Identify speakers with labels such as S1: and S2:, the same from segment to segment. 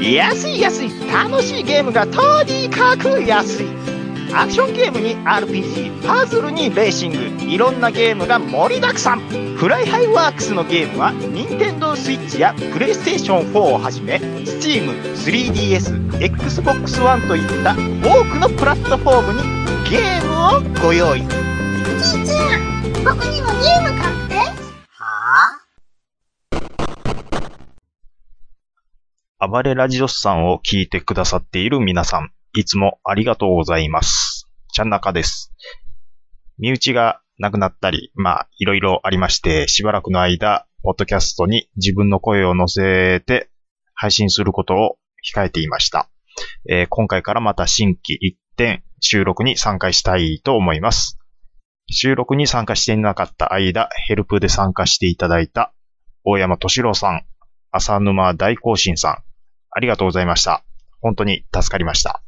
S1: 安い安い楽しいゲームがとにかく安いアクションゲームに RPG パズルにレーシングいろんなゲームが盛りだくさんフライハイワークスのゲームは NintendoSwitch や PlayStation4 をはじめ Steam3DSXbox One といった多くのプラットフォームにゲームをご用意
S2: じいちゃん僕にもゲーム買って
S3: は
S1: 暴れラジオスさんを聞いてくださっている皆さん、いつもありがとうございます。ちゃんなかです。身内が亡くなったり、まあ、いろいろありまして、しばらくの間、ポッドキャストに自分の声を乗せて配信することを控えていました。えー今回からまた新規一点収録に参加したいと思います。収録に参加していなかった間、ヘルプで参加していただいた、大山敏郎さん、浅沼大行進さん、ありがとうございました。本当に助かりました。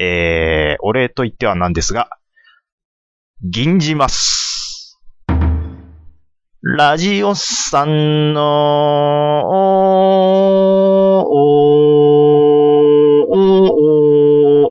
S1: えー、お礼と言ってはなんですが、銀じます。ラジオさんの、おお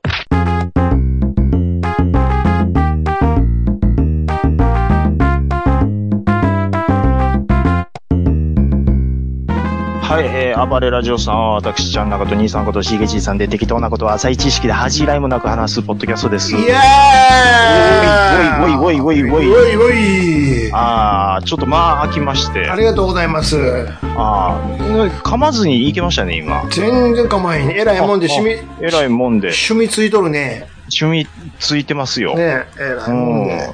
S1: おおはい、えー、暴れラジオさんは私、ちゃん中と兄さんことしげじいさんで適当なことは浅い知識で恥じらいもなく話すポッドキャストです。
S3: イエーイ
S1: おいおいおいおいおい
S3: おいおい
S1: あー、ちょっとまあ、飽きまして。
S3: ありがとうございます。
S1: あー、噛まずにいけましたね、今。
S3: 全然構わへん。えらいもんで、趣味、
S1: えらいもんで、
S3: 趣味ついとるね。
S1: 趣味ついてますよ。
S3: ねえ、えらいもんで。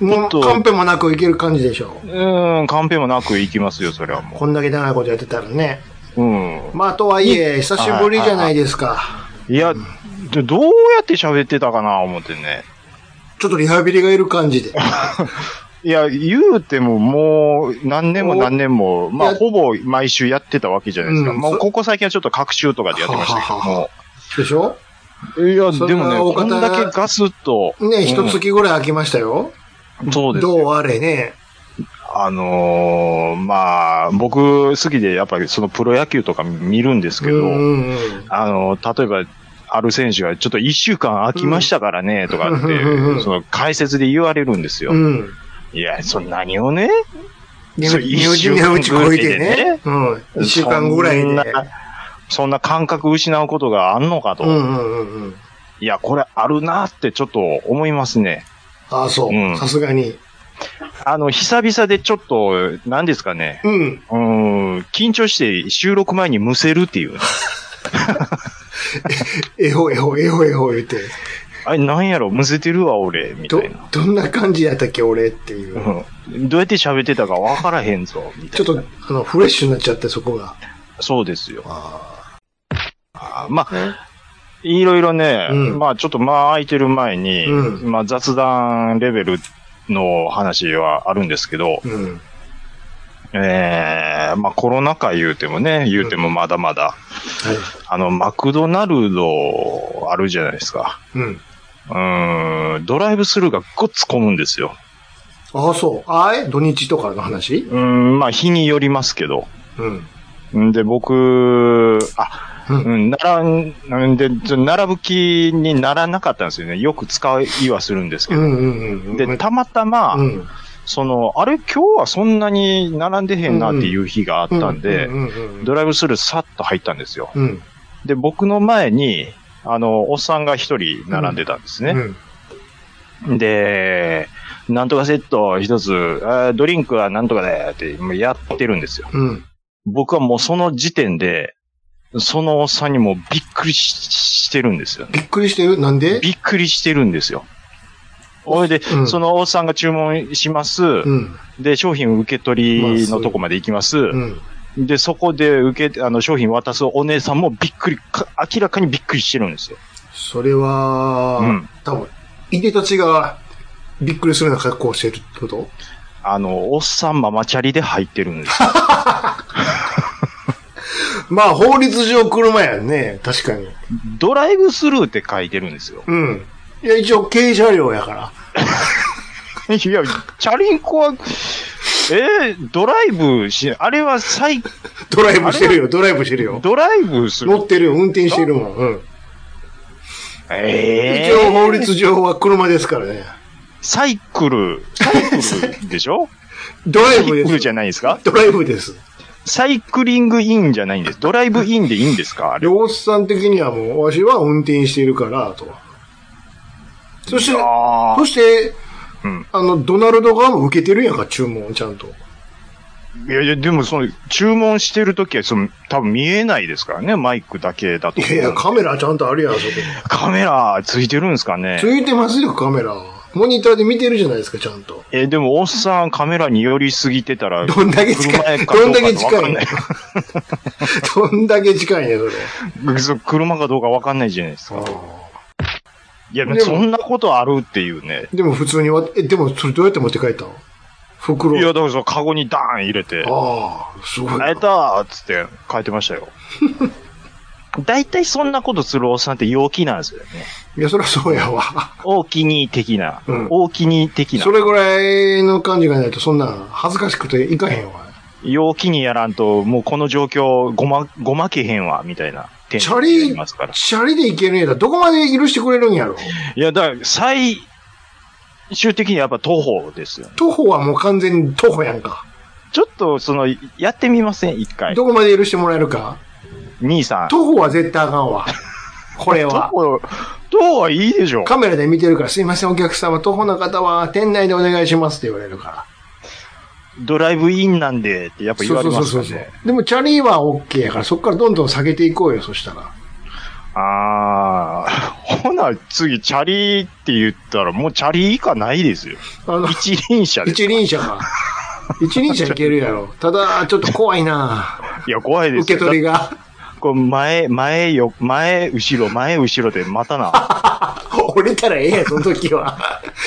S3: も
S1: ょ
S3: う、
S1: っと
S3: カンペもなくいける感じでしょ。
S1: うーん、カンペもなくいきますよ、それはも
S3: こんだけ長いことやってたらね。
S1: う。うん。
S3: まあ、とはいえ、久しぶりじゃないですか。
S1: いや、でどうやって喋ってたかな、思ってね。
S3: ちょっとリハビリがいる感じで。
S1: いや、言うてももう何年も何年も、ま
S3: い
S1: あ
S3: や
S1: ほぼ毎週やってたわけじゃないですか。
S3: うん
S1: もう
S3: そ
S1: ここ最近はちょっと各週とかでやってましたけど
S3: ははは
S1: も。
S3: でしょ
S1: いや、
S3: そ
S1: で
S3: れ
S1: もね、
S3: はお
S1: こ
S3: 方
S1: ん
S3: が
S1: だけガスッと。
S3: ねえ、一月ぐらい空きましたよ。
S1: うんそうですよ。
S3: どうあれね。
S1: あのーまあ、僕好きでやっぱりそのプロ野球とか見るんですけど、
S3: うんうん
S1: あのー例えば、ある選手がちょっと一週間空きましたからね、とかって、
S3: うん
S1: その解説で言われるんですよ。
S3: うん。うん。
S1: いや、そんなにをね、
S3: 身
S1: そう
S3: 内身内こいてね。うん。一週間ぐらい
S1: そんな
S3: で。
S1: そんな感覚失うことがあんのかと。
S3: うんうんうんうん。
S1: いや、これあるなってちょっと思いますね。
S3: ああ、そうう。
S1: ん
S3: さすがに。
S1: あの、久々でちょっと、何ですかね。
S3: うん。
S1: うーん、緊張して収録前にむせるっていう。
S3: えほえほえほえほ言って。
S1: あれ、なんやろ、むせてるわ、俺、みた
S3: ど
S1: いな。、
S3: どんな感じやったっけ、俺っていう。
S1: うんどうやって喋ってたかわからへんぞ、みた
S3: ち
S1: い
S3: ょっと
S1: な。、
S3: あの、フレッシュになっちゃって、そこが。
S1: そうですよ。
S3: あ
S1: あまあ、
S3: あ。
S1: いろいろね、
S3: うん
S1: まあちょっと間空いてる前に、
S3: う
S1: まあ雑談レベルの話はあるんですけど、
S3: うん。
S1: ええまあコロナ禍言うてもね、言うてもまだまだ、
S3: はい。
S1: あの、マクドナルドあるじゃないですか。
S3: うん。
S1: うーん、ドライブスルーがごっつ混むんですよ。
S3: ああ、そう。ああ、え土日とかの話
S1: うーん、まあ日によりますけど。
S3: うん。
S1: んで、僕、あ、
S3: うん
S1: うん、並ん、んで、ちょ並ぶ気にならなかったんですよね。よく使いはするんですけ
S3: う
S1: ど。
S3: んうんうん。
S1: で、たまたま、
S3: うん。
S1: その、あれ今日はそんなに並んでへんなっていう日があったんで
S3: う、んうん
S1: ドライブスルーさっと入ったんですよ。
S3: うん。うん。
S1: で、僕の前に、あの、おっさんが一人並んでたんですね。
S3: うん
S1: で、なんとかセット一つ、あードリンクはなんとかだよってもうやってるんですよ。
S3: うん。
S1: 僕はもうその時点で、そのおっさんにもうびっくりししてるんですよ。
S3: びっくりしてるなんで
S1: びっくりしてるんですよ。ほいで、
S3: うん
S1: そのおっさんが注文します。
S3: うん。
S1: で、商品受け取りのとこまで行きます。
S3: うん。
S1: で、そこで受け、あの、商品渡すお姉さんもびっくり、か明らかにびっくりしてるんですよ。
S3: それは、
S1: うん
S3: 多分、いでたちがびっくりするような格好をしてるってこと
S1: あの、おっさんママチャリで入ってるん ですよ。
S3: まあ、法律上車やんね。確かに。
S1: ドライブスルーって書いてるんですよ。
S3: うん。いや、一応、軽車両やか
S1: い
S3: ら。
S1: や、チャリンコは、えードライブし、あれは最、
S3: ドライブしてるよ、ドライブしてるよ。
S1: ドライブする。
S3: 乗ってるよ、運転してるもん。うん。
S1: え
S3: 一応
S1: ー
S3: 法律上は車ですからね。
S1: サイクル、サイクルでしょ
S3: ドラ
S1: サ
S3: イ
S1: イク
S3: ブ
S1: ル
S3: で
S1: じ
S3: す。
S1: ゃないですか
S3: ドライブです。
S1: サイクリングインじゃないんです。ドライブインでいいんですかあれ
S3: 両津さん的にはもう、わしは運転しているから、と。そして、
S1: あ
S3: そして、
S1: うん
S3: あの、ドナルド側も受けてるやんか、注文、ちゃんと。
S1: ーいやいや、でもその、注文してるときは、その、多分見えないですからね、マイクだけだと。
S3: いやいや、カメラちゃんとあるやん、そこ。
S1: カメラついてるんですかね
S3: ついてますよ、カメラ。モニターで見てるじゃないですか、ちゃんと。
S1: えーでも、おっさんカメラに寄りすぎて たら、
S3: どんだけ近
S1: 車
S3: い
S1: やかどう
S3: どん
S1: か
S3: だけ近い
S1: わかんない。
S3: どんだけ近いね、そ れ。
S1: そう車かどうかわかんないじゃないですか。いや
S3: で、も
S1: そんなことあるっていうね。
S3: でも普通にわ、え、でもそれどうやって持って帰ったの
S1: い
S3: 袋。
S1: や、だからそのカゴにダーン入れて、
S3: ああ、すごいな。
S1: 会えたーっつって書いてました よ。大体そんなことするおっさんって陽気なんですよね。
S3: いや、そりゃそうやわ。
S1: 大気に的な
S3: うん、
S1: 大気に的な
S3: そ、れぐらいの感じがないと、そんな恥ずかしくていかへんわ。
S1: 陽気にやらんと、もうこの状況、ごま、ごまけへんわ、みたいな。テンシ
S3: チ
S1: ョ
S3: ャ
S1: ンにな
S3: リ
S1: りますから、。
S3: チャリで行けるんやったら、どこまで許してくれるんやろ。
S1: いや、だから、最終的にやっぱ徒歩ですよね。
S3: 徒歩はもう完全に徒歩やんか。
S1: ちょっと、その、やってみません一回。
S3: どこまで許してもらえるか。
S1: 兄さん。
S3: 徒歩は絶対あかんわ。これは。
S1: 徒歩、徒歩はいいでしょ。
S3: カメラで見てるから、すいません、お客様、徒歩の方は店内でお願いしますって言われるから。
S1: ドライブインなんで、ってやっぱ言われますからね。
S3: でも、チャリーは OK やから、そこからどんどん下げていこうよ、そしたら。
S1: あー、 ほな、次、チャリって言ったら、もうチャリ以下ないですよ。
S3: あ の、
S1: 一輪車です。
S3: 一輪 車か。一輪車いけるやろ。ただ、ちょっと怖いない
S1: や、怖いですよ
S3: 受け取りが。
S1: こう前、前よ、前、後ろ、前、後ろで、また な。
S3: 折れたらええやん、その時 は。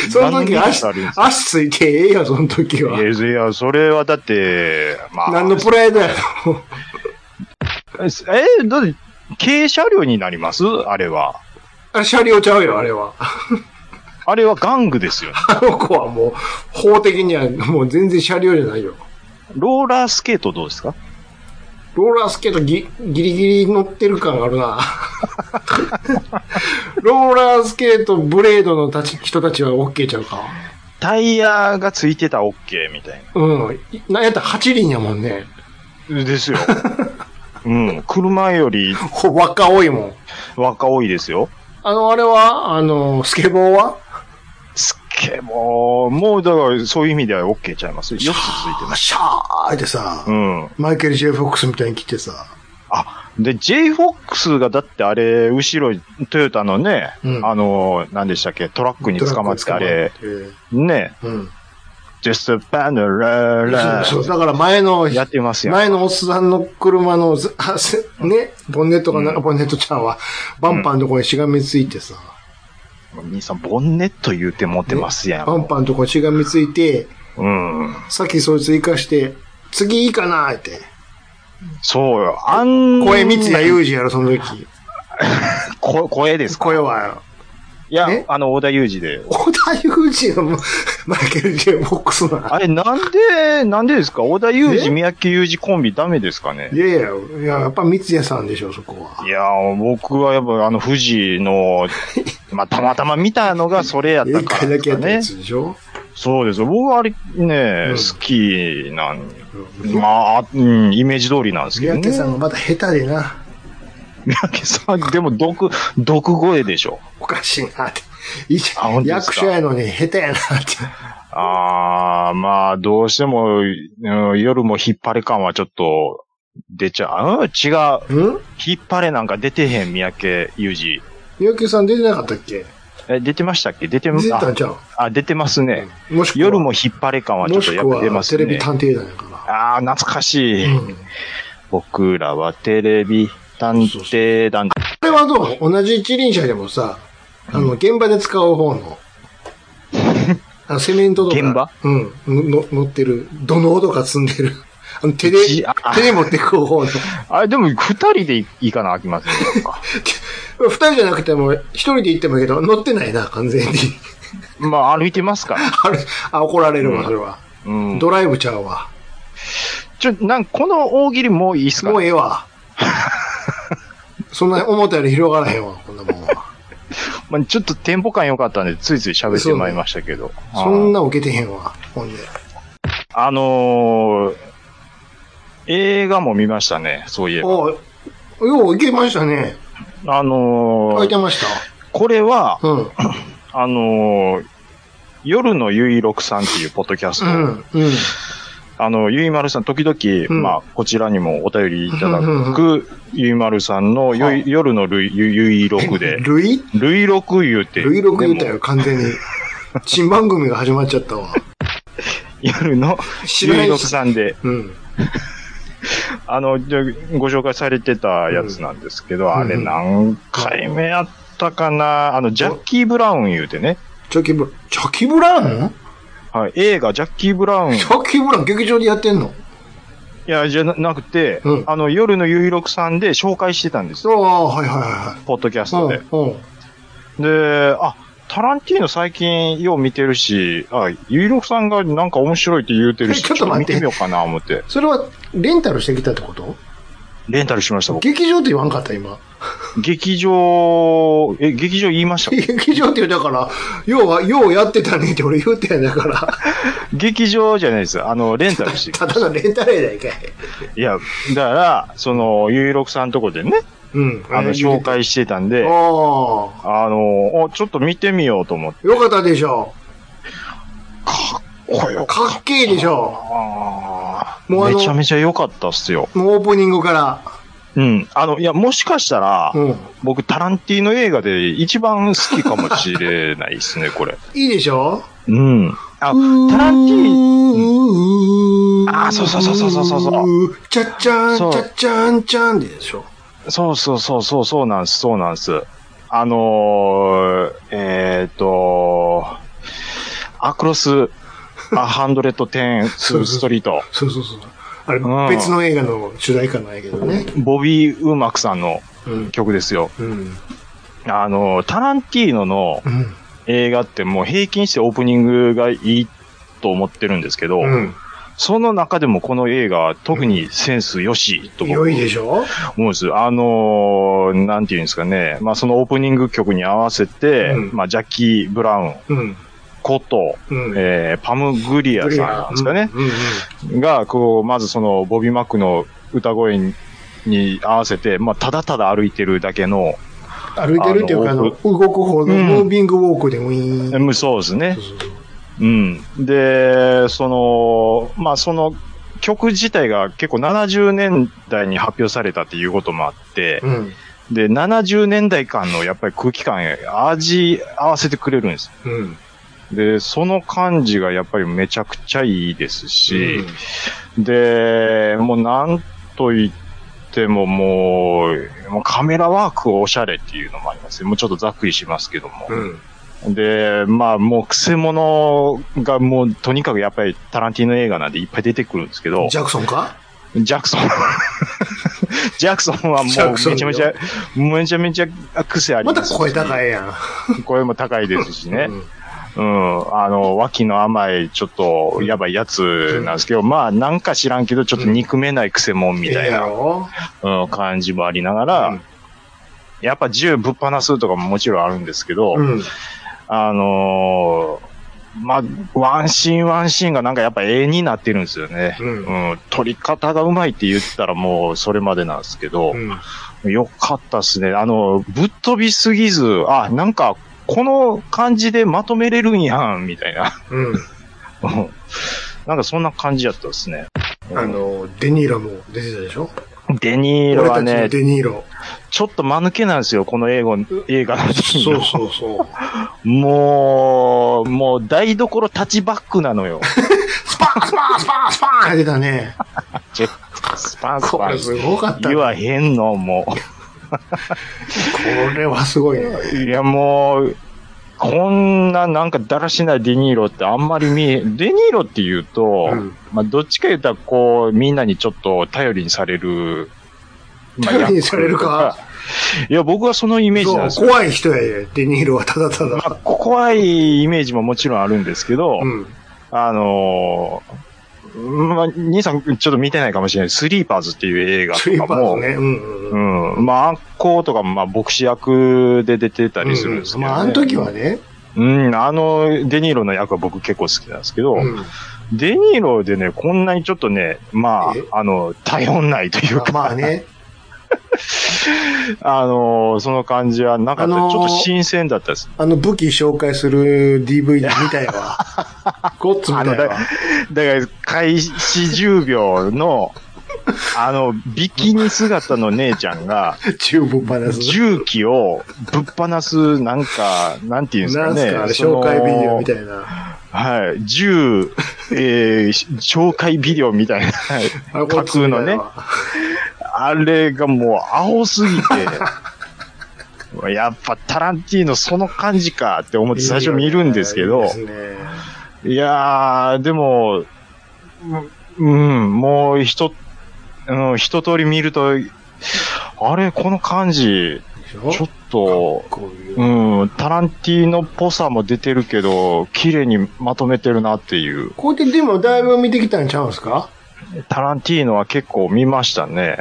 S3: その時は足
S1: 何の意味があるんです、
S3: 足ついてええやん、その時
S1: い
S3: は
S1: や。いや、それはだって、まあ。
S3: 何のプライドやろ。
S1: えだって、軽車両になりますあれは。
S3: あれ、車両ちゃうよ、あれは。
S1: あれは玩具ですよね。
S3: あの子はもう、法的にはもう全然車両じゃないよ。
S1: ローラースケートどうですか
S3: ローラースケートぎギリギリ乗ってる感あるな。 ローラースケートブレードのたち人たちは OK ちゃうか。
S1: タイヤがついてたら OK みたい
S3: うん。いなんやったら8輪やもんね。
S1: な。ですよ。 うん。車より
S3: ほ、輪っか多いもん。
S1: 若多いですよ。
S3: あの、あれはあの、スケボーは
S1: スケボー、もうだからそういう意味では OK ちゃいます。4つついてます。
S3: シャーってさ、
S1: うん。
S3: マイケル・ J ・フォックスみたいに来てさ、
S1: あ、で、J-FOX がだってあれ、後ろ、トヨタのね、
S3: うん
S1: あの、何でしたっけ、トラックに捕まってあれ、
S3: トラックに捕まって
S1: ね、
S3: うん。
S1: Just a banner,
S3: そうそう、だから前の、
S1: やってますよ。
S3: 前のおっさんの車のず、あせね、ボンネットがな、ボンネットちゃんは、バンパンのとこにしがみついてさ、
S1: 兄さん、ボンネット言うて持ってますやん。
S3: バンパンのとこにしがみついて、
S1: うん。
S3: さっきそいつ生かして、次いいかなって。
S1: そうよ。あん
S3: 声三谷裕二やろ、その時。
S1: こ声ですか
S3: 声は、
S1: いや
S3: え、
S1: あの、小田裕二で。
S3: 小田裕二のマイケル・ J ・フォックスな。
S1: あれ、なんで、なんでですか小田裕
S3: え
S1: 二、三宅裕二コンビダメですかね
S3: いやいや、いや、やっぱ三谷さんでしょ、そこは。
S1: いや、僕はやっぱ、あの、富士 の、まあ、たまたま見たのがそれやった
S3: 一
S1: から
S3: 回
S1: で
S3: だ
S1: すか
S3: けやった
S1: ね
S3: や。つでしょ。
S1: そうです。僕はあれ、ね、
S3: うん
S1: 好きなん、
S3: うん
S1: まあ、うん、イメージ通りなんですけど
S3: 三
S1: ね。
S3: 宅さんがまた下手でな。
S1: 三宅さん、でも、毒、毒声でしょ。
S3: おかしいなって。いいじゃ
S1: あ
S3: ん
S1: 本当ですか
S3: 役者やのに下手やなって。
S1: ああ、まあ、どうしても、うん夜も引っ張れ感はちょっと出ちゃう。うん、違う。
S3: うん
S1: 引っ張れなんか出てへん、三宅裕
S3: 三宅さん出てなかったっけ
S1: 二。え、出てましたっけ出てま
S3: 出て
S1: す
S3: たんちゃう
S1: あ、出てますね。
S3: もしくは、
S1: 夜も引っ張れ感はちょ
S3: も
S1: っと
S3: し
S1: や
S3: く
S1: っぱ出
S3: は
S1: ま
S3: テ
S1: す
S3: レビ
S1: ね。
S3: 探偵団やか
S1: ああ、懐かしい、
S3: ら。うん。
S1: 僕らはテレビ探偵団。
S3: これはどう同じ一輪車でもさ、あの、現場で使う 方の、あのセメントとか、
S1: 現場
S3: うん、のの乗ってる、土のうとか積んでる。あの手で、
S1: じああ
S3: 手で持ってく方の。
S1: あれ、でも二人で行かなあきませんね
S3: 二人じゃなくても、一人で行ってもいいけど、乗ってないな、完全に。
S1: まあ、歩いてますから。
S3: あれ、あ、怒られるわ、それは。
S1: うん。
S3: ドライブちゃうわ。
S1: ちょ、なんかこの大喜利もういいっすか
S3: もうええ わ。そんな思ったより広がらへんわ、こんなもんは。
S1: まあ、ちょっとテンポ感良かったんで、ついつい喋ってまいりましたけど。
S3: そんな受けてへんわ、ほんで。
S1: ああのー、映画も見ましたね、そういえば。
S3: おうよう、いけましたね。
S1: あの
S3: 開いて
S1: ー、
S3: まし
S1: これは、
S3: た。うん。
S1: あのー、夜のゆいろくさんっていうポッドキャスト、
S3: うん。うん。
S1: あの、ゆいまるさん、時々、
S3: うん
S1: まあ、こちらにもお便りいただ
S3: うんうん
S1: く、ゆいまるさんの
S3: は
S1: ゆい、
S3: い
S1: 夜のるいゆゆいろく で、
S3: 類
S1: るいろく言うて、
S3: 類録言うた
S1: でも
S3: よ、完全に。新番組が始まっちゃったわ。
S1: 夜の
S3: 知ら
S1: ゆい
S3: ん
S1: ろく
S3: し。
S1: さんで、
S3: うん。
S1: あの、じゃご紹介されてたやつなんですけど、あれ
S3: うん
S1: 何回目やったかな、あの、ジャッキー・ブラウン言うてね、
S3: チョキブラ、チョキブラウン
S1: はい、映画、ジャッキー・ブラウン、い
S3: チョキブラウン劇場でやってんの
S1: や、じゃななくて、
S3: うん
S1: あの、夜のゆいろくさんで紹介してたんです
S3: あ
S1: よ、
S3: あ、はいはい
S1: ポッドキャス
S3: はい
S1: ト
S3: は
S1: で
S3: い。。うん。うん。
S1: で、あ、タランティーノ最近よう見てるし、あ、ゆいろくさんがなんか面白いって言うてるし、
S3: え ちょっと待って
S1: 見てみようかな思って。
S3: それは、レンタルしてきたってこと
S1: レンタルしま した、僕。
S3: 劇場って言わんかった、今。
S1: 劇場、え、劇場言いました
S3: 劇場って言うだから、要は、ようやってたねって俺言うてんだから。
S1: 劇場じゃないです。あの、レンタルして。
S3: ただのレンタルやないかい。
S1: いや、だから、その、ゆいろくさんとこでね、
S3: うん。
S1: あの、紹。介してたん
S3: ああ、
S1: で、
S3: よ
S1: あの、おちょっと見てみようと思って。
S3: かったでしょ。
S1: およ
S3: かっけえでしょ。
S1: あー
S3: もうあの
S1: めちゃめちゃ良かったっすよ。
S3: もうオープニングから。
S1: うん。あの、いや、もしかしたら、
S3: うん。
S1: 僕、タランティーノ映画で一番好きかもしれないですね、これ。
S3: いいでしょ
S1: うん。あ、タランティーノ、
S3: ィ
S1: あーそうそうそうそうそうそう
S3: う。ちゃっちゃん、ち
S1: そう
S3: ゃっちゃんちゃんでしょ。
S1: そうそうそうそう、そうなんです、そうなんです。あのー、えっ、と、アクロス、アハンドレットテン、スーストリート、
S3: そうそうそう。あれ、
S1: うん
S3: 別の映画の主題歌なんやけどね。
S1: ボビー・ウーマクさんの
S3: うん。
S1: 曲ですよ。
S3: うん。
S1: あのー、タランティーノの
S3: うん。
S1: 映画ってもう平均してオープニングがいいと思ってるんですけど、
S3: うん。
S1: その中でもこの映画は特にセンス良しと僕
S3: 良いでしょ
S1: 思うんです。あのーなんていうんですかね。まあそのオープニング曲に合わせて、
S3: うん
S1: まあジャッキー・ブラウン
S3: うん。
S1: こと、
S3: うん。
S1: えーパム・グリアさんなんですかね。
S3: うん。うん
S1: が、こう、まずそのボビー・マックの歌声に合わせて、まあただただ歩いてるだけの、
S3: 歩いてるっていうか、
S1: あ
S3: あ
S1: の
S3: の、動く方の
S1: うん
S3: ムービングウォークでウィーン。
S1: うんそうですね
S3: そう。そうそう
S1: うん。で、その、まあその、曲自体が結構70年代に発表されたっていうこともあって、
S3: うん。
S1: で、70年代間のやっぱり空気感、味合わせてくれるんです。
S3: うん。
S1: で、その感じがやっぱりめちゃくちゃいいですし、で、もうなんと言ってももう、もうカメラワークおしゃれっていうのもありますねもうちょっとざっくりしますけども。
S3: うん。
S1: で、まあもうクセモノがもうとにかくやっぱりタランティーノ映画なんでいっぱい出てくるんですけど、
S3: ジャクソンか
S1: ジ ャクソン。ジャクソンはも
S3: ジャク
S1: う
S3: ソン
S1: めちゃ
S3: よ
S1: めちゃ、めちゃめちゃ癖あり
S3: また
S1: ますし。
S3: 声高いやん。
S1: 声も高いですしね
S3: う。ん
S1: うん。あの、脇の甘い、ちょっと、やばいやつなんですけど、まあ、なんか知らんけど、ちょっと憎めない癖もんみた
S3: ええ
S1: い
S3: や
S1: な、
S3: ろ
S1: うん、感じもありながら、やっぱ銃ぶっ放すとかももちろんあるんですけど、
S3: うん。
S1: あのーまあ、ワンシーンワンシーンがなんかやっぱ絵になってるんですよね。
S3: うん
S1: うん。撮り方がうまいって言ったらもうそれまでなんですけど、
S3: うん。
S1: よかったっすね。あの、ぶっ飛びすぎず、あ、なんか、この感じでまとめれるんやん、みたいな。
S3: うん。
S1: うんなんかそんな感じやったっすね。
S3: あの、デニーロも出てたでしょ
S1: デニーロ
S3: 俺
S1: は
S3: たちの
S1: ね、
S3: デニーロ。
S1: ちょっと間抜けなんですよ、この映画の、映画の時
S3: そう
S1: の。
S3: そうそう。
S1: もう、もう台所タッチバックなの よ。
S3: スパーンスパーンスパーンスパーン出たね。
S1: ちょスパンス
S3: こ
S1: パン
S3: れ。すごかったね。
S1: 言わへんの、も
S3: これはすごいね。
S1: う。いや、もう、こんななんかだらしないデニーロってあんまり見え、デニーロって言うと、
S3: うん
S1: まあ、どっちか言ったら、こう、みんなにちょっと頼りにされる。まあ
S3: 頼りにされるか。
S1: いや、僕はそのイメージなんです
S3: そ
S1: よ。
S3: う、怖い人やで、デニーロはただた
S1: まあ
S3: だ。
S1: 怖いイメージももちろんあるんですけど、
S3: うん。
S1: あのーまあ、兄さんちょっと見てないかもしれない。スリーパーズっていう映画
S3: スリ
S1: と
S3: ーパ
S1: か
S3: ー
S1: も、
S3: ズね。うんうん。
S1: うん。まあ、アンコーとかも、まあ、牧師役で出てたりするんですけど、ね
S3: まあ、あの時はね。
S1: うん、あの、デニーロの役は僕結構好きなんですけど、
S3: うん
S1: デニーロでね、こんなにちょっとね、ま
S3: え
S1: あ、あの、頼んないというか、
S3: まあね。
S1: あの、その感じはなかった。
S3: あのー
S1: ちょっと新鮮だったです。
S3: あの武器紹介する DVD みたいわ。ゴッツみたい
S1: あの
S3: わ。
S1: だから、開始10秒 の、あの、ビキニ姿の姉ちゃん が、
S3: 中部パナス。
S1: 重機をぶっ放す、なんか、なんていうんです
S3: な
S1: か
S3: ん
S1: ね。
S3: すかあれ
S1: その
S3: 紹介ビデオみたいな。
S1: はい。銃、えー、し紹介ビデオみたいな、はい
S3: あれ
S1: 架空のね。あれがもう、青すぎて、 やっぱタランティーノその感じかって思って最初見るんですけ
S3: い
S1: ど
S3: いで、すね
S1: いやー、でも、うん、うんもう一、うん、一通り見ると、あれ、この感じ、
S3: でし
S1: ちょ
S3: ょ
S1: っと、
S3: こういう
S1: うん、タランティーノっぽさも出てるけど、綺麗にまとめてるなっていう。
S3: こうやってでもだいぶ見てきたんちゃうんすか
S1: タランティーノは結構見ましたね。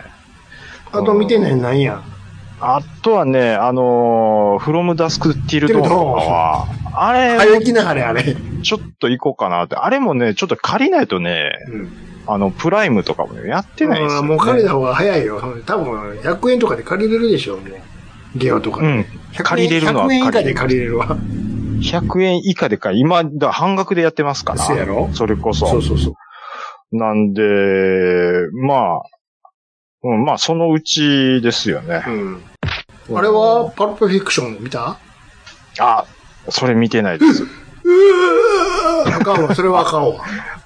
S3: あと見てないのなんや。
S1: あとはね、あのー、フロムダスクティルドーンとかは、あ
S3: あ
S1: れ、
S3: れ、きながれあれ。
S1: ちょっと行こうかなって。あれもね、ちょっと借りないとね、
S3: うん。
S1: あの、プライムとかもねやってないんですよ、ね。
S3: もう借りた方が早いよ。多分、100円とかで借りれるでしょ、もう。ゲオとか
S1: う
S3: で。
S1: ん。
S3: 100円
S1: 借りれるのは
S3: 100円以下
S1: 借りれ
S3: で
S1: る
S3: 借りれるわ。
S1: 100円以下でか、今、だ半額でやってますから。
S3: そうやろ
S1: それこそ。
S3: そうそうそう。
S1: なんで、まあ、うん、まあ、そのうちですよね。
S3: うん。あれは、パルプフィクション見た
S1: あ、それ見てない です。
S3: うーあかんわ、それはあかんわ。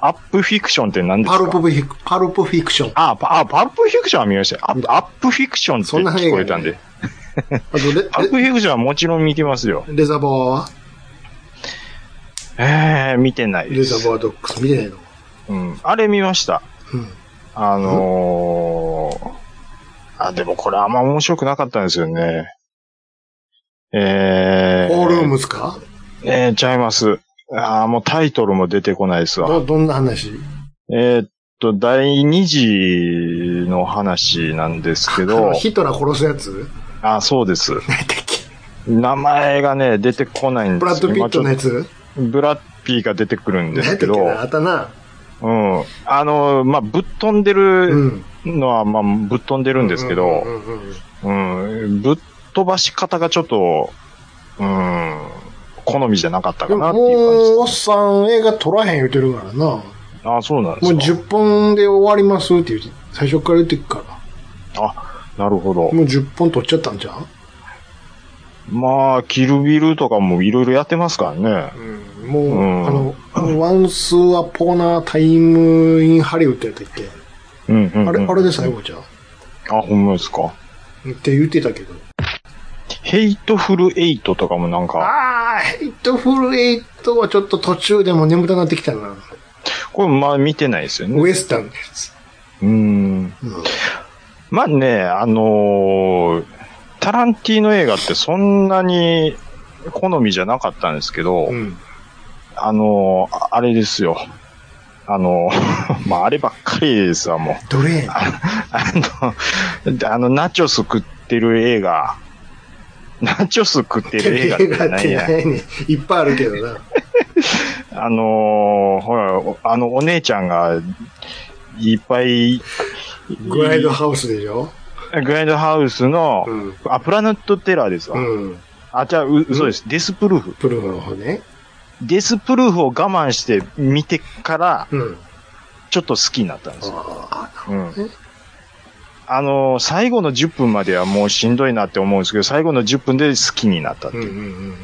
S1: アップフィクションって何です
S3: パ
S1: か
S3: ルプフィク、パルプフィクション。あ
S1: あ、パあパルプフィクションは見ましたよ。アップアップフィクションって
S3: そんな映画
S1: 聞こえたんで。
S3: とレ
S1: アップフィクションはもちろん見てますよ。
S3: レ、レザーバーは
S1: ええ見てない
S3: レ
S1: で
S3: ザ
S1: す
S3: ー。バードックス見てないの
S1: うん。あれ見ました。
S3: うん。
S1: あのー、あ、でもこれあんま面白くなかったんですよね。えー、
S3: オールームズか
S1: えー、ちゃいます。あーもうタイトルも出てこないですわ。
S3: どどんな話
S1: えーっと、第2次の話なんですけ
S3: あ
S1: ど
S3: の、ヒトラー殺すやつ
S1: あ、そうです。
S3: 何やったっけ
S1: 名前がね、出てこないんです
S3: ブラッド・ピットの
S1: ね。
S3: やつ
S1: ブラッピーが出てくるんで
S3: 何や
S1: す
S3: った
S1: け
S3: っけ
S1: ど、
S3: なあったな。
S1: うん。あの、まあ、ぶっ飛んで
S3: う
S1: る
S3: ん。
S1: のは、まあ、ぶっ飛んでるんですけ
S3: う
S1: ど、
S3: んうんうん
S1: うん、ぶっ飛ばし方がちょっと、うん、好みじゃなかった
S3: で
S1: かな
S3: も、
S1: って
S3: も
S1: いう感じ
S3: う、おっさん映画撮らへん言うてるからな。も
S1: です。あ、そうなんで
S3: う
S1: すか。
S3: 10本で終わりますって言う最初から言ってくから。
S1: あ、なるほど。
S3: もう10本撮っちゃったんじゃん
S1: まあ、キルビルとかもいろいろやってますからね。
S3: うんもう、
S1: うん
S3: あの、Once Upon a Time in Hollywood やったっけ、
S1: うん、うんうん
S3: あれ、あれで最後じゃんっ
S1: あ、ほんまですか。
S3: て言ってたけど。
S1: ヘイトフルエイトとかもなんか、
S3: ああ、ヘイトフルエイトはちょっと途中でも眠たなってきたな。
S1: これまあ見てないですよね。
S3: ウエスタンのやつ。
S1: うん。
S3: う
S1: まあね、あのータランティーノ映画ってそんなに好みじゃなかったんですけど、
S3: ん。うん
S1: あのーああれですよ。あのー まああればっかりですわ、もう。
S3: どれやねん
S1: あの、であの、ナチョス食ってる映画。ナチョス食ってる映画って
S3: っ
S1: 何
S3: て
S1: や
S3: な。いねん。いっぱいあるけどな。
S1: あのーほら、おあの、お姉ちゃんが、いっぱい、
S3: グライドハウスでしょ
S1: グライドハウスの、
S3: うん。
S1: あ、プラネットテラーですわ。
S3: うん。
S1: あ、じゃあ、う、嘘です。デスプルーフ。
S3: プルーフの方ね。
S1: デスプルーフを我慢して見てから、
S3: うん。
S1: ちょっと好きになったんですよ。
S3: ああ、
S1: うん。あのー、最後の10分まではもうしんどいなって思うんですけど、最後の10分で好きになったって
S3: うん
S1: いううん
S3: うん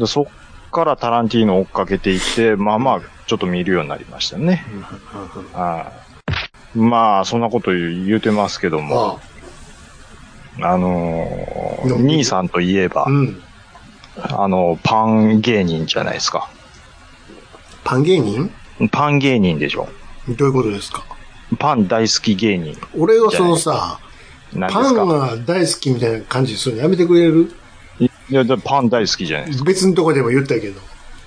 S1: でそっからタランティーノを追っかけていって、まあまあ、ちょっと見るようになりましたね。
S3: うん。
S1: はいまあ、そんなこと言う言うてますけども、
S3: あ
S1: あのー
S3: いや
S1: 兄さんといえば、
S3: あ、うん。
S1: あの、パン芸人じゃないですか。
S3: パン芸人
S1: パン芸人でしょ。
S3: どういうことですか
S1: パン大好き芸人
S3: 俺はそのさ、
S1: なんで
S3: パ
S1: す
S3: ン
S1: か。
S3: が大好きみたいな感じするのやめてくれる
S1: いや、だパン大好きじゃないです
S3: 別のとこでも言ったけど。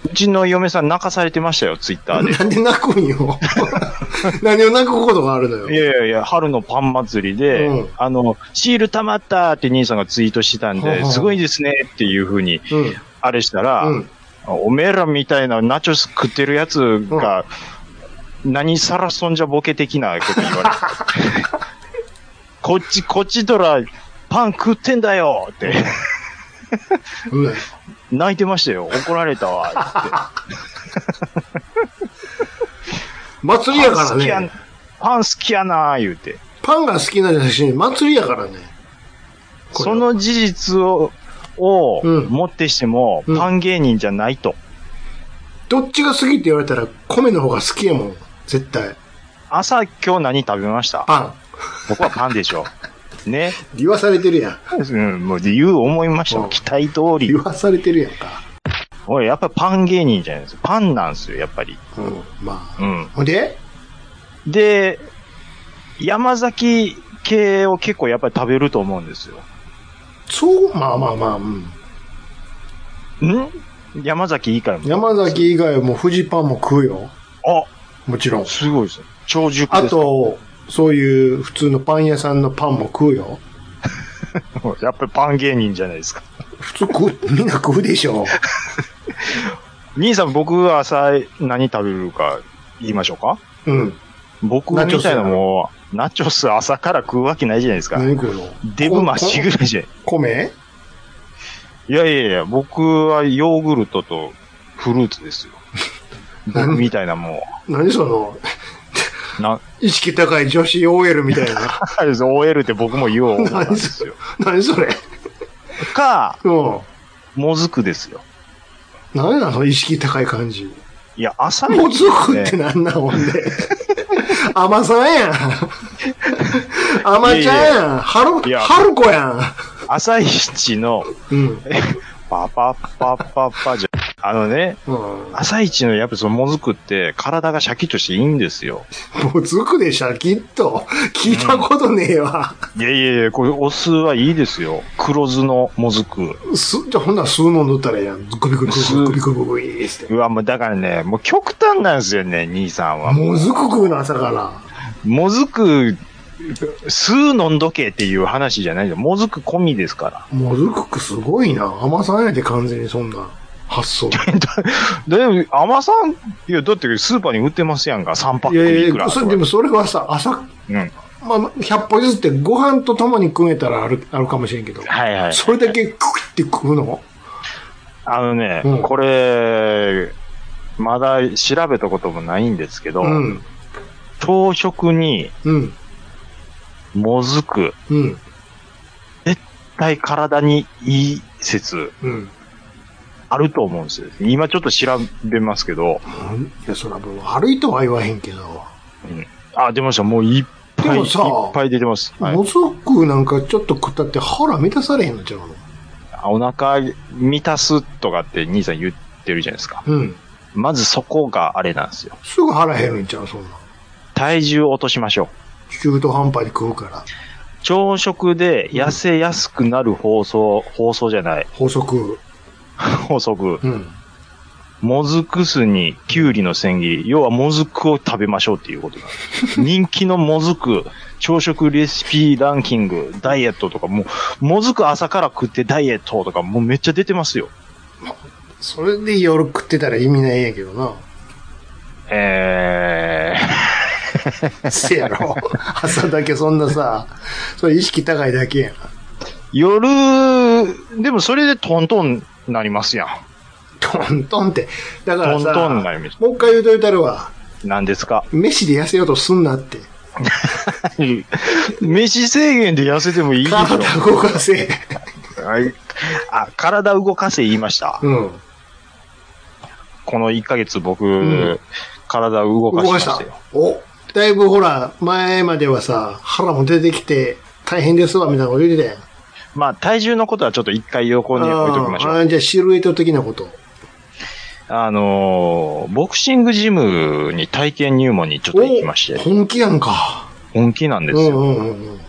S1: うちの嫁さん泣かされてましたよ、ツイッターで。
S3: なんで泣く んよ。何を泣くことがあるの
S1: い
S3: よ。
S1: やいやいや、春のパン祭りで、
S3: うん
S1: あの、シール溜まったって兄さんがツイートしてたん
S3: はあは
S1: で、
S3: あ
S1: すごいですねっていうふうに、
S3: うん。
S1: あれしたら、
S3: うん。
S1: おめえらみたいなナチョス食ってるやつが、何さらそんじゃボケ的なこと 言われて。こっち、こっちとら、パン食ってんだよって、
S3: うん
S1: 泣いてましたよ。怒られたわ。
S3: 祭りやから
S1: パン好
S3: ね
S1: き。やパン好きやなー言うて。
S3: パンが好きなんじゃなくて、祭りやからね。これ
S1: そ
S3: は
S1: の事実を、を
S3: うん
S1: もってしても、
S3: うん
S1: パン芸人じゃないと。
S3: どっちが好きって言われたら、米の方が好きやもん。絶対。
S1: 朝今日何食べました
S3: パ
S1: 僕はパンで しょ。ね。
S3: ン。言わされてるやん。
S1: うん、もう言う思いました
S3: う
S1: よ。
S3: ん
S1: 期待通り
S3: 言。わされてるやんか。
S1: 俺、やっぱパン芸人じゃないです。パンなんですよ、やっぱり。
S3: うん。まあ。
S1: うん。
S3: ほんで
S1: で、山崎系を結構やっぱり食べると思うんですよ。
S3: そう、まあまあまあ、うん。
S1: ん山崎いいからも。
S3: 山崎以外も富士パンも食うよ。
S1: あ、
S3: もちろん。
S1: すごいですね。超熟
S3: あ
S1: です。
S3: と、そういう普通のパン屋さんのパンも食うよ。
S1: やっぱりパン芸人じゃないですか。
S3: 普通食 う、みんな食うでしょ。
S1: 兄さん、僕は朝何食べるか言いましょうか
S3: うん。
S1: 僕
S3: ナチョ
S1: み
S3: スや
S1: たい
S3: な
S1: なもう、ナチョス朝から食うわけないじゃないですか。
S3: 何食うの
S1: デブマシぐらいじゃん。
S3: 米
S1: いやいやいや、僕はヨーグルトとフルーツ ですよ。僕みたいなも
S3: 何その、
S1: う、な、
S3: 意識高い女子 OL みたいな。
S1: OL って僕も言おう思ったんですよ。
S3: 何それ
S1: か、
S3: うん。
S1: もずくですよ。
S3: 何なの意識高い感じ。
S1: いや、朝一
S3: もつくってなんなんほんで。 甘さんやん。甘ちゃんやん。春、
S1: いや
S3: 春子やん。
S1: 朝一の、
S3: うん。
S1: パパパパパじゃ、あのね、
S3: うん。
S1: 朝一のやっぱそのもずくって体がシャキッとしていいんですよ。
S3: もつくでしゃきっと。聞いたことねえわ。
S1: いやいやいや、これお酢はいいですよ。黒酢のもずく。
S3: す、じゃあほんなら吸うの塗ったらええやん。グビグビグビグビグビグビグビって。
S1: うわ、もうだからね、もう極端なんですよね、兄さんは。
S3: もずく食うな、朝から。
S1: もずく、酢飲んどけっていう話じゃないよ。もずく込みですか
S3: もずくくすごいな。甘さんやで、完全にそんな発想。
S1: ら。 でも、甘さん、いや、だってスーパーに売ってますやんか。3パッ
S3: いや
S1: クい
S3: い
S1: くら
S3: や、
S1: とか
S3: そでもそれはさ、朝、
S1: うん。
S3: まあ、100歩ずつってご飯と共に食えたらある、あるかもしれんけど。
S1: はいはい。
S3: それだけクイって食うの
S1: あのね、
S3: うん
S1: これ、まだ調べたこともないんですけど、
S3: うん。
S1: 朝食に
S3: うん。
S1: もずく、
S3: うん。
S1: 対体にいい説
S3: うん。
S1: あると思うんですよ。今ちょっと調べますけど、
S3: いや、そらもう悪いとは言わへんけど。
S1: あ、出ました。もういっぱい、
S3: で
S1: い
S3: も
S1: っ
S3: さ
S1: ぱい出てます。はい
S3: もずくなんかちょっと食ったって腹満たされへんのちゃうの
S1: お腹満たすとかって兄さん言ってるじゃないですか。
S3: うん。
S1: まずそこがあれなんですよ。
S3: すぐ腹減るんちゃうそんなん。
S1: 体重を落としましょう。
S3: 中途半端に食うから。
S1: 朝食で痩せやすくなる放送、放送じゃない、
S3: 法則。
S1: 法則。
S3: うん。
S1: もずく酢にきゅうりの千切り。要はもずくを食べましょうっていうこと なんです。人気のもずく、朝食レシピランキング、ダイエットとか、もう、もずく朝から食ってダイエットとか、もうめっちゃ出てますよ。
S3: それで夜食ってたら意味ないんやけどな。
S1: え
S3: せやろ。朝だけそんなさ、それ意識高いだけやん。
S1: ー、夜、でもそれでトントンなりますやん。
S3: トントンって。だか
S1: ト
S3: ら
S1: ン
S3: さ、
S1: トンになります。
S3: もう一回言うといたるわ。
S1: なんですか
S3: 飯で痩せようとすんなって。
S1: 飯制限で痩せてもいいでし
S3: 体
S1: ょ。
S3: 動か せ。
S1: はい。あ、体動かせ言いました。
S3: うん。
S1: この1ヶ月僕、
S3: ん
S1: 体動
S3: 動
S1: かし
S3: か
S1: ま
S3: し
S1: したたよ。。
S3: おだいぶほら、前まではさ、腹も出てきて、大変ですわ、みたいなこと言うてたやん。
S1: まあ、体重のことはちょっと一回横に置いときましょ
S3: あ
S1: う。
S3: ーあーじゃあシルエット的なこと。
S1: あのーボクシングジムに体験入門にちょっと行きまして、
S3: 本気やんか。
S1: 本気なんで
S3: う
S1: す
S3: ん
S1: よ。
S3: うんうんうん。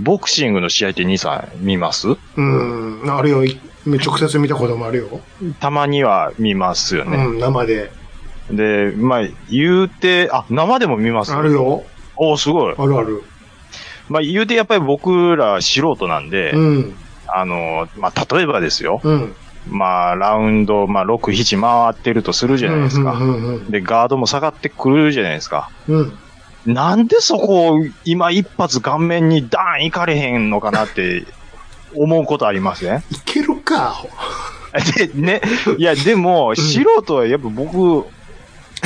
S1: ボクシングの試合って兄さん見ます
S3: うん、あれよ、い直接見たこともあるよ。
S1: たまには見ますよね。
S3: うん、生で。
S1: で、まあ、言うて、あ、生でも見ます。
S3: ある。よ。
S1: おーすごい。
S3: あるある。
S1: まあ、言うて、やっぱり僕ら素人なんで、
S3: うん。
S1: あの、まあ、例えばですよ。
S3: うん。
S1: まあ、ラウンド、まあ、6、7回ってるとするじゃないですか。
S3: うんうんうん
S1: で、ガードも下がってくるじゃないですか。
S3: うん。うん
S1: なんでそこを今一発顔面にダーンいかれへんのかなって思うことありますね。
S3: いけるか。
S1: で、ね、いや、でも、素人はやっぱ僕、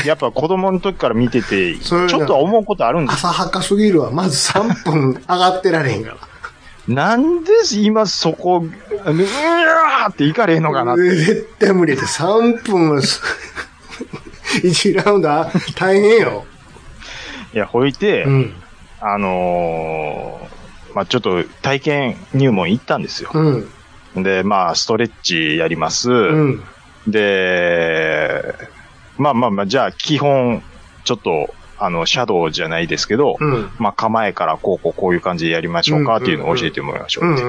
S1: やっぱ子供の時から見てて、ち
S3: そういう
S1: ょ
S3: の
S1: っとは思うことあるんです
S3: 浅はかすぎるわ。まず3分上がってられへんから。
S1: なんで今そこ、うわーっていかれへんのかなって。
S3: 絶対無理で3分はす、1ラウンドあ大変よ。
S1: いや、ほいて、
S3: うん。
S1: あのーまあちょっと体験入門行ったんですよ。
S3: うん。
S1: で、まあストレッチやります。
S3: うん。
S1: で、まあまあまあ、じゃあ基本、ちょっと、あの、シャドウじゃないですけど、
S3: うん。
S1: まあ構えからこうこうこういう感じでやりましょうかっていうのを教えてもらいましょう。
S3: うん。うん。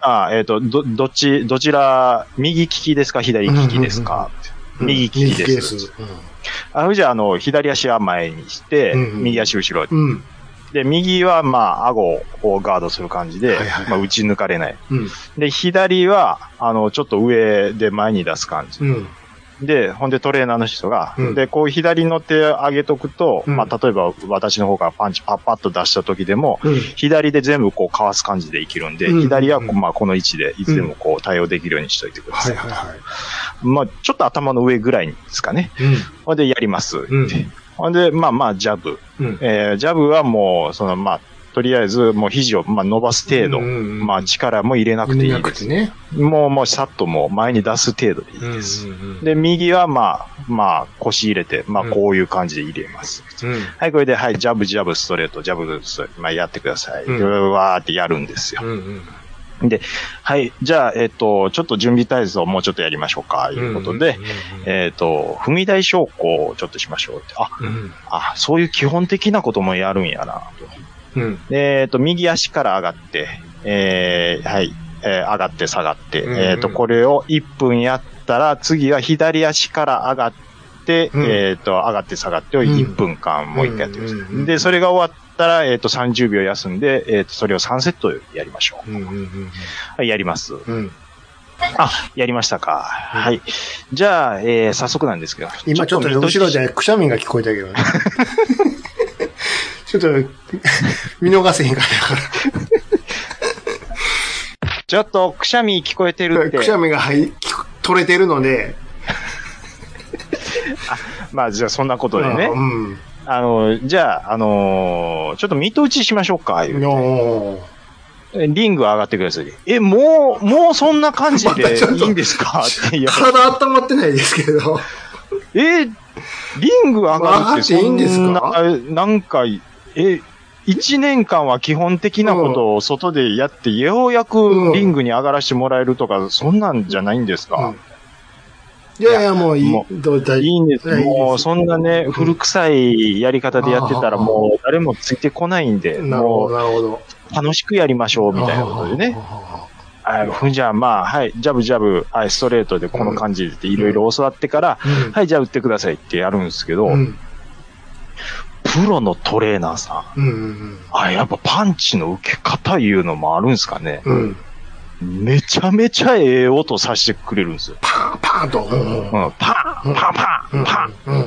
S1: まあ、えっ、と、ど、どっち、どちら、右利きですか左利きですか、
S3: うん
S1: 右利きです。あの、じゃあ、あの、左足は前にして、
S3: うんうん
S1: 右足後ろに。
S3: うん。うん。
S1: で、右は、まあ、顎をガードする感じで、
S3: はいはいはい
S1: まあ、打ち抜かれない。
S3: うん。
S1: で、左は、あの、ちょっと上で前に出す感じ。
S3: うん。
S1: で、ほんでトレーナーの人が、
S3: うん
S1: で、こう左の手上げとくと、
S3: うん
S1: まあ、例えば私の方からパンチパッパッと出した時でも、
S3: うん。
S1: 左で全部こうかわす感じで生きるんで、
S3: うん
S1: 左はこ
S3: う
S1: う、
S3: ん
S1: まあ、この位置でいつでもこう対応できるようにしといてくだ
S3: は
S1: さ
S3: い
S1: い。
S3: はいは
S1: まあ、ちょっと頭の上ぐらいですかね。
S3: い。うん。
S1: ほんでやります。
S3: うん
S1: ほんで、まあまあ、ジャブ。
S3: うん
S1: えージャブはもう、そのまあ、とりあえずもう肘をまあ伸ばす程度、まあ、力も入れなくていい
S3: な
S1: で
S3: くて
S1: す。
S3: ね。
S1: もう、もう、さっともう前に出す程度でいいです。
S3: うん。
S1: で、右はまあ、まあ、腰入れて、まあ、
S3: うん
S1: こういう感じで入れます。
S3: うん。
S1: はい、これで、はい、ジャブ、ジャブ、ストレート、ジャブ、ストレート、まあ、やってください。
S3: うん
S1: でわーってやるんですよ。
S3: うん。
S1: はい、じゃあ、えっ、と、ちょっと準備体操をもうちょっとやりましょうか、ということで、、えっ、と、踏み台昇降をちょっとしましょうって。あ、
S3: うん。
S1: あ、そういう基本的なこともやるんやな、と。
S3: うん。
S1: でえっ、と、右足から上がって、えー、はい、えー上がって下がって、
S3: うんうん
S1: えっ、と、これを1分やったら、次は左足から上がって、
S3: うん
S1: えっ、と、上がって下がってを
S3: うん
S1: 1分間もう一回やってください。
S3: うんうんうん
S1: で、それが終わったら、えっ、と、30秒休んで、えっ、と、それを3セットやりましょ
S3: うん。うん。
S1: う。はい、やります。
S3: うん。
S1: あ、やりましたか。
S3: うん
S1: はい。じゃあ、えー早速なんですけど。
S3: 今ちょっと
S1: 見通し
S3: 後ろじゃくしゃみが聞こえたけ どね。ちょっと、 見逃せへんかったか
S1: ちょっと、くしゃみ聞こえてる
S3: ら。
S1: って
S3: く。しゃみがはいき取れてるので。
S1: まあ、じゃあ、そんなことでね。
S3: うん。
S1: あの、じゃあ、あのーちょっと見通ししましょうか、言う
S3: おー
S1: リング上がってください。え、もう、もうそんな感じ
S3: ま
S1: で
S3: たちょっと
S1: いいんですかって言わ
S3: 体温まってないですけど。
S1: れてえ、リング上がるってそ
S3: 上がっていいんです
S1: ん
S3: か
S1: な、なんか、え、一年間は基本的なことを外でやって、ようや
S3: う
S1: く
S3: ん
S1: リングに上がらせてもらえるとか、そんなんじゃないんですか、
S3: いやいや、もうい
S1: も
S3: い。どうだい
S1: いいんです。
S3: いやいいです
S1: もう、そんなね、古臭いやり方でやってたら、
S3: うん
S1: もう、誰もついてこないんで、
S3: なるほ
S1: も
S3: ど、なるほど。
S1: う、楽しくやりましょう、みたいなことでね。
S3: あ
S1: はい、ふんじゃあまあ、はい、ジャブジャブ、はい、ストレートでこの感じでいろいろ教わってから、
S3: ー。うん
S1: はい、じゃあ打ってくださいってやるんですけど、
S3: うん。
S1: プロのトレーナーさん、
S3: うんうん
S1: あ、やっぱパンチの受け方いうのもあるんですかね。
S3: うん。うん。
S1: めちゃめちゃええ音させてくれるんですよ。
S3: パン、パンと。うん
S1: うん、パン、パンパン、パン、
S3: うん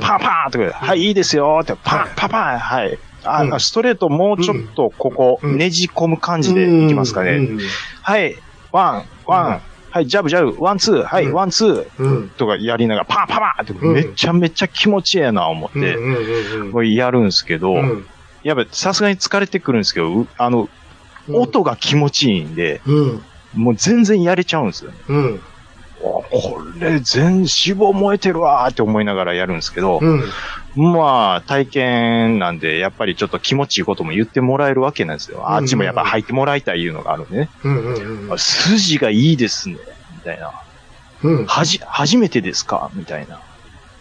S1: パンパンってくれ、はい、いいですよって、パン、パンパン、はい。あ、
S3: うん
S1: ストレートもうちょっとここ、
S3: うん
S1: ねじ込む感じでいきますかね。
S3: うん
S1: はい、ワン、ワン、はい、ジャブジャブ、ワンツー、はい、
S3: うん
S1: ワンツー、
S3: うん。
S1: とかやりながら、パンパンパンって、
S3: うん
S1: めちゃめちゃ気持ちええな思っ
S3: うん。
S1: て、
S3: うんうん
S1: もうやるんですけど、
S3: うん。うん
S1: やっぱさすがに疲れてくるんですけど、うあの、音が気持ちいいんで、
S3: うん。
S1: もう全然やれちゃうんですよね。
S3: うん。
S1: おこれ、全脂肪燃えてるわーって思いながらやるんですけど、
S3: うん。
S1: まあ、体験なんで、やっぱりちょっと気持ちいいことも言ってもらえるわけなんですよ。あっちもやっぱ入ってもらいたいいうのがあるんでね。
S3: うんうん
S1: あ筋がいいですね、みたいな。
S3: うん。うん。
S1: はじ、初めてですかみたいな。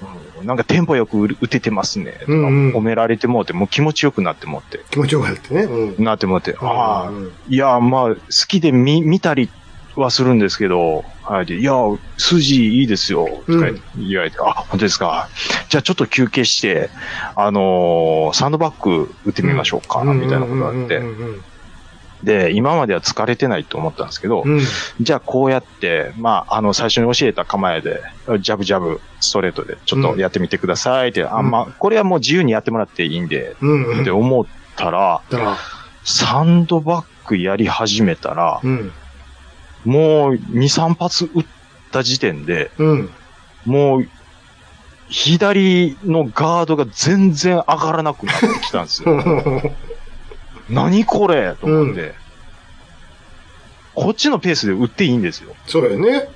S1: うんなんかテンポよく打ててますね。とか
S3: うんうん
S1: 褒められてもうて、もう気持ちよくなってもって。
S3: 気持ちよくなってね。うん。
S1: なってもうて。ああ
S3: う、ん
S1: いや、まあ、好きで見、見たり、はするんですけど、はい。でいや、筋いいですよ、とか言われて、あ、本当ですか。じゃあちょっと休憩して、あのーサンドバッグ打ってみましょうか、みたいなことがあって
S3: う。んうん
S1: で、今までは疲れてないと思ったんですけど
S3: う、んうん。
S1: じゃあこうやって、まあ、あの、最初に教えた構えで、ジャブジャブ、ストレートで、ちょっとやってみてくださいって、あんまあ、これはもう自由にやってもらっていいんで、
S3: うんうん。
S1: って
S3: だ
S1: 思ったら、
S3: から、
S1: サンドバッグやり始めたら、
S3: うん。
S1: もう2、3発打った時点で、
S3: うん。
S1: もう、左のガードが全然上がらなくなってきたんですよ。何これと思って、こっちのペースで打っていいんですよ。
S3: そうよね。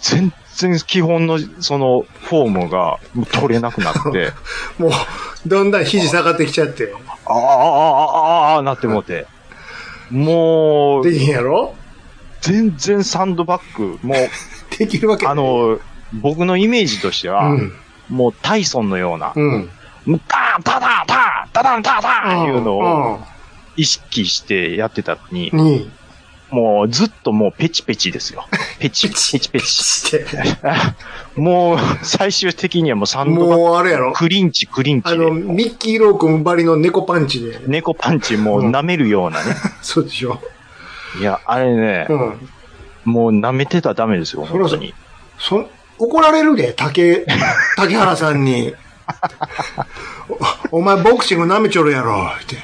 S1: 全然基本のそのフォームが取れなくなって、
S3: もう、だんだん肘下がってきちゃって。
S1: ああ、ああ、ああ、なってもうて。もう
S3: で、きんやろ
S1: 全然サンドバッグ、もう、
S3: できるわけ
S1: あ、の、僕のイメージとして
S3: う
S1: は、
S3: ん。
S1: もうタイソンのような、
S3: うん。
S1: もうターン、タタン、タン、タタン、タタンっていうのを意識してやってたのに
S3: う、ん。に、
S1: もうずっともうペチペチですよ。ペチ、ペチ、ペチ。
S3: して。
S1: もう最終的にはもうサンドバッ
S3: もうあれやろ
S1: グ、クリンチ、クリンチ
S3: あ
S1: で。
S3: の、ミッキーロー君ばりの猫パンチで。
S1: 猫パンチもう舐めるようなね。
S3: そうでしょ。
S1: いや、あれね
S3: う、ん。
S1: もう舐めてたらダメですよ、
S3: そ
S1: 本
S3: らそ
S1: 当
S3: う
S1: に。
S3: そ、怒られるで、竹、竹原さんに。 おお前ボクシング舐めちょるやろ、って。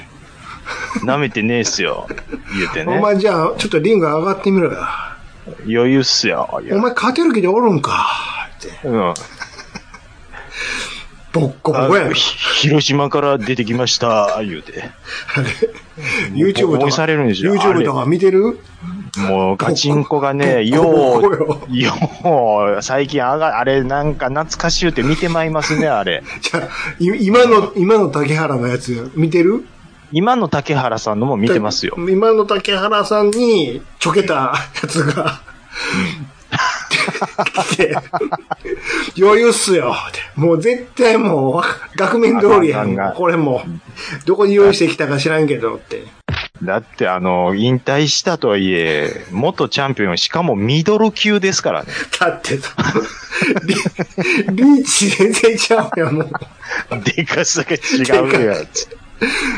S1: 舐めてねえっすよ、言うて
S3: お
S1: ね。
S3: 前じゃあ、ちょっとリング上がってみろよ。
S1: 余裕っすよ、いや
S3: お前勝てる気でおるんか、って。
S1: うん。
S3: ボッコボ
S1: あ
S3: コやん。
S1: ひ広島から出てきました、言うて。
S3: あれ YouTube
S1: もう
S3: と
S1: 応援
S3: か、
S1: されるんですよ
S3: YouTube とか見てる
S1: もうガチンコが ね、
S3: ボ
S1: よ
S3: ッコボ
S1: う、
S3: コよ。
S1: よう、最近あが、あれなんか懐かしゅうて見てまいりますね、あれ。
S3: じゃあ、い今の、今の竹原のやつ、見てる
S1: 今の竹原さんのも見てますよ。
S3: 今の竹原さんに、ちょけたやつが、来て、余裕っすよって。もう絶対もう、額面通り
S1: あかんあかん
S3: や
S1: あ
S3: ん。
S1: かん
S3: これもう、どこに用意してきたか知らんけどって。
S1: だってあの、引退したとはいえ、元チャンピオン、しかもミドル級ですから ね。
S3: だっ てさ、リリーチ全然ちゃうやん、もう。
S1: でかさが違うやつ。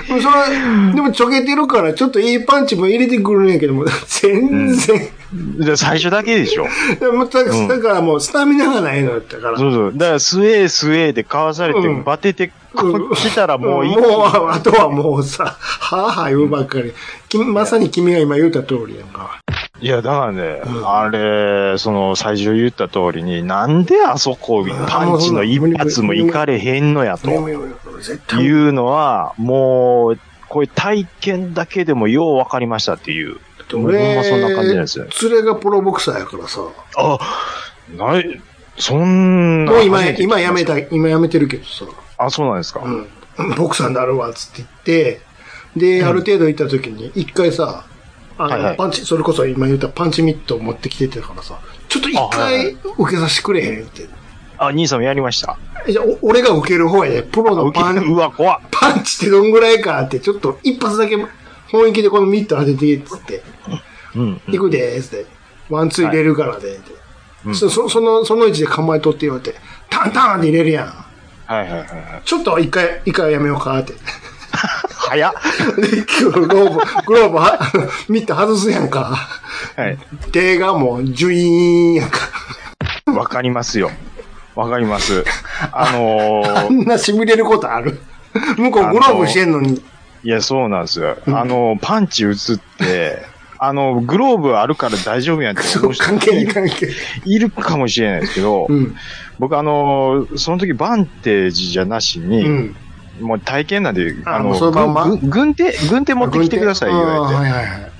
S3: もうそれ、でもちょけてるから、ちょっといいパンチも入れてくるんやけども、全然。
S1: で最初だけでしょ。
S3: でもだ
S1: うん
S3: だからもう、スタミナがないのだったから。
S1: そうそう。だから、スウェースウェーでかわされて、
S3: うん
S1: バテて、
S3: うん
S1: 来たらもういい。
S3: もう、あとはもうさ、はぁはぁ言うばっかり。きまさに君が今言った通りやんか。
S1: いや、だからね、
S3: うん
S1: あれ、その、最初言った通りに、なんであそこ、パンチの一発もいかれへんのや、と
S3: 絶
S1: い
S3: 対。
S1: うのは、もう、こういう体験だけでもよう分かりましたっていう。ほんまそんな感じなんですよ。
S3: 連れがプロボクサーやからさ。も
S1: あ、ない、そんな。
S3: う今、
S1: 初めて聞きま
S3: 今
S1: した
S3: やめ。た、今やめてるけどさ。
S1: あ、そうなんですか。
S3: うん。ボクサーになるわ、つって言って、で、
S1: うん
S3: ある程度行った時に、一回さ、あの、
S1: はいはい
S3: パンチ、それこそ今言ったパンチミットを持ってきてたからさ、ちょっと一
S1: あはいは
S3: 回
S1: い
S3: 受けさせてくれへんって。
S1: あ、兄さんもやりました。
S3: じゃあ、お俺が受ける方やね。プロの
S1: う
S3: パン、
S1: うわ、怖っ。
S3: パンチってどんぐらいかって、ちょっと一発だけ本意気でこのミット当てて、つって、
S1: うん。
S3: 行くでーすって、ワンツー入れるからで、って
S1: うん
S3: そそその、その位置で構えとって言われて、タンタンって入れるやん。
S1: はいはいはいはい。
S3: ちょっと一回、一回やめようかって。
S1: 早っ。
S3: で、グローブ、グローブは、 あのミット外すやんか。
S1: はい。
S3: 手がもう、ジュイーンやんか。
S1: わかりますよ。わかります。あの
S3: あ
S1: ー、
S3: んな痺れることある向こうグローブしてんのに。
S1: いや、そうなんですよ。あのー、パンチ打つって、あの、グローブあるから大丈夫やんって
S3: そ
S1: 思う
S3: う、
S1: 人
S3: 関係ない関係ない。
S1: いるかもしれないですけど、
S3: うん。
S1: 僕あのー、その時バンテージじゃなし
S3: う
S1: に、
S3: ん。
S1: もう体験なんで、
S3: あ
S1: あ
S3: も
S1: の
S3: うそのまん
S1: ぐ
S3: ま、
S1: ぐ軍手、軍手持ってきてください、言われ
S3: あ
S1: て
S3: ー。はいはいはい。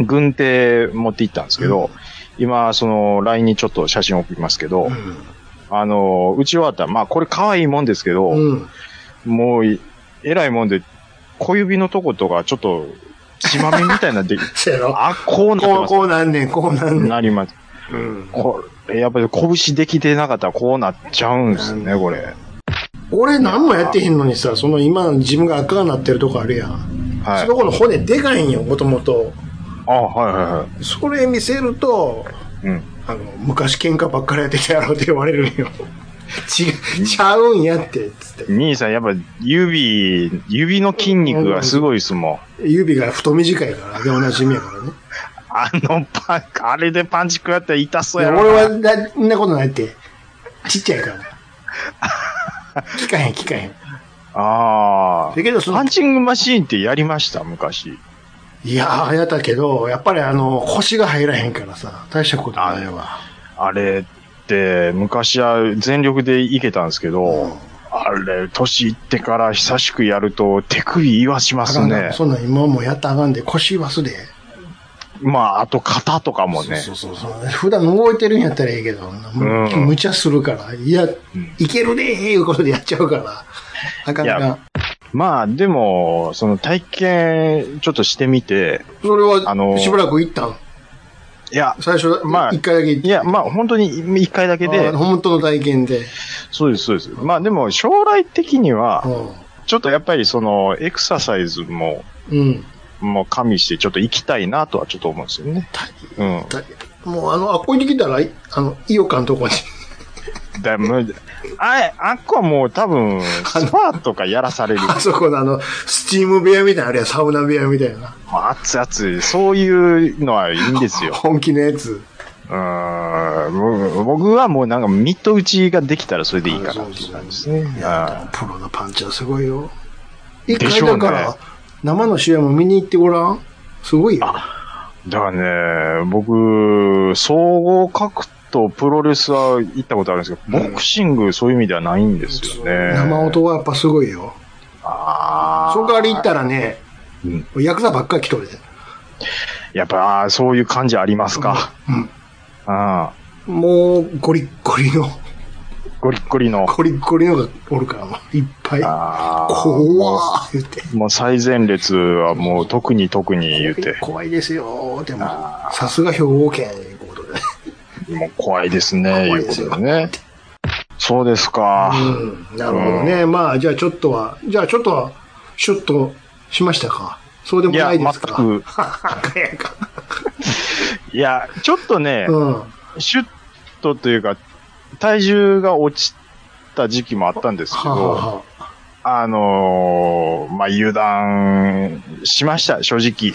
S1: 軍手持って行ったんですけど、今、その、LINE にちょっと写真送りますけど、あの、打ち終わったら、まあ、これ可愛いもんですけど、
S3: うん。うん。
S1: もうい、えらいもんで、小指のとことか、ちょっと、血まみみたいなで、
S3: せやろ。
S1: あ、こうなって
S3: こう、
S1: ます。
S3: こうなんねん、こうなんねん。
S1: なります。
S3: うん。
S1: これ、やっぱり拳できてなかったらこうなっちゃうんですね、これ。
S3: 俺何もやってへんのにさ、その今の自分が赤くなってるとこあるやん。
S1: は
S3: そ
S1: い
S3: の。子の骨でかいんよ、もともと。
S1: あ、はいはいはい。
S3: それ見せると、
S1: うん
S3: あの昔喧嘩ばっかりやってたやろって言われるよ。 違う、ちゃうんやって、つって。
S1: 兄さん、やっぱ指、指の筋肉がすごいですもん。
S3: 指が太短いから、でおなじみやからね。
S1: あのパン、あれでパンチ食らったら痛そう
S3: い
S1: や
S3: や
S1: ろ。
S3: 俺はだ、そんなことないって。ちっちゃい から。聞かへん、聞かへん。
S1: あ
S3: だけど、そ
S1: あ。
S3: の
S1: パン、チングマシーンってやりました、昔。
S3: いやー、やったけど、やっぱりあの、腰が入らへんからさ、大したことないわ。
S1: あれって、昔は全力でいけたんですけど、
S3: うん
S1: あれ、年いってから久しくやると手首言わしま
S3: あ
S1: す
S3: かんな
S1: ね。
S3: そんなん今もやったらあかんで、腰忘れ。
S1: まあ、あと肩とかもね。
S3: そうそうそう。普段動いてるんやったらいいけど、む
S1: うん
S3: 無茶するから、いや、いけるでーいうことでやっちゃうから、なかない
S1: や
S3: か。
S1: まあ、でも、その体験、ちょっとしてみて、
S3: それは、
S1: あのー
S3: しばらく行ったん
S1: いや、
S3: 最初、
S1: ま
S3: ま
S1: あ
S3: あ、一回だけ行っ
S1: いや、まあ、本当に一回だけで
S3: あー、本当の体験で。
S1: そうです、そうです。まあ、でも、将来的には、
S3: う
S1: ちょっとやっぱり、その、エクササイズも、
S3: ん。うん。
S1: もう加味して、ちょっと行きたいなとはちょっと思うんですよね。うん。
S3: だもう、あの、あっこに来たら、いあの、イオカのとこに。
S1: だむあれ、あっこはもう多分、スパーとかやらされる。
S3: あそこのあの、スチーム部屋みたいな、あるいはサウナ部屋みたいな。
S1: もう熱々、そういうのはいいんですよ。
S3: 本気のやつ。
S1: うーん。僕僕はもうなんか、ミット打ちができたらそれでいいかなっていう感じですね。
S3: い
S1: あ
S3: や、プロのパンチはすごいよ。一
S1: でし
S3: 回
S1: ょう
S3: だ
S1: ね
S3: から、生の試合も見に行ってごらん。すごいよ。
S1: だからね、僕、総合格闘、プロレスは行ったことあるんですけど、ボクシングそういう意味ではないんですよね。
S3: 生音はやっぱすごいよ。
S1: ああ。
S3: その代わり行ったらね、ヤクザばっかり来とるで。
S1: やっぱ、あーそういう感じありますか。
S3: うん。
S1: うん。
S3: もう、ゴリッゴ リの、
S1: ゴリッゴリの。
S3: ゴリッゴリのがおるから、もういっぱい。
S1: あー
S3: 怖ー言って。
S1: もう最前列はもう特に特に言うて、
S3: 怖いですよ。でも、さすが兵庫県いうことで。
S1: もう怖いですね、
S3: 怖
S1: い
S3: いうで
S1: こ
S3: す
S1: と
S3: よ
S1: でね。そうですか。
S3: うん。なるほどね。まあ、じゃあちょっとは、じゃあちょっとは、シュッとしましたか。そうでも
S1: いや、
S3: ない
S1: 全
S3: ですか。
S1: く。
S3: 赤やか。
S1: いや、ちょっとね、
S3: うん。
S1: シュッとというか、体重が落ちた時期もあったんですけ
S3: はあ
S1: ど、
S3: はあ
S1: あのーまあ、油断しました、正 直。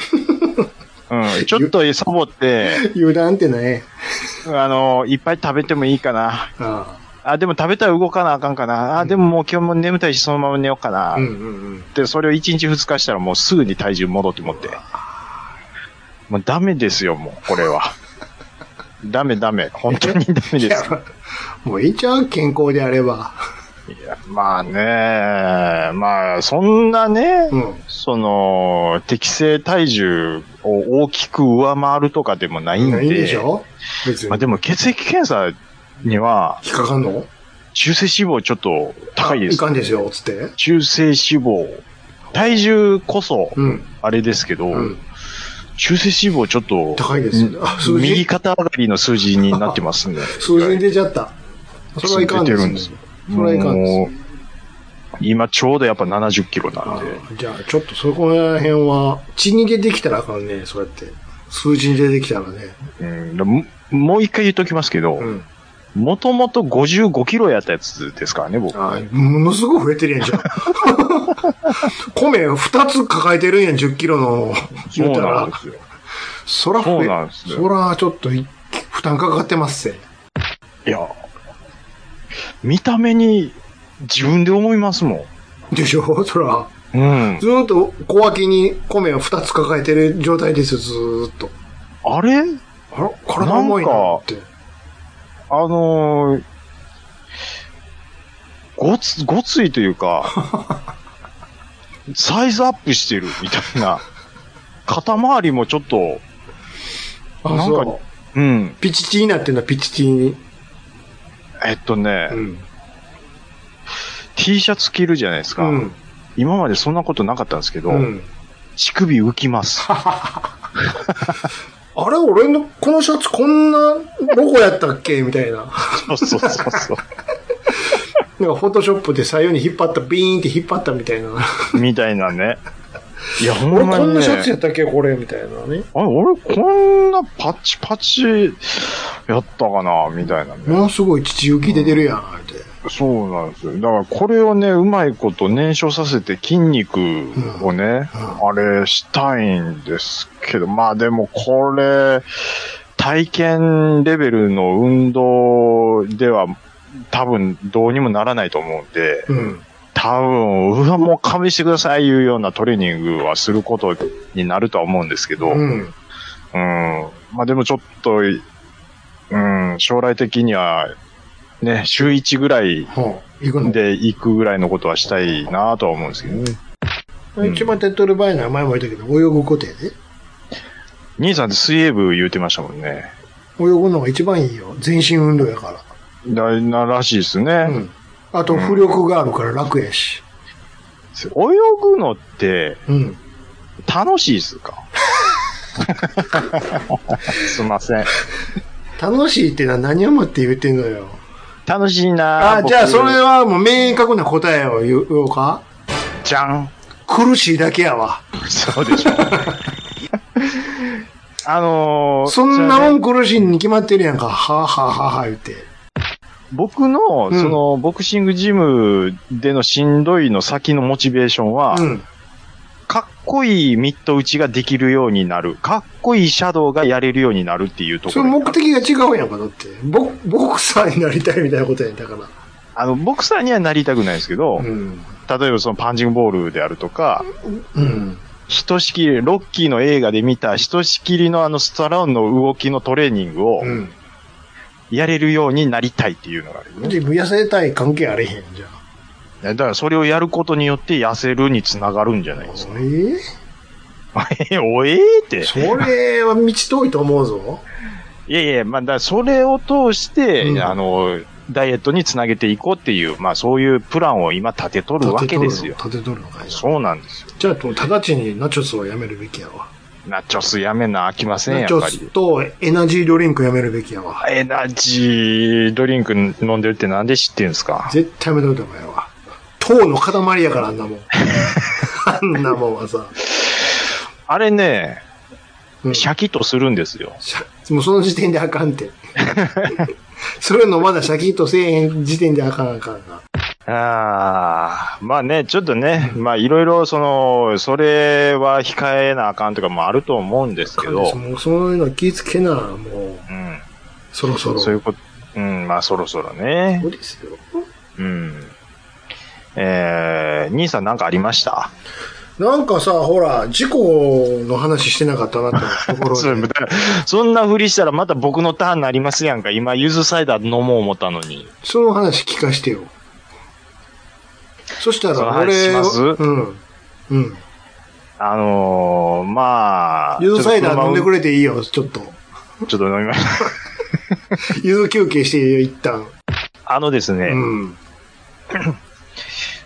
S1: うん、ちょっとサボって、
S3: 油断ってね。
S1: あのーいっぱい食べてもいいかな。
S3: あ
S1: あ、でも食べたら動かなあかんかな。あ、でももう今日も眠たいし、そのまま寝ようかな。
S3: あうんうんうん。
S1: で、それを1日2日したらもうすぐに体重戻って持って。もうダメですよ、もう、これは。 ダメダメ。本当にダメ
S3: い
S1: で
S3: や
S1: す。
S3: もういいじゃん、健康であれば。
S1: いやまあね、まあ、そんなね、
S3: うん。
S1: その、適正体重を大きく上回るとかでもないんで。
S3: いいんでしょ別に。
S1: まあでも血液検査には、
S3: 引っかかんの
S1: 中性脂肪ちょっと高いで
S3: い
S1: す。
S3: かんですよ、つって。
S1: 中性脂肪。体重こそ、
S3: うん。
S1: あれですけど、
S3: うん。
S1: 中性脂肪ちょっと、
S3: 高いですよね。あ、数
S1: 右
S3: 字、
S1: 肩上がりの数字になってますんで。
S3: 数字に出ちゃった。それはいかんで
S1: 出て
S3: す
S1: るん
S3: ね
S1: ですよ。
S3: それはいかんですね
S1: もう今ちょうどやっぱ70キロなんで。
S3: あじゃあ、ちょっとそこら辺は、血に出てきたらあかんね、そうやって。数字に出てきたらね。
S1: うん、でももう一回言っときますけど
S3: う、ん。
S1: もともと55キロやったやつですからね、僕。
S3: あものすごい増えてるやんじゃん。 米二つ抱えてるやん、10キロの。
S1: そ
S3: 言
S1: う
S3: うた
S1: なん
S3: ら
S1: で。すよ。
S3: そら増
S1: そう
S3: え
S1: なんです、よ
S3: そらちょっとい負担かかってますせ。
S1: いや、見た目に自分で思いますも
S3: でしょそら。
S1: ん。うん。
S3: ずーっと小脇に米を二つ抱えてる状態ですよ、ずーっと。
S1: あれ
S3: あら、体重いなって。
S1: あのー、ごつ、ごついというか、 サイズアップしてるみたいな。肩周りもちょっと、
S3: あ、
S1: なんか
S3: そう。
S1: うん。
S3: ピチティになってんだ、ピチティに。
S1: えっとね、
S3: うん。
S1: T シャツ着るじゃないですか、
S3: うん。
S1: 今までそんなことなかったんですけど、
S3: うん。
S1: 乳首浮き ます。
S3: あれ俺の、このシャツこんなロゴやったっけみ たいな。
S1: そうそうそうそ
S3: なんかフォトショップで左右に引っ張った、ビーンって引っ張ったみたいな。
S1: う。みたいなね。いや、ほ
S3: 俺
S1: んま
S3: こん
S1: に、
S3: な
S1: ね。
S3: シャツやったっけこれみたいなね。
S1: あれ、俺こんなパチパチやったかなみたいなね。
S3: もうすごい父雪出てるやん、って。
S1: そうなんですよ。だからこれをね、うまいこと燃焼させて筋肉をね、あれしたいんですけど、まあでもこれ、体験レベルの運動では多分どうにもならないと思うんで、
S3: うん。
S1: 多分、うわ、もう勘弁してくださいいうようなトレーニングはすることになるとは思うんですけど、
S3: うん。
S1: うん。まあでもちょっと、うん、将来的には、ね、週1ぐらい
S3: ほう。行く の。
S1: で行くぐらいのことはしたいなとは思うんですけどね。ん
S3: 一番手っ取り早いのは前も言ったけど、泳ぐことやで。
S1: 兄さんって水泳部言うてましたもんね。
S3: 泳ぐのが一番いいよ。全身運動やか
S1: だならしいです
S3: ら。う
S1: ね。
S3: ん。あと、浮力があるから楽やし。
S1: 泳ぐのって
S3: うん。
S1: 楽しいっすか すいません。
S3: 楽しいってのは何をもって言ってんのよ。
S1: 楽しいな
S3: あ、じゃあそれ
S1: を。
S3: はもう明確な答えを言おうか
S1: じゃん。
S3: 苦しいだけやわ。
S1: そう でしょ。あのー
S3: そんな
S1: じゃあ
S3: も
S1: ね
S3: ん苦しいに決まってるやんか。はあ、はあはあはあ言って。
S1: 僕の、
S3: うん
S1: その、ボクシングジムでのしんどいの先のモチベーションは、
S3: うん。
S1: かっこいいミット打ちができるようになる。かっこいいシャドウがやれるようになるっていうとこ
S3: そ
S1: ろ
S3: の
S1: にな
S3: 目
S1: る。
S3: 的が違うやんか、だって。ボボクサーになりたいみたいなことやんだから。
S1: あの、ボクサーにはなりたくないですけど、
S3: うん。
S1: 例えばそのパンチングボールであるとか、
S3: うん。
S1: ひとしきり、ロッキーの映画で見たひとしきりのあのストラウンの動きのトレーニングを
S3: うん。
S1: やれるようになりたいっていうのがある、ね。
S3: で、痩せたい関係あれへんじゃ
S1: だ
S3: ん。
S1: からそれをやることによって痩せるにつながるんじゃないですか。
S3: え
S1: え、おえーって。
S3: それは道遠いと思うぞ。
S1: いやいや、まあ、だからそれを通して、
S3: うん
S1: あの、ダイエットにつなげていこうっていう、まあ、そういうプランを今立てとるわけですよ。
S3: 立てとるのかいな。
S1: そうなんですよ。
S3: じゃあ、と直ちにナチョスをやめるべきやわ。
S1: ナチョスやめなあきません、や
S3: ナ
S1: っ
S3: チョ
S1: ぱ
S3: ス
S1: り。
S3: とエナジードリンクやめるべきやわ。
S1: エナジードリンク飲んでるってなんで知ってるんですか
S3: 絶対やめといた方がいいわ。糖の塊やから、あん なもん。あんなもんはさ。
S1: あれね、
S3: うん
S1: シャキッとするんですよ。
S3: シャもうその時点であかんって。 それのまだシャキッとせえへん時点であかんあかんが。
S1: ああ、まあね、ちょっとね、まあいろいろその、それは控えなあかんとかもあると思うんですけど、
S3: もうそういうの気ぃつけな、もう、
S1: うん、
S3: そろそろ。
S1: そういうこと、うん、まあそろそろね
S3: そ。うですよ。
S1: うん。えー、兄さんなんかありました
S3: なんかさ、ほら、事故の話してなかったなってところ
S1: それ
S3: で
S1: だからそんなふりしたらまた僕のターンになりますやんか。今、ユズサイダー飲もう思ったのに。
S3: その話聞かしてよ。そした
S1: その
S3: ら、
S1: 話
S3: 俺、
S1: します
S3: うん。うん。
S1: あのー、まあ。
S3: ゆずサイダー飲んでく
S1: れ。
S3: れていいよ、ちょっと。
S1: ちょっと飲みまし
S3: ゆず休憩していいよ、一旦。
S1: た。あのですね、
S3: うん。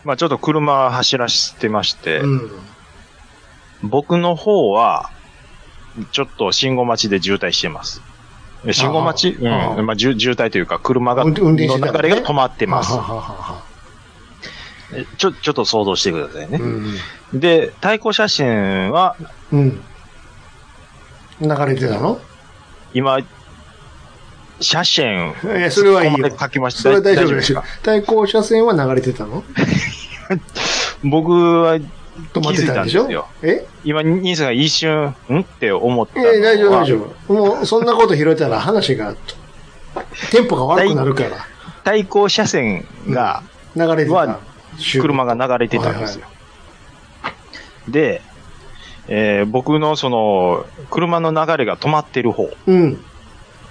S1: まあちょっと車走らせてまして、
S3: うん。
S1: 僕の方は、ちょっと信号待ちで渋滞してます。で信号待ちう
S3: ああ
S1: ん。まあ、じゅ渋滞というか、車が、
S3: 運転運転してた
S1: の
S3: の
S1: 流
S3: ね
S1: れが止まってます
S3: は。ははは
S1: えちょ、ちょっと想像してくださいね。
S3: うん。
S1: で、対向車線は、
S3: うん。流れてたの
S1: 今、車線、
S3: いやそれはいいよ
S1: ここまで書きました。
S3: それは大丈夫で
S1: ですす
S3: よ
S1: か。
S3: 対向車線は流れてたの
S1: 僕は、
S3: 止まってたんでしょ
S1: 気づいた
S3: え
S1: 今、兄さんが一瞬、んって思った
S3: え
S1: のは。
S3: え大丈夫、大丈夫。もう、そんなこと拾えたら話が、テンポが悪くなるから、
S1: 対向車線が、
S3: 流れてた
S1: は。車が流れてたんですよ。で、えー僕のその、車の流れが止まってる方。
S3: うん。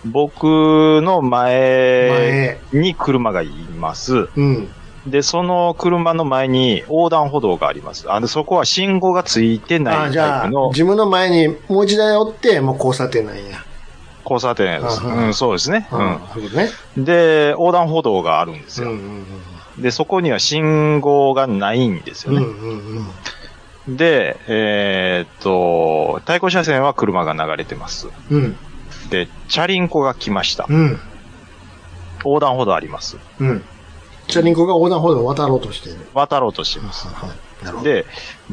S1: 僕の前
S3: 前。
S1: に車がいます。
S3: うん。
S1: で、その車の前に横断歩道があります。あの、そこは信号がついて
S3: あ
S1: な
S3: あ、
S1: い
S3: じ
S1: タ
S3: ゃ
S1: イ
S3: あ
S1: プの、
S3: 自分の前にもう一台おって、もう交差点なんや。
S1: 交差点です。
S3: あはい
S1: うん、そうですね。
S3: うん。そういうことね。
S1: うん。で、横断歩道があるんです
S3: うん
S1: よ。
S3: うん
S1: で、そこには信号がないんです
S3: うん。
S1: よ
S3: う
S1: ね。
S3: んうんうん。
S1: で、えーっと、対向車線は車が流れてます。
S3: うん。
S1: で、チャリンコが来ました。
S3: うん。
S1: 横断歩道あります。
S3: うん。チャリンコが横断歩道を渡ろうとしている。
S1: 渡ろうとしてます。
S3: なるほど。
S1: で、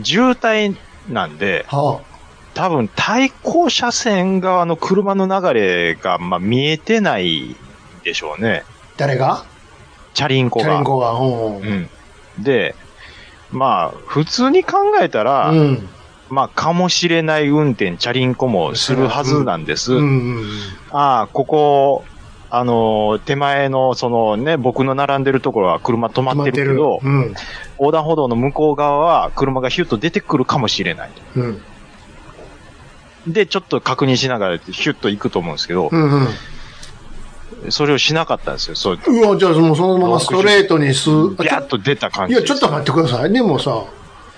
S1: 渋滞なんで、
S3: は
S1: 多分対向車線側の車の流れが、まあ、見えてないでしょうね。
S3: あ、誰が
S1: チャリンコ
S3: チャリン
S1: が。
S3: コが。うんうん。
S1: うん。で、まあ、普通に考えたら、
S3: うん。
S1: まあ、かもしれない運転、チャリンコもするはずなんです。
S3: うんうん。
S1: ああ、ここ、あのー、手前の、そのね、僕の並んでるところは車止まってるけど、
S3: うん。
S1: 横断歩道の向こう側は車がヒュッと出てくるかもしれない。
S3: うん。
S1: で、ちょっと確認しながらヒュッと行くと思うんですけど、
S3: うんうん。
S1: それをしなかったんですよ。そう、
S3: うわ、じゃあもうそのままストレートにす、
S1: ビャッと出た感
S3: い
S1: じで
S3: や、
S1: す。
S3: ちょっと待ってください。でもさ、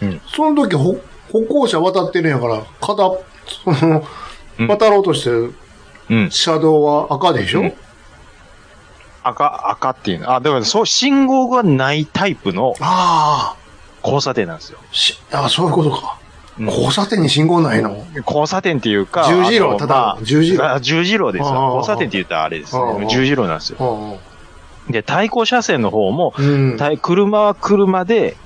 S1: うん
S3: その時歩、歩行者渡ってるんやから、片、その
S1: うん、
S3: 渡ろうとしてる
S1: うん。
S3: 車道は赤でしょ、
S1: うん赤、赤っていうの。あ、だからそう、信号がないタイプの
S3: あ
S1: 交差点なんですよ。
S3: あ、しあそういうことか。
S1: うん
S3: 交差点に信号ないの
S1: 交差点っていうか、
S3: 十字路
S1: あの
S3: ただ
S1: まあ
S3: 十字路
S1: あ十字路です
S3: あ
S1: よ。
S3: あああ
S1: 交差点って言ったらあれです
S3: あああ
S1: ね。
S3: あ
S1: 十字路なんですよ。
S3: うん
S1: で、対向車線の方も、
S3: うん。
S1: 対車は車で、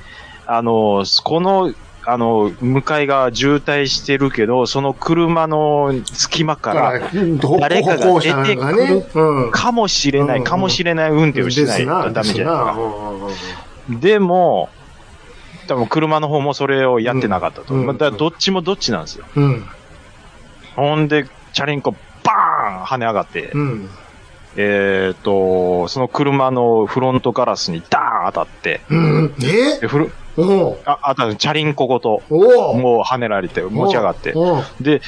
S1: あの、この、あの、向かいが渋滞してるけど、その車の隙間
S3: だ
S1: から、
S3: うん歩
S1: 誰かが
S3: 歩行者なんかね。
S1: 出て
S3: うん。
S1: かもしれな
S3: う
S1: い、
S3: ん
S1: かもしれない運転をしないとダメじゃないで
S3: ですな
S1: すか。でも、多分車の方もそれをやってなかったと。
S3: うん
S1: まあだからどっちもどっちなんですよ。
S3: うん。
S1: ほんで、チャリンコ、バーン跳ね上がって、
S3: うん。
S1: えーっと、その車のフロントガラスにダーン当たって、
S3: うん。え
S1: でフル
S3: おう
S1: あ、あとチャリンコごと、
S3: おう
S1: もう跳ねられて、持ち上がって、
S3: おう
S1: で、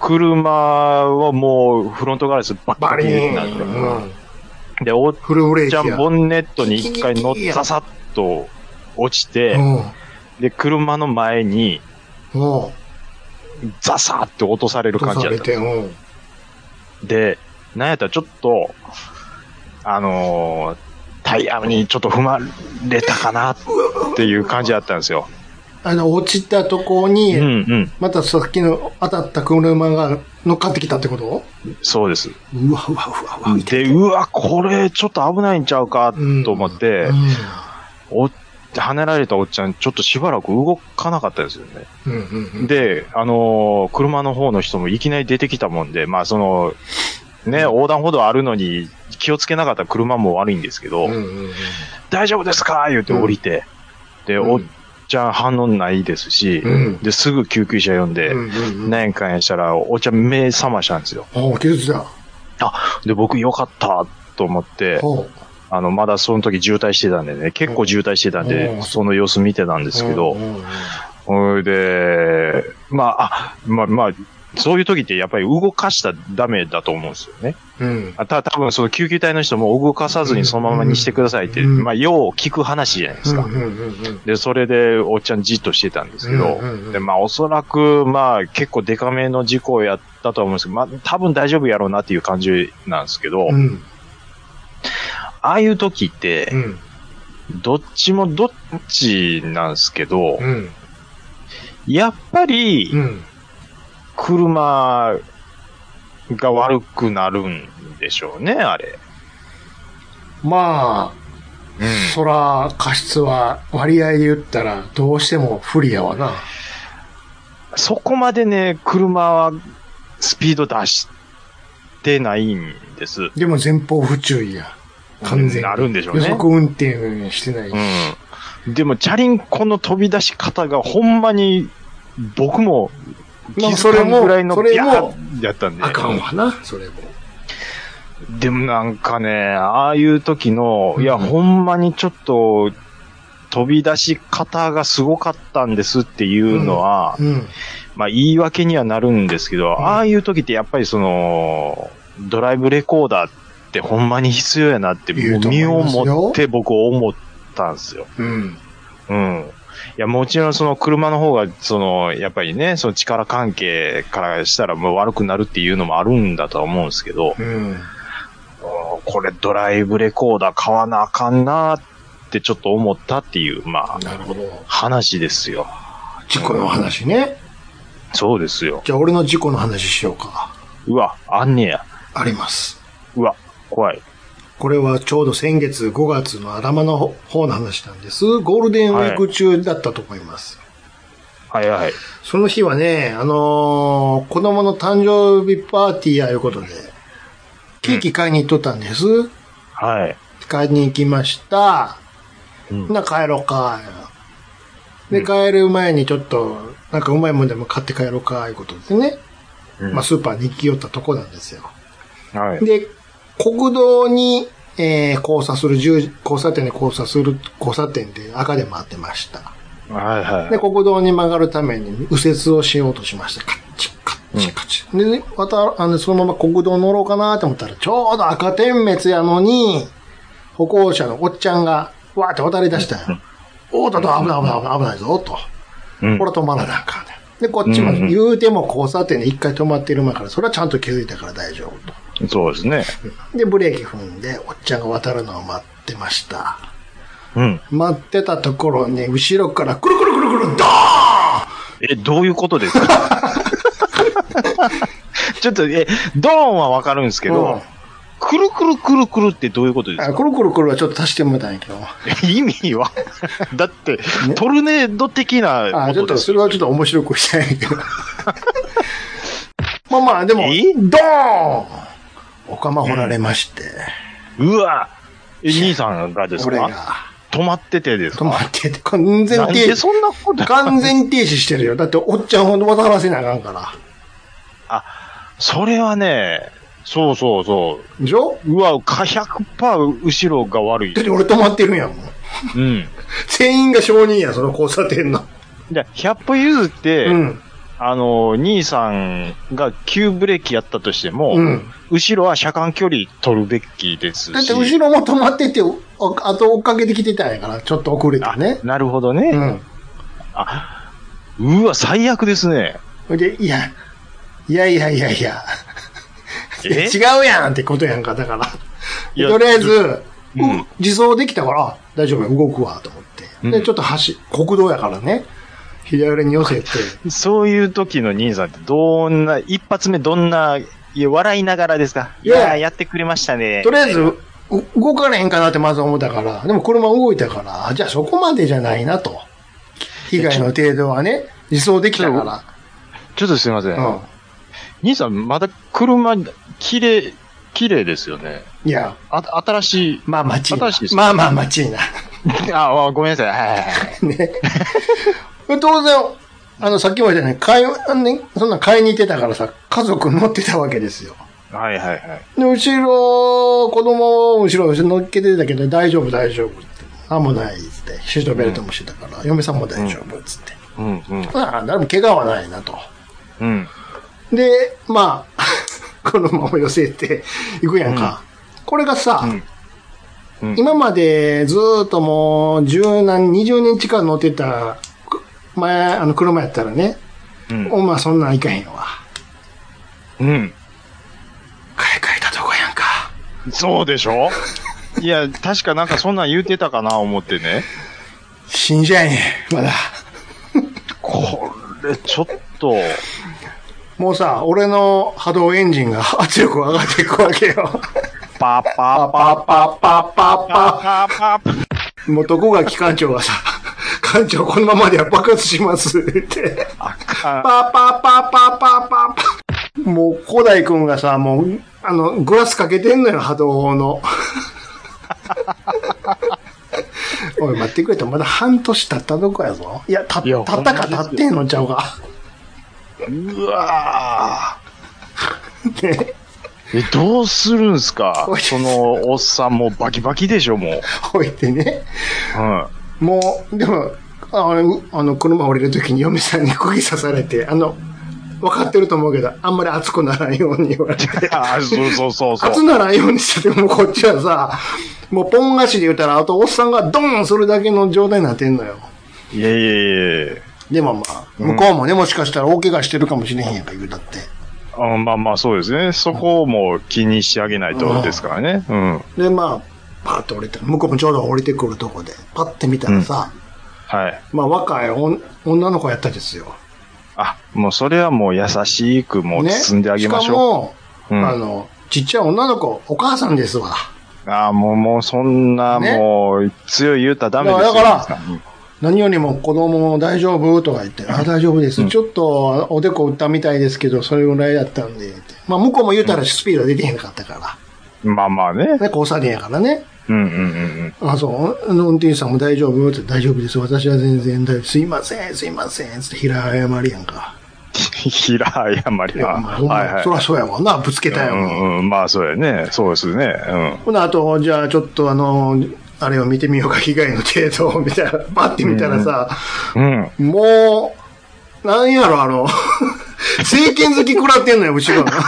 S1: 車はもうフロントガラスバッ
S3: バ
S1: カ
S3: リ
S1: リ
S3: ー
S1: に
S3: ン
S1: なって、
S3: うん。
S1: で、おっ
S3: フルブレー
S1: ち
S3: キ
S1: ゃ
S3: や。
S1: んボンネットに一回乗っささっと落ちて、で、車の前に
S3: うん。おう
S1: ザサーって落とされる感じだ
S3: 下
S1: っ
S3: げ
S1: た。
S3: て、うん。
S1: で、なんやったらちょっと、あのータイヤにちょっと踏まれたかなっていう感じだったんですよ。
S3: あの、落ちたとこ
S1: う
S3: に、
S1: ん
S3: またさっきの当たった車が乗っかってきたってこと
S1: うん。そうです。
S3: うわうわうわうわ。
S1: で、うわ、これちょっと危ないんちゃうかと思って、お跳ねられたおっちゃん、ちょっとしばらく動かなかったですよね。
S3: うんうんうん
S1: で、あのー車の方の人もいきなり出てきたもんで、まあその、ね、横断歩道あるのに気をつけなかった車も悪いんですけど、
S3: うんうんうん
S1: 大丈夫ですか言うて降りて、で、
S3: うん
S1: おっちゃん反応ないですし、
S3: うん
S1: で、すぐ救急車呼んで、
S3: うんうんうん。
S1: 何やかんやしたら、おっちゃん目覚ましたんですよ。
S3: おう、気づいた。
S1: で、僕よかったと思って、
S3: おう
S1: あの、まだその時渋滞してたんでね、結構渋滞してたん
S3: う
S1: で、
S3: ん
S1: その様子見てたんですけど
S3: う、んうんうん
S1: ほいで、まあ、あ、まあ、まあ、そういう時ってやっぱり動かしたらダメだと思うんですよね。
S3: うん。
S1: あた多分その救急隊の人も動かさずにそのままにしてくださいって、
S3: うん
S1: まあ、よう聞く話じゃないですか。
S3: うんうんうんうん
S1: で、それでおっちゃんじっとしてたんですけど、
S3: うんうんうん
S1: で、まあ、おそらく、まあ、結構デカめの事故やったとは思うんですけど、まあ、多分大丈夫やろうなっていう感じなんですけど、
S3: う
S1: あ
S3: ん
S1: あいう時って
S3: う、ん
S1: どっちもどっちなんですけど、
S3: うん
S1: やっぱり、
S3: うん
S1: 車が悪くなるんでしょうね、あれ。
S3: まあ、そら、過失は割合で言ったらどうしても不利やわな。
S1: そこまでね、車はスピード出してないんです。
S3: でも前方不注意や。完全に。
S1: なるんでしょう
S3: 予
S1: ね。
S3: 測運転してない。
S1: うん。でも、チャリンコの飛び出し方がほんまに、僕も気
S3: まあ
S1: づ
S3: それ
S1: かん
S3: も
S1: ぐらいの
S3: それも
S1: ビャーやったんで。
S3: あかんわな、それも。
S1: でもなんかね、ああいう時の、いや、
S3: うん
S1: ほんまにちょっと、飛び出し方がすごかったんですっていうのは、
S3: うん。
S1: まあ言い訳にはなるんですけど、
S3: ん
S1: ああいう時ってやっぱりその、ドライブレコーダーってほんまに必要やなって、
S3: 言うと思
S1: 身
S3: い
S1: を
S3: ますよ
S1: もって僕思ったんですよ。
S3: うん。
S1: うん。いや、もちろんその車の方が、その、やっぱりね、その力関係からしたらもう悪くなるっていうのもあるんだとは思うんですけど、
S3: うん。
S1: うんこれドライブレコーダー買わなあかんなってちょっと思ったっていう、まあ、
S3: なるほど。
S1: 話ですよ。
S3: 事故の話ね。
S1: そうですよ。
S3: じゃあ俺の事故の話しようか。
S1: うわ、あんねや。
S3: あります。
S1: うわ、怖い。
S3: これはちょうど先月5月の頭の方の話なんです。ゴールデンウィーク中だったと思います。
S1: はいはい。
S3: その日はね、あのー子供の誕生日パーティーやいうことで、ケーキ買いに行っとったんです。
S1: はい。
S3: 買いに行きました。
S1: うん
S3: な、帰ろうか。
S1: う
S3: で、
S1: ん
S3: 帰る前にちょっと、なんかうまいもんでも買って帰ろうか、いうことでね。
S1: うん
S3: まあ、スーパーに行き寄ったとこなんですよ。
S1: はい。
S3: で、国道に、えー、交差する、十交差点で交差する、交差点で赤で回ってました。
S1: はいは
S3: で、国道に曲がるために右折をしようとしました。カッチカッチカチ。で、ね、また、あの、そのまま国道乗ろうかなと思ったら、ちょうど赤点滅やのに、歩行者のおっちゃんが、わーって渡り出したよ。おーっとっと、危ない危ない危ない危ないぞ、と。
S1: うん
S3: これは止まらなあかんね。で、こっちも、
S1: うんうん
S3: 言うても交差点で一回止まってる前から、それはちゃんと気づいたから大丈夫と。
S1: そうですね。
S3: で、ブレーキ踏んで、おっちゃんが渡るのを待ってました。
S1: うん。
S3: 待ってたところに、後ろから、くるくるくるくる、ドーン
S1: え、どういうことですか ちょっと、え、ドーンはわかるんですけ
S3: うん
S1: ど、くるくるくるくるってどういうことです
S3: あ
S1: か
S3: くるくるくるはちょっと足してもらったんやけど。
S1: 意味 はだって、トルネード的な
S3: あ、
S1: こ
S3: ちょ
S1: と
S3: っと、
S1: です
S3: そ。れはちょっと面白くしたいんやけ ど。まあまあ、でも、ド
S1: え
S3: ーンお釜掘られまして、
S1: うわえ、兄さんがです
S3: これ
S1: か
S3: が、
S1: 止まっててです
S3: 止
S1: か
S3: まってて、完全
S1: なん
S3: 停
S1: で
S3: 止。
S1: そんなこと
S3: 完全停止してるよ。だって、おっちゃんほんと渡らせなあかんから。
S1: それはね、そうそうそ
S3: でしょ
S1: う。うわ、か100%後ろが悪い
S3: だっ。て俺止まってるんやもん。
S1: うん。
S3: 全員が承認や、その交差点の。
S1: で、100歩譲って、
S3: うん。
S1: あの、兄さんが急ブレーキやったとしても、
S3: うん。
S1: 後ろは車間距離取るべきですし。
S3: だって後ろも止まってて、おあと追っかけてきてたんやから、ちょっと遅れたね
S1: あ。なるほどね。
S3: うん。
S1: うわ、最悪ですね。
S3: ほいで、いや、いやいやいやいや、いや
S1: え
S3: 違うやんってことやんか、だから。
S1: いや
S3: とりあえず、
S1: うん
S3: うん自走できたから、あ大丈夫や、動くわ、と思って。
S1: う
S3: で、
S1: ん
S3: ちょっと橋、国道やからね、左に寄せて、
S1: そういう時の兄さんってどんな、一発目どんな、いや笑いながらですか
S3: いや
S1: ーやってくれましたね
S3: と。りあえず、う動かれへんかなってまず思ったから、でも車動いたから、あじゃあそこまでじゃないなと。被害の程度はね、自走できたか
S1: ちょっとすいません。
S3: ら。うん。
S1: 兄さん、まだ車、綺麗、綺麗ですよね。
S3: いや、
S1: あ、新しい。
S3: まあ、待ちいな
S1: 新しいで。す
S3: まあまあ、待ちいな。
S1: あ、あごめんなさい。はいはいはい。
S3: ね。当然、あの、さっきも言ったように、買い、あのね、そんなん買いに行ってたからさ、家族乗ってたわけですよ。
S1: はいはいはい。
S3: で、後ろ、子供を後ろ、後ろ乗っけてたけど、大丈夫、大丈夫って。あんもないっつって、シートベルトもしてたから、嫁さんも大丈夫っつって。
S1: うんうん。
S3: ああ、誰も怪我はないなと。
S1: うん。
S3: で、まあ、 このまま寄せていくやんか。これがさ、
S1: うんうん
S3: 今までずーっともう十何、二十年近く乗ってた、く前、あの車やったらね、
S1: うん
S3: おまあそんなんいかへんわ。
S1: うん。
S3: 買い替えたとこやんか。
S1: そうでしょいや、確かなんかそんなん言うてたかな思ってね。
S3: 死んじゃえねん、まだ。
S1: これ、ちょっと、
S3: もうさ、俺の波動エンジンが 圧力上がっていくわけよ。
S1: パーパー
S3: パッパッパッパッパッパ
S1: パーパーパーパー
S3: ッ。もうどこが機関長がさ、 艦長このままでは爆発しますって。
S1: あか
S3: パーパーパーパーパーパーパー。もう、古代くんがさ、もう、あの、グラスかけてんのよ、波動の。 おい、待ってくれと、まだ半年経ったとこやぞ。いや、た、
S1: いや
S3: 経ったか
S1: ほんまですよ
S3: 経ってんのちゃうか。
S1: んうわ
S3: ね、
S1: ーえ、どうするんすか
S3: おい
S1: その、おっさんもうバキバキでしょ、もう。
S3: 置いてね。
S1: うん。
S3: もう、でも、あの、あの車降りるときに嫁さんに釘刺されて、あの、分かってると思うけど、あんまり熱くならんように言われて。
S1: あそうそうそうそ
S3: 熱
S1: う。
S3: ならんようにしてても、こっちはさ、もうポン菓子で言うたら、あとおっさんがドーンするだけの状態になってんのよ。
S1: いやいやいやい
S3: でもまあ、向こうもね、もしかしたら大怪我してるかもしれへんやんか、言うたって。
S1: や。あまあまあそうですね。そこも気にしてあげないとですからね。うん。
S3: で、まあ、パーッと降りて、向こうもちょうど降りてくるとこで、パッて見たらさ、
S1: はい。
S3: まあ若い女女の子やったですよ。
S1: あ、もうそれはもう優しくもう
S3: ね。
S1: 包んであげまし
S3: しか
S1: ょ
S3: も、
S1: う。うん
S3: あの、ちっちゃい女の子、お母さんですわ。
S1: ああ、もう、もう、そんな、
S3: ね
S1: もう、強い言うたらダメですよ。
S3: だから
S1: 皆さん
S3: 何よりも子供大丈夫とか言って、あ、大丈夫です。
S1: うん
S3: ちょっとおでこ打ったみたいですけど、それぐらいだったんで、ってまあ向こうも言うたらスピード出てへんかったか
S1: まあまあね
S3: ら。。ね、交差点やからね。
S1: うんうんうん
S3: あ、そう、運転手さんも大丈夫って大丈夫です。私は全然大丈夫。すいません、すいません。つって平謝りやん
S1: う
S3: か。
S1: ん。平謝り
S3: いや、
S1: な。
S3: まあほんま
S1: はいはい
S3: そ。らそうやもんな。ぶつけたや
S1: う
S3: もん。
S1: んうん、まあそうやね。そうですね。うん。
S3: ほな、あと、じゃあ、ちょっとあの、あれを見てみようか、被害の程度を、みたいな、パッて見たらさ、
S1: うん。
S3: もう、なんやろ、あの、 政権好き食らってんのよ、後ろの。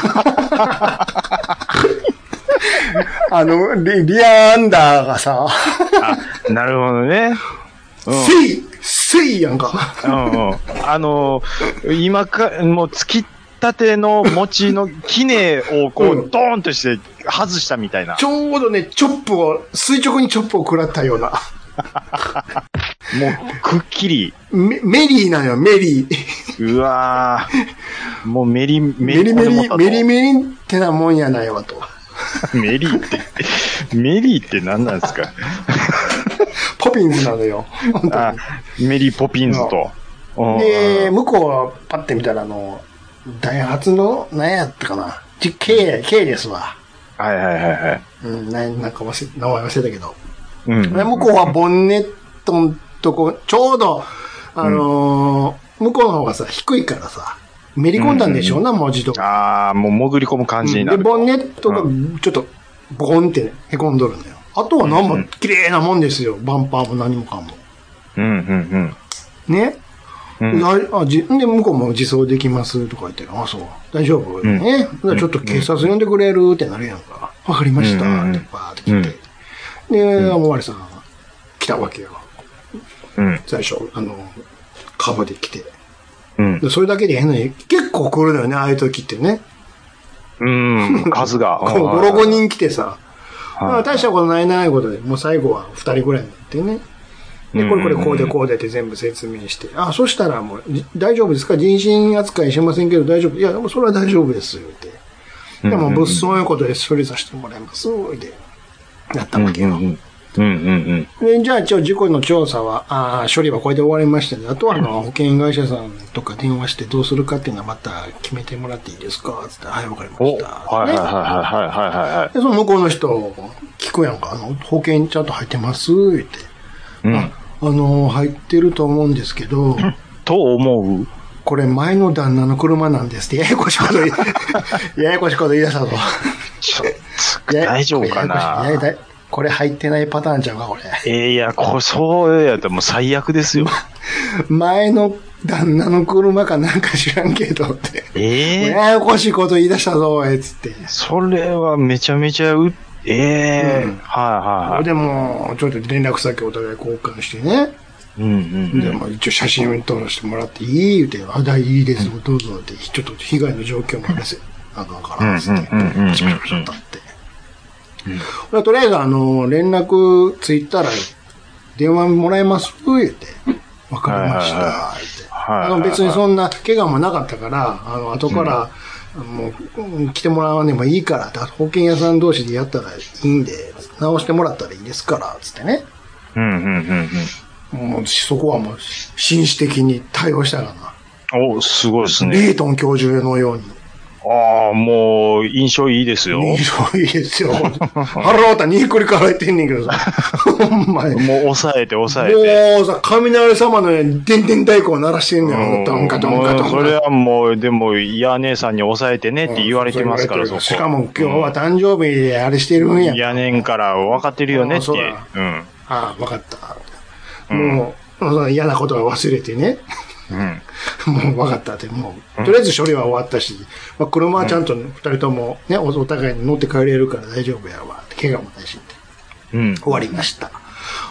S3: あの、リ、リアアンダーがさ、
S1: あ、なるほどね。うん
S3: せい、せいやんか。
S1: うんうん。あの、今か、もう、突き立ての餅のきねをこ
S3: う
S1: う、ドーンとして外したみたいな
S3: ち。ょうどね、チョップを、垂直にチョップを食らったような。
S1: もう、くっきり。
S3: メメリーなのよ、メリー。
S1: うわーもうメリ、メ
S3: メリメリ、メリ
S1: メ
S3: メリってなもんやないわと。
S1: リ。メリって、メリって何なんですか
S3: ポピンズなのよ。本当
S1: あ
S3: に。
S1: メリーポピンズと。うん
S3: で、向こうはパッて見たら、あの、ダイハツの、何やったかな。ち K、K ですわ。
S1: はいはいはいはい。
S3: うん、ななんか忘れ、名前忘れたけど。
S1: うん。
S3: で向こうはボンネットのとこ、ちょうど、あのー向こうの方がさ、低いからさ、めり込んだんでしょうな、文字とか。
S1: ああ、もう潜り込む感じにな
S3: で、
S1: る。
S3: ボンネットが
S1: う
S3: ちょっと、ボコンってへこんどるんだよ。あとはなん
S1: う
S3: も
S1: ん、
S3: 綺麗なもんですよ。バンパーも何もかも。
S1: うんうん
S3: ね。
S1: うん。うん、
S3: だいあじで、向こうも自走できますとか言って、あ、そう、大丈夫、
S1: ん
S3: ね。だからちょっと警察呼んでくれるってなるやんか。わかりました、
S1: うん
S3: ってバーって来て。で、おまわりさん、来たわけよ。
S1: うん。
S3: 最初、あの、カバで来て。
S1: うん。
S3: でそれだけで変なに、結構来るのよね、ああいう時ってね。
S1: うん。数が。
S3: こう、5、6人来てさ。
S1: い
S3: まあ大したことないな、いうことで、もう最後は2人ぐらいになってね。で、これこれこうでこうでって全部説明して、あ、そしたらもう、じ大丈夫ですか人身扱いしませんけど大丈夫いや、でもそれは大丈夫です、って。
S1: うん
S3: でも、物騒いうことで処理させてもらいます、って。なったわけよ。
S1: うんうんうん。
S3: で、じゃあ一応事故の調査は、あー処理はこれで終わりましたね。あとはあの、保険会社さんとか電話してどうするかっていうのはまた決めてもらっていいですかつって、はい、わかりま
S1: お
S3: し
S1: はい
S3: た。
S1: はいはい
S3: ね
S1: はいはいはい。
S3: で、その向こうの人、聞くやんか、あの、保険ちゃんと入ってますって。
S1: うん
S3: あ、あの、入ってると思うんですけど、
S1: と思う
S3: これ前の旦那の車なんですって、ややこしい こと言い、ややこしいこと言い出したぞ。
S1: ちょっと
S3: やや
S1: 大丈夫か
S3: ややこしい
S1: な
S3: ややだこれ入ってないパターンちゃうか、これ。
S1: えいや、こそうやったらもう最悪ですよ。
S3: 前の旦那の車かなんか知らんけどって。
S1: ええ
S3: ややこしいこと言い出したぞ、おい、つって。
S1: それはめちゃめちゃう、ええ
S3: うん
S1: はいはいは
S3: でも、ちょっと連絡先お互い交換してね。
S1: い。うんうん
S3: で、まあ一応写真を撮らせてもらっていい言うて、あ、大いいです、どうぞって、ちょっと被害の状況も話せ、あかんから、つって、
S1: うんうんうんうんうん
S3: パシャパシャパシャとって。まあとりあえず、あの、連絡ついたら、電話もらえます言うて、わかりました、
S1: はいはい
S3: 言うて。
S1: はい
S3: あ
S1: はいは
S3: の
S1: い
S3: 別にそんな怪我もなかったから、あの、後から、もう、うん来てもらわねばいいからって、保険屋さん同士でやったらいいんで、直してもらったらいいですから、つってね。
S1: うんうんうん
S3: もうそこはもう紳士的に対応したか
S1: うん。お、すごいです
S3: な。
S1: ね。
S3: レイトン教授のように。
S1: ああ、もう、印象いいですよ。
S3: そういいです よ。腹ロータにひっくり返ってんねんけどさ。ほんまに。も
S1: もう抑えて抑えて。
S3: うさ、雷様のように電電太鼓を鳴らしてんねん。ドンカドンカドンカ。
S1: それはもう、でも、いや姉さんに抑えてねって言われてますから、そこ。
S3: しかも今日は誕生日であれしてるんや。
S1: やねんから分かってるよねって。。
S3: そううんああ、わかった。もう、その嫌なことは忘れてね。
S1: うん。
S3: もう分かったって、もう、とりあえず処理は終わったし、まあ、車はちゃんとね二人ともね、おお互いに乗って帰れるから大丈夫やわって、怪我もないしって、
S1: うん。
S3: 終わりました。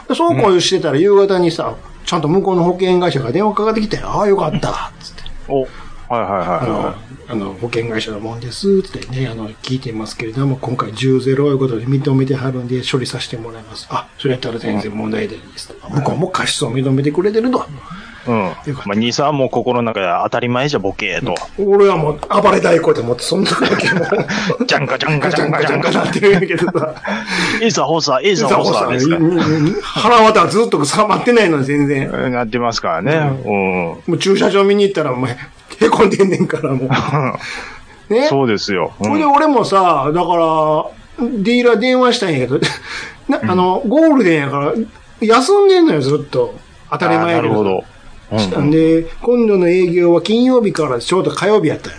S3: でそうこうしてたら夕方にさ、ちゃんと向こうの保険会社が電話かかってきて、ああ、よかった、つって。
S1: お、はいはい
S3: あの
S1: は、
S3: あの、保険会社のもんです、つってね、あの、聞いてますけれども、今回10ゼロいうことで認めてはるんで、処理させてもらいます。あ、それやったら全然問題ないですと。向こうも過失を認めてくれてると。
S1: うん。ま
S3: た
S1: あ、兄さんも心の中で当たり前じゃボケやと。
S3: 俺はもう暴れ太鼓でもって、そんなわけもう、
S1: ジャンカジャンカ
S3: ガ
S1: ジ
S3: チ
S1: ャ
S3: ャ
S1: ン
S3: ン
S1: カ
S3: ガ
S1: ジ
S3: チ
S1: ャ
S3: ャ
S1: ン
S3: ン
S1: カジャ
S3: ガチャ
S1: ン
S3: ンって言うけどさ、
S1: カ。エイサーホーサー、エイサーホーサーですか
S3: う。んうんうん腹渡はずっと収まってないのに全然。
S1: なってますからね。うん。
S3: もう駐車場見に行ったら、お前、へこんでんねんから、もう。ね
S1: そうですよ。うん
S3: それで俺もさ、だから、ディーラー電話したんやけど、なあの、ゴールデンやから、休んでんのよ、ずっと。当たり前
S1: あーな
S3: やけ
S1: るほど。うんうん
S3: んで、今度の営業は金曜日からちょうど火曜日やったよ。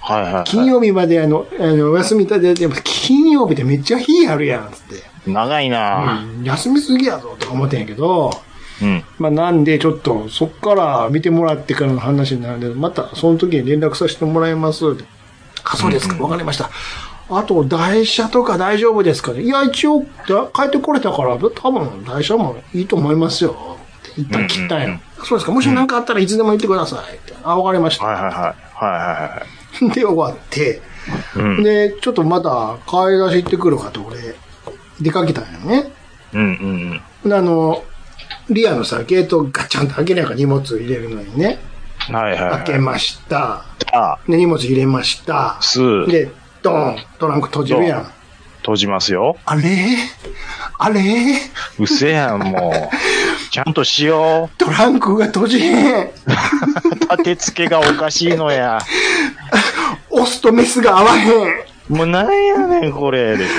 S1: はいはいはい。
S3: 金曜日まであの、あの、お休みたで、でも金曜日ってめっちゃ日あるやん、つって。
S1: 長いな
S3: うん休みすぎやぞ、とか思ってんやけど、
S1: うん。
S3: まあなんで、ちょっと、そっから見てもらってからの話になるんで、またその時に連絡させてもらいます。あ、そうですか、わかりました。あと、台車とか大丈夫ですかねいや、一応、だ帰ってこれたから、多分、台車もいいと思いますよ。って一旦切ったんや。
S1: うんうん
S3: そうですか、もし何かあったらいつでも言ってください。ってあ、わかりました。
S1: はいはいはい。はいはいはい。
S3: で、終わって、
S1: うん
S3: で、ちょっとまた、買い出し行ってくるかと、俺、出かけたんよね。
S1: うんうんうん。
S3: であの、リアのさ、ゲートガチャンと開けなから荷物入れるのにね、
S1: はいはいはい。
S3: 開けました。
S1: あ、
S3: で、荷物入れました。
S1: す、
S3: で、ドーン、トランク閉じるや
S1: ドーン
S3: ん。
S1: 閉じますよ。
S3: あれあれ
S1: うせやん、も う。ちゃんとしよ
S3: トランクが閉じへん。
S1: う。立て付けがおかしいのや。
S3: オスとメスが合わへん。
S1: もうなんやねん、これ。でし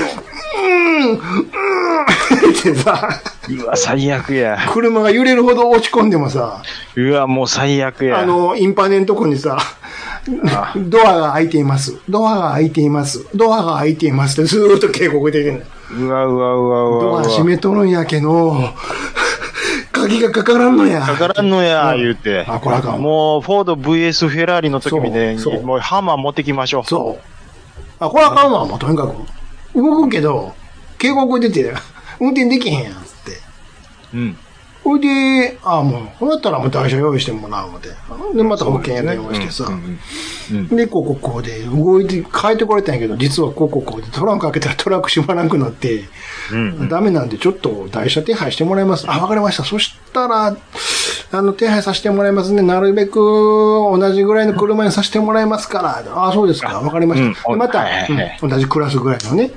S3: ってさ、
S1: ょ。うわ、最悪や。
S3: 車が揺れるほど落ち込んでもさ、
S1: うわ、もう最悪や。
S3: あの、インパネのとこにさ、ドアが開いています。ドアが開いています。ドアが開いていますってずーっと警告出てるの。
S1: うわうわうわう
S3: ド
S1: わ
S3: ア
S1: うわ。
S3: 閉めとるんやけど、鍵がかからんのや。
S1: かからんのや、
S3: うん
S1: 言うて。
S3: あこれあかん
S1: もう、フォード VS フェラーリの時みたい
S3: そう
S1: に、
S3: そう
S1: もうハンマー持ってきましょう。
S3: そう。あ、これあかんわ、もうとにかく。動くけど、警告出て、運転できへんやん、つって。
S1: うん。
S3: ほいで、あ、もう、こうやったらもう台車用意してもらうので。で、また保険屋電話してさ。
S1: うんうんうん
S3: で、こうこうこうで、動いて、変えてこれたんやけど、実はこうこうこうで、トランク開けたらトラック閉まらなくなって、
S1: うん
S3: ダメなんで、ちょっと台車手配してもらいます。あ、わかりました。そしたら、あの、手配させてもらいますね。なるべく、同じぐらいの車にさせてもらいますから。あ、そうですか。わかりました。
S1: うん
S3: でまた、
S1: はいはいはい
S3: うん同じクラスぐらいのね。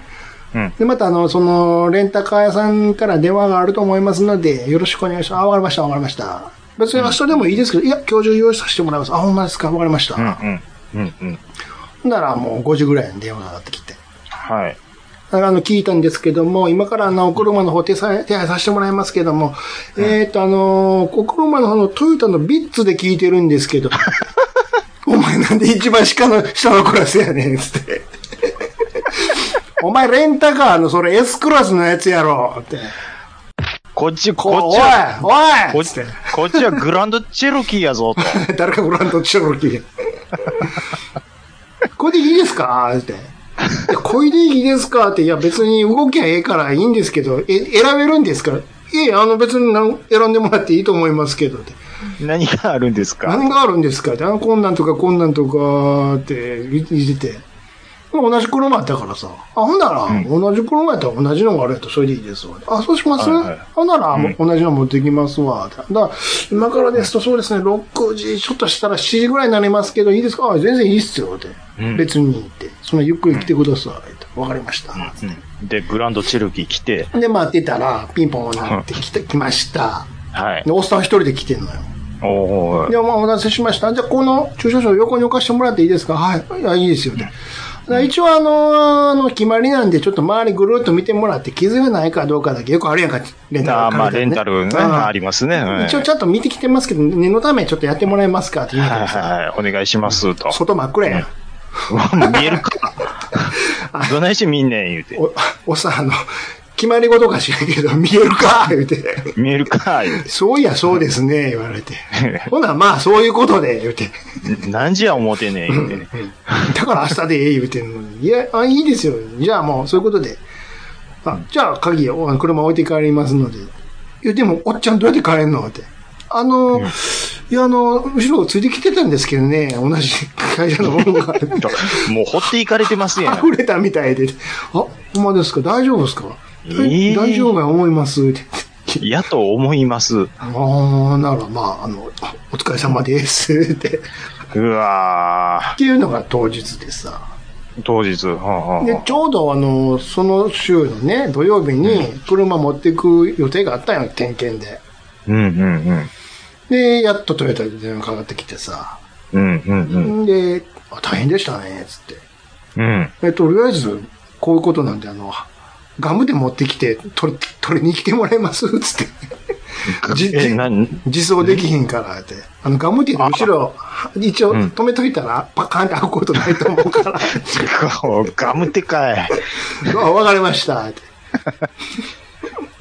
S1: うん
S3: で、また、あの、その、レンタカー屋さんから電話があると思いますので、よろしくお願いします。あ、わかりました、わかりました。別に明日でもいいですけど、いや、今日中用意させてもらいます。あ、ほんまですか、わかりました。
S1: うんうんうん。
S3: なら、もう5時ぐらいに電話がかかってきて。
S1: はい。
S3: あの、聞いたんですけども、今からあの、お車の方手さ手配させてもらいますけども、えっ、と、あのーお車の方のトヨタのビッツで聞いてるんで すけど、お前なんで一番下の、下のクラスやねん、つって。お前レンタカーのそれ S クラスのやつやろ、って。
S1: こっち、
S3: こ
S1: こっ
S3: おい
S1: ちは、こ
S3: お
S1: っ
S3: いつ
S1: ち
S3: っ
S1: こっちはグランドチェロキーやぞ、と。
S3: て。 誰かご覧とっちゃうき。 これでいいですかって。いやこれでいいですかって、いや別に動きゃええからいいんですけど、え、選べるんですかいやいや、あの別になん選んでもらっていいと思いますけどって。
S1: 何があるんですか
S3: 何があるんですかって、あのこんなんとかこんなんとかって言ってて。まあ同じ車やったからさ。あ、ほんなら、同じ車やったら同じのがあるやったらそれでいいですわ。あ、そうします、
S1: はいはい
S3: ほんなら、もう同じの持ってきますわ。だから、今からですとそうですね、6時、ちょっとしたら7時ぐらいになりますけど、いいですかあ全然いいっすよ。って、
S1: うん
S3: 別にって。そのゆっくり来てください。ってわかりました。
S1: うんで、グランドチェロキー来て、
S3: で、待ってたら、ピンポンになってきて、来ました。
S1: はい
S3: で、。おっさん一人で来てんのよ。
S1: おー
S3: で、まあ、お待たせしました。じゃあ、この駐車場横に置かしてもらっていいですかはい。いや、いいですよね。だから一応、あの、あの、決まりなんで、ちょっと周りぐるっと見てもらって、傷がないかどうかだけ、よくあるやんか、レンタル、
S1: あーまあ、レンタルね、あり
S3: ま
S1: ますね。はい
S3: 一応、ちゃんと見てきてますけど、念のため、ちょっとやってもらえますかって言うか
S1: はい
S3: らさ、
S1: はいはい、お願いします、と。
S3: 外真っ暗やん。
S1: うわもう見える か。どないして見んねん、言うて。
S3: お、 おっさん、あの、決まり事かしらんけど、見える か言うて。
S1: 見えるか、言う
S3: そういや、そうですね、言われて。ほな、まあ、そういうことで、言うて。
S1: て。何時や思てんねん、言うてね。
S3: だから明日でええ言うてんのに。いや、あ、いいですよ。じゃあもう、そういうことで。あ、じゃあ鍵を、あの車置いて帰りますので。いや、でも、おっちゃんどうやって帰れんのって。あの、いや、あの、後ろをついてきてたんですけどね、同じ会社のも のが
S1: もう掘っていかれてますやん。
S3: 溢れたみたいで。あ、ほんまですか大丈夫ですか、
S1: ええ
S3: 大丈夫や思います。ってき。
S1: やと思います。
S3: ああ、なら、まあ、あの、あお疲れ様です、って。
S1: うわ
S3: っていうのが当日でさ。
S1: ー当日。はあはあ
S3: で、ちょうどあの、その週のね、土曜日に車持ってく予定があったんよ、点検で。
S1: うんうん
S3: で、やっとトヨタに電話かかってきてさ。
S1: うん。うんうん
S3: で、あ大変でしたね、つって。
S1: うん。うん。
S3: えとりあえず、こういうことなんで、あの、ガムで持ってきて、取り、取りに来てもらえますつって。じじ
S1: え、何
S3: 自走できひんから、って。あの、ガムテープ後ろ、一応
S1: うん
S3: 止めといたら、パカンって開くことないと思 うから。
S1: ガムテかい。
S3: あ、わかりました、って。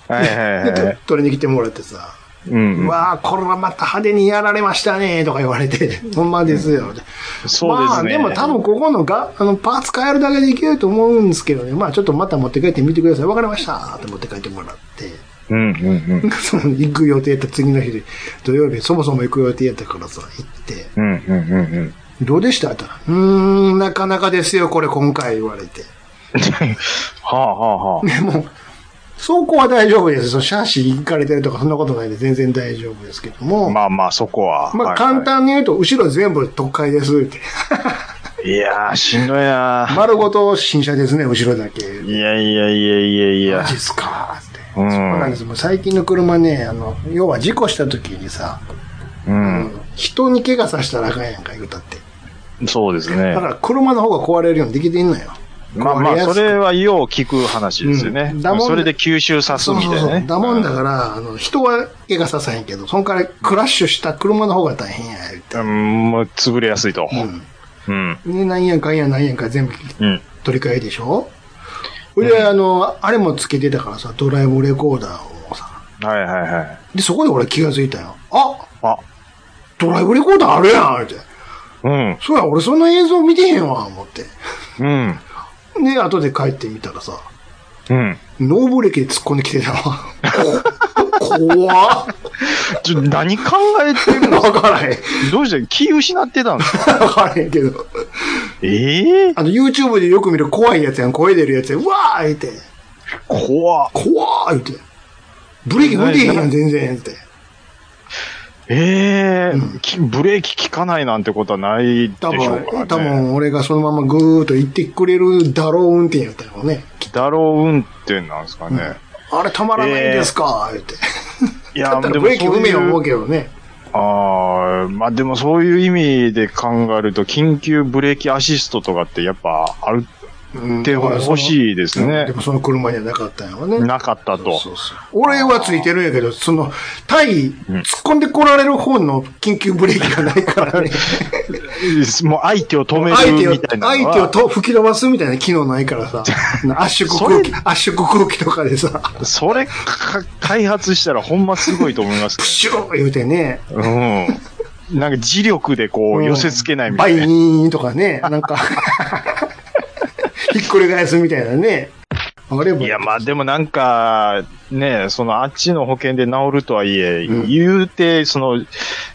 S1: はいはいは
S3: で
S1: い。、
S3: 取りに来てもらってさ。
S1: うんうん。
S3: わあ、これはまた派手にやられましたね、とか言われ て。ほんまですよ。って
S1: そうですね。
S3: まあ、でも多分ここのが、あの、パーツ変えるだけでいけると思うんですけどね。まあ、ちょっとまた持って帰ってみてください。わかりました、って持って帰ってもらって。
S1: うんうんうん。
S3: その行く予定やった次の日で、土曜日、そもそも行く予定やったからさ、行って、
S1: うんうんうんうん。
S3: どうでしたって言ったら、うーん、なかなかですよ、これ今回言われて。
S1: はあはあはあ。
S3: でも、走行は大丈夫です。そのシャーシー行かれてるとかそんなことないんで全然大丈夫ですけども、ま
S1: まあまあ、そこは。
S3: あ、
S1: はいはい
S3: 簡。単に言うと、後ろ全部特快ですって。
S1: いやー、しんどいなー。
S3: 丸ごと新車ですね、後ろだけ。
S1: いやいやいやいやいや
S3: マジ。っすかって。
S1: うん
S3: そうなんです。もう最近の車ね、あの、要は事故した時にさ、
S1: うん。
S3: 人に怪我させたらあかんやんか、言うたって。
S1: そうですね
S3: だか。ら車の方が壊れるようにできてんのよ。
S1: まあま
S3: 壊
S1: あ、
S3: やすく
S1: それはよう聞く話ですよね
S3: うんだもん。
S1: それで吸収さす
S3: そう
S1: み
S3: そう
S1: たい
S3: そ
S1: な
S3: う。
S1: ね。
S3: だもんだから、あの、人は怪我させへんけど、そんからクラッシュした車の方が大変や、言うて。
S1: うん、もう潰れやすいと。
S3: う
S1: うん。
S3: ん。で、なんやかんやなんやか全部
S1: うん。
S3: 取り替えでしょほいで、あの、あれもつけてたからさ、ドライブレコーダーをさ。
S1: はいはいはい。
S3: で、そこで俺気がついたよ。あ
S1: あ、
S3: ドライブレコーダーあるやんって。
S1: うん、
S3: そうや、俺そんな映像見てへんわ、思って。
S1: うん、
S3: で、後で帰ってみたらさ、
S1: うん。
S3: ノーブレーキで突っ込んできてた わ。こ怖っ。
S1: ちょ、何考えてる
S3: わからへん。
S1: どうして気失ってたんですか
S3: わからへんけど。
S1: ええ
S3: あの、YouTube でよく見る怖いやつやん、声出るやつやん、うわー言って、
S1: 怖っ
S3: 怖ー言って、ブレーキ踏んでへんやん、全然、って。
S1: ええきブレーキ効かないなんてことはないでしょ
S3: 多
S1: うから、ね。
S3: 分、多。分俺がそのままぐーっと行ってくれるだろう運転やったよね。
S1: だろう運転なんですかね。
S3: あれたまらないですか、言って。
S1: い
S3: だったらブレーキ
S1: そう
S3: 踏めよ、
S1: い
S3: 思う
S1: う
S3: けどね。
S1: ああ、まあでもそういう意味で考えると、緊急ブレーキアシストとかってやっぱある、
S3: うん
S1: で
S3: だからその
S1: 欲しいですね
S3: うんでもその車にはなかったんやろね。
S1: なかったと。
S3: そうそう俺はついてるんやけど、その、対、突っ込んでこられる方の緊急ブレーキがな いからね。
S1: もう相手を止め
S3: 相手
S1: る
S3: を
S1: みたいなのは。
S3: 相手をと吹き飛ばすみたいな機能ないから さ、圧縮空気、圧縮空気とかでさ、
S1: それか開発したらほんますごいと思います
S3: プシュー言うてね、
S1: けど。うん。なんか磁力でこう寄せ付けないみた
S3: バ
S1: い
S3: イ
S1: な。
S3: ニーとかね、なん か、ひっくり返すみたいなね。あれも
S1: いや、まあでもなんか、ねそのあっちの保険で治るとはいえ、
S3: うん
S1: 言うて、その、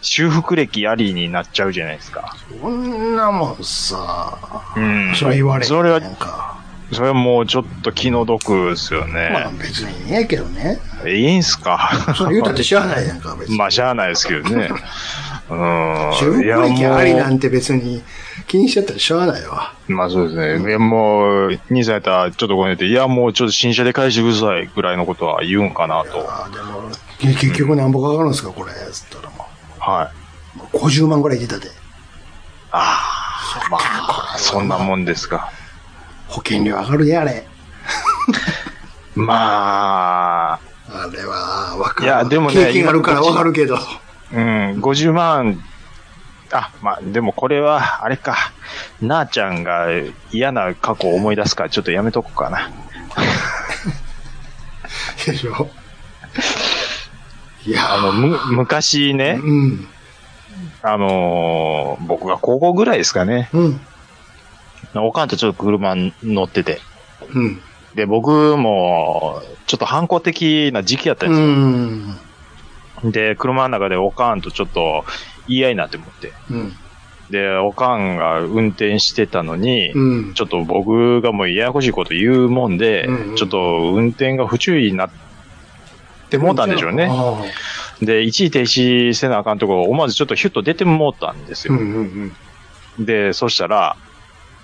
S1: 修復歴ありになっちゃうじゃないですか。
S3: こんなもんさ、
S1: うん。
S3: それは言われへん
S1: それは
S3: なんか、
S1: それはもうちょっと気の毒ですよ
S3: まあ
S1: ね。
S3: 別にええけどね。
S1: いいんすか
S3: それ言うたってしゃあないやんか、別に。
S1: まあ、しゃあないですけどね。うん。
S3: 修復歴ありない
S1: やも
S3: んて別に気にしちゃったらしゃあないわ。
S1: うまあそうですね。いや、もう、兄さんやったら、ちょっとごめんって、いや、もうちょっと新車で返してくださいぐらいのことは言うんかなと。
S3: ああ、でも、結局なんぼかかるんですか、これ、つったらもう。
S1: はい。
S3: 50万ぐらい出たで。
S1: ああ、まあ、そんなもんですか。
S3: 保険料上がるで、あれ。
S1: まあ、
S3: あれは、わかる。
S1: いやでもね
S3: 経験あるからわかるけど。
S1: うん、50万、あ、まあ、でもこれは、あれか。なあちゃんが嫌な過去を思い出すから、ちょっとやめとこうかな。
S3: でしょ。いや、
S1: あの、む、昔ね、
S3: うん。
S1: あのー僕が高校ぐらいですかね。
S3: うん。
S1: おかんとちょっと車に乗ってて。
S3: うん。
S1: で、僕も、ちょっと反抗的な時期やったん
S3: う
S1: ですよ。
S3: ん。
S1: で、車の中でおかんとちょっと言い合いになって思って。
S3: うん。
S1: で、おかんが運転してたのに、
S3: うん。
S1: ちょっと僕がもうややこしいこと言うもんで、
S3: うんうん
S1: ちょっと運転が不注意になっってもうたんでしょうね。
S3: ああ
S1: で、一時停止せなあかんとこ、思わずちょっとヒュッと出てもうたんです
S3: う
S1: よ。
S3: んうんうん。
S1: で、そしたら、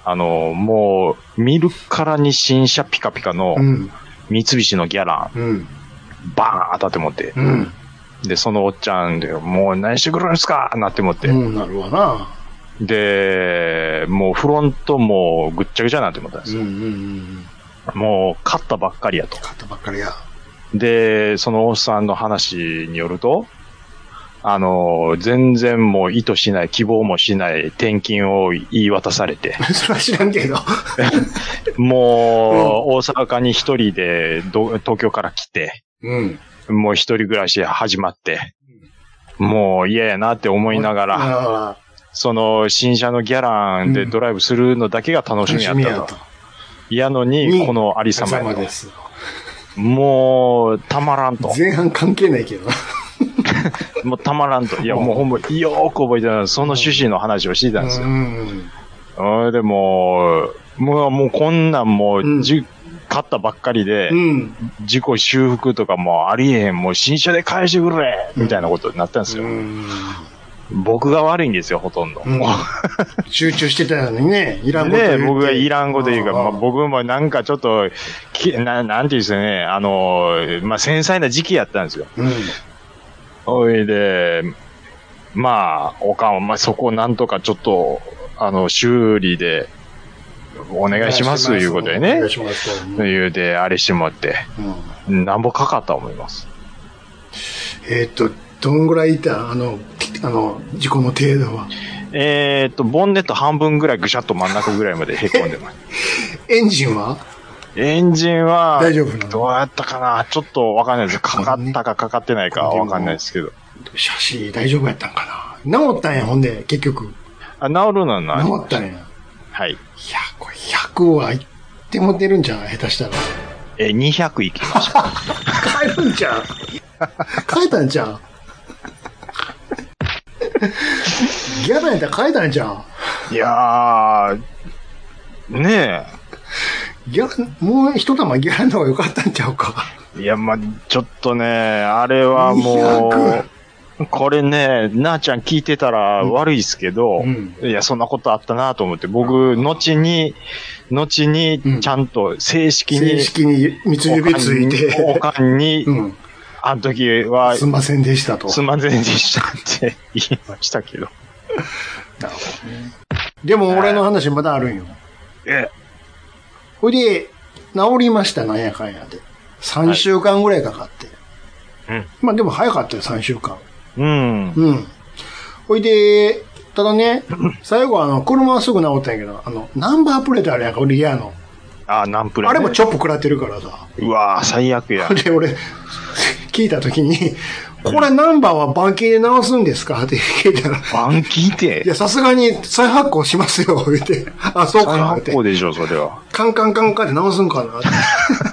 S1: あの、もう、見るからに新車ピカピカの
S3: うん
S1: 三菱のギャラン、
S3: うん
S1: バーン当たってもって
S3: う。ん。
S1: で、そのおっちゃんで、もう何してくれるんですかなってもって。
S3: うん、なるわな。
S1: で、もうフロントもぐっちゃぐちゃになって思ったんで
S3: うん
S1: す
S3: う
S1: よ。
S3: んうん。
S1: もう勝ったばっかりやと。
S3: 買ったばっかりや。
S1: で、そのおっさんの話によると、あの、全然もう意図しない、希望もしない転勤を言い渡され て、
S3: それは知らんけど。
S1: もう大阪に一人でど東京から来て、
S3: うん。
S1: もう一人暮らし始まって、もう嫌やなって思いながら、
S3: あ
S1: その新車のギャランでドライブするのだけが楽
S3: あ、
S1: しみ
S3: 楽
S1: や
S3: し
S1: っ
S3: み
S1: た
S3: や
S1: と
S3: と。。
S1: やの
S3: に
S1: に、このありさまや
S3: 様
S1: と
S3: です。
S1: もう、たまらんと。
S3: 前半関係ないけどな。
S1: もうたまら んと。いや、もうほんま、よーく覚えてたその趣旨の話をしてたんですよ。
S3: ん。
S1: うん、でも、もう、もうこんなんも
S3: うん
S1: う、じ、勝ったばっかりで
S3: う、ん。
S1: 事故修復とかもありえへん、もう新車で返してくれみたいなことになったんです
S3: う
S1: よ。
S3: ん。
S1: 僕が悪いんですよ、ほとんど。
S3: うん集中してたのにね、いらんこと言
S1: で、
S3: って。
S1: 僕がいらんこと言うか、まあ、僕もなんかちょっと、きななんていうんですかね、あの、まあ、繊細な時期やったんですよ。
S3: うん。
S1: おいで、まあ、おかんは、まあ、そこをなんとかちょっと、あの、修理で、お願いします、いうことで
S3: お
S1: ね
S3: 願い。しますと。うん
S1: 言うで、あれしてもらって、なんぼかかった思います。
S3: えーっと、どんぐらいいたあの、あの、事故の程度は。
S1: えーっと、ボンネット半分ぐらいぐしゃっと真ん中ぐらいまで凹んでます。
S3: エンジンは
S1: エンジンは、
S3: 大丈夫なの
S1: どうやったかなちょっとわかんないです。かかったかかかってないかわかんないですけど。
S3: 写真大丈夫やったんかな治ったんや、ほんで、結局。
S1: あ、治るのはな
S3: 治ったんや。いや、
S1: はい。
S3: これ100はいっても出るんじゃん、下手したら。
S1: え、200いきま した。
S3: 変えるんじゃん。変えたんじゃん。ギャラやったら変えたんじゃん。
S1: いやー、ねえ。
S3: ギャラ、もう一玉ギャラの方が良かったんちゃ うか。
S1: いや、まあ、ちょっとね、あれはもう、これね、なあちゃん聞いてたら悪いですけど、
S3: うん
S1: いや、そんなことあったなと思って、僕、後に、後
S3: うん
S1: に、ちゃんと正式に、
S3: 正式に三つ指つい
S1: お
S3: て、
S1: かんに、
S3: うん、
S1: あの時は、
S3: すんませんでしたと。
S1: すまんぜんでしたって言いましたけど。
S3: でも俺の話まだあるんよ。
S1: え、
S3: ほいで、治りました、なんやかんやで。3週間ぐらいかかって。
S1: うん
S3: まあでも早かったよ、3週間。
S1: うん。
S3: うん。ほいで、ただ ね、最後あの、車はすぐ治ったんやけど、あの、ナンバープレートあるやんか、俺嫌やの。
S1: あ、ナンプレ、ね。
S3: あれもチョップ食らってるからさ。
S1: うわー最悪や。
S3: で、俺、聞いたときに、これナンバーは板金で直すんですかって聞いたら、
S1: バン聞い
S3: いや、
S1: て。
S3: さすがに再発行しますよ、言って。あ、そう
S1: 大
S3: か、っ
S1: 発
S3: て。
S1: 行でしょ、それは。
S3: カンカンカンカンで直すんかなって。
S1: チ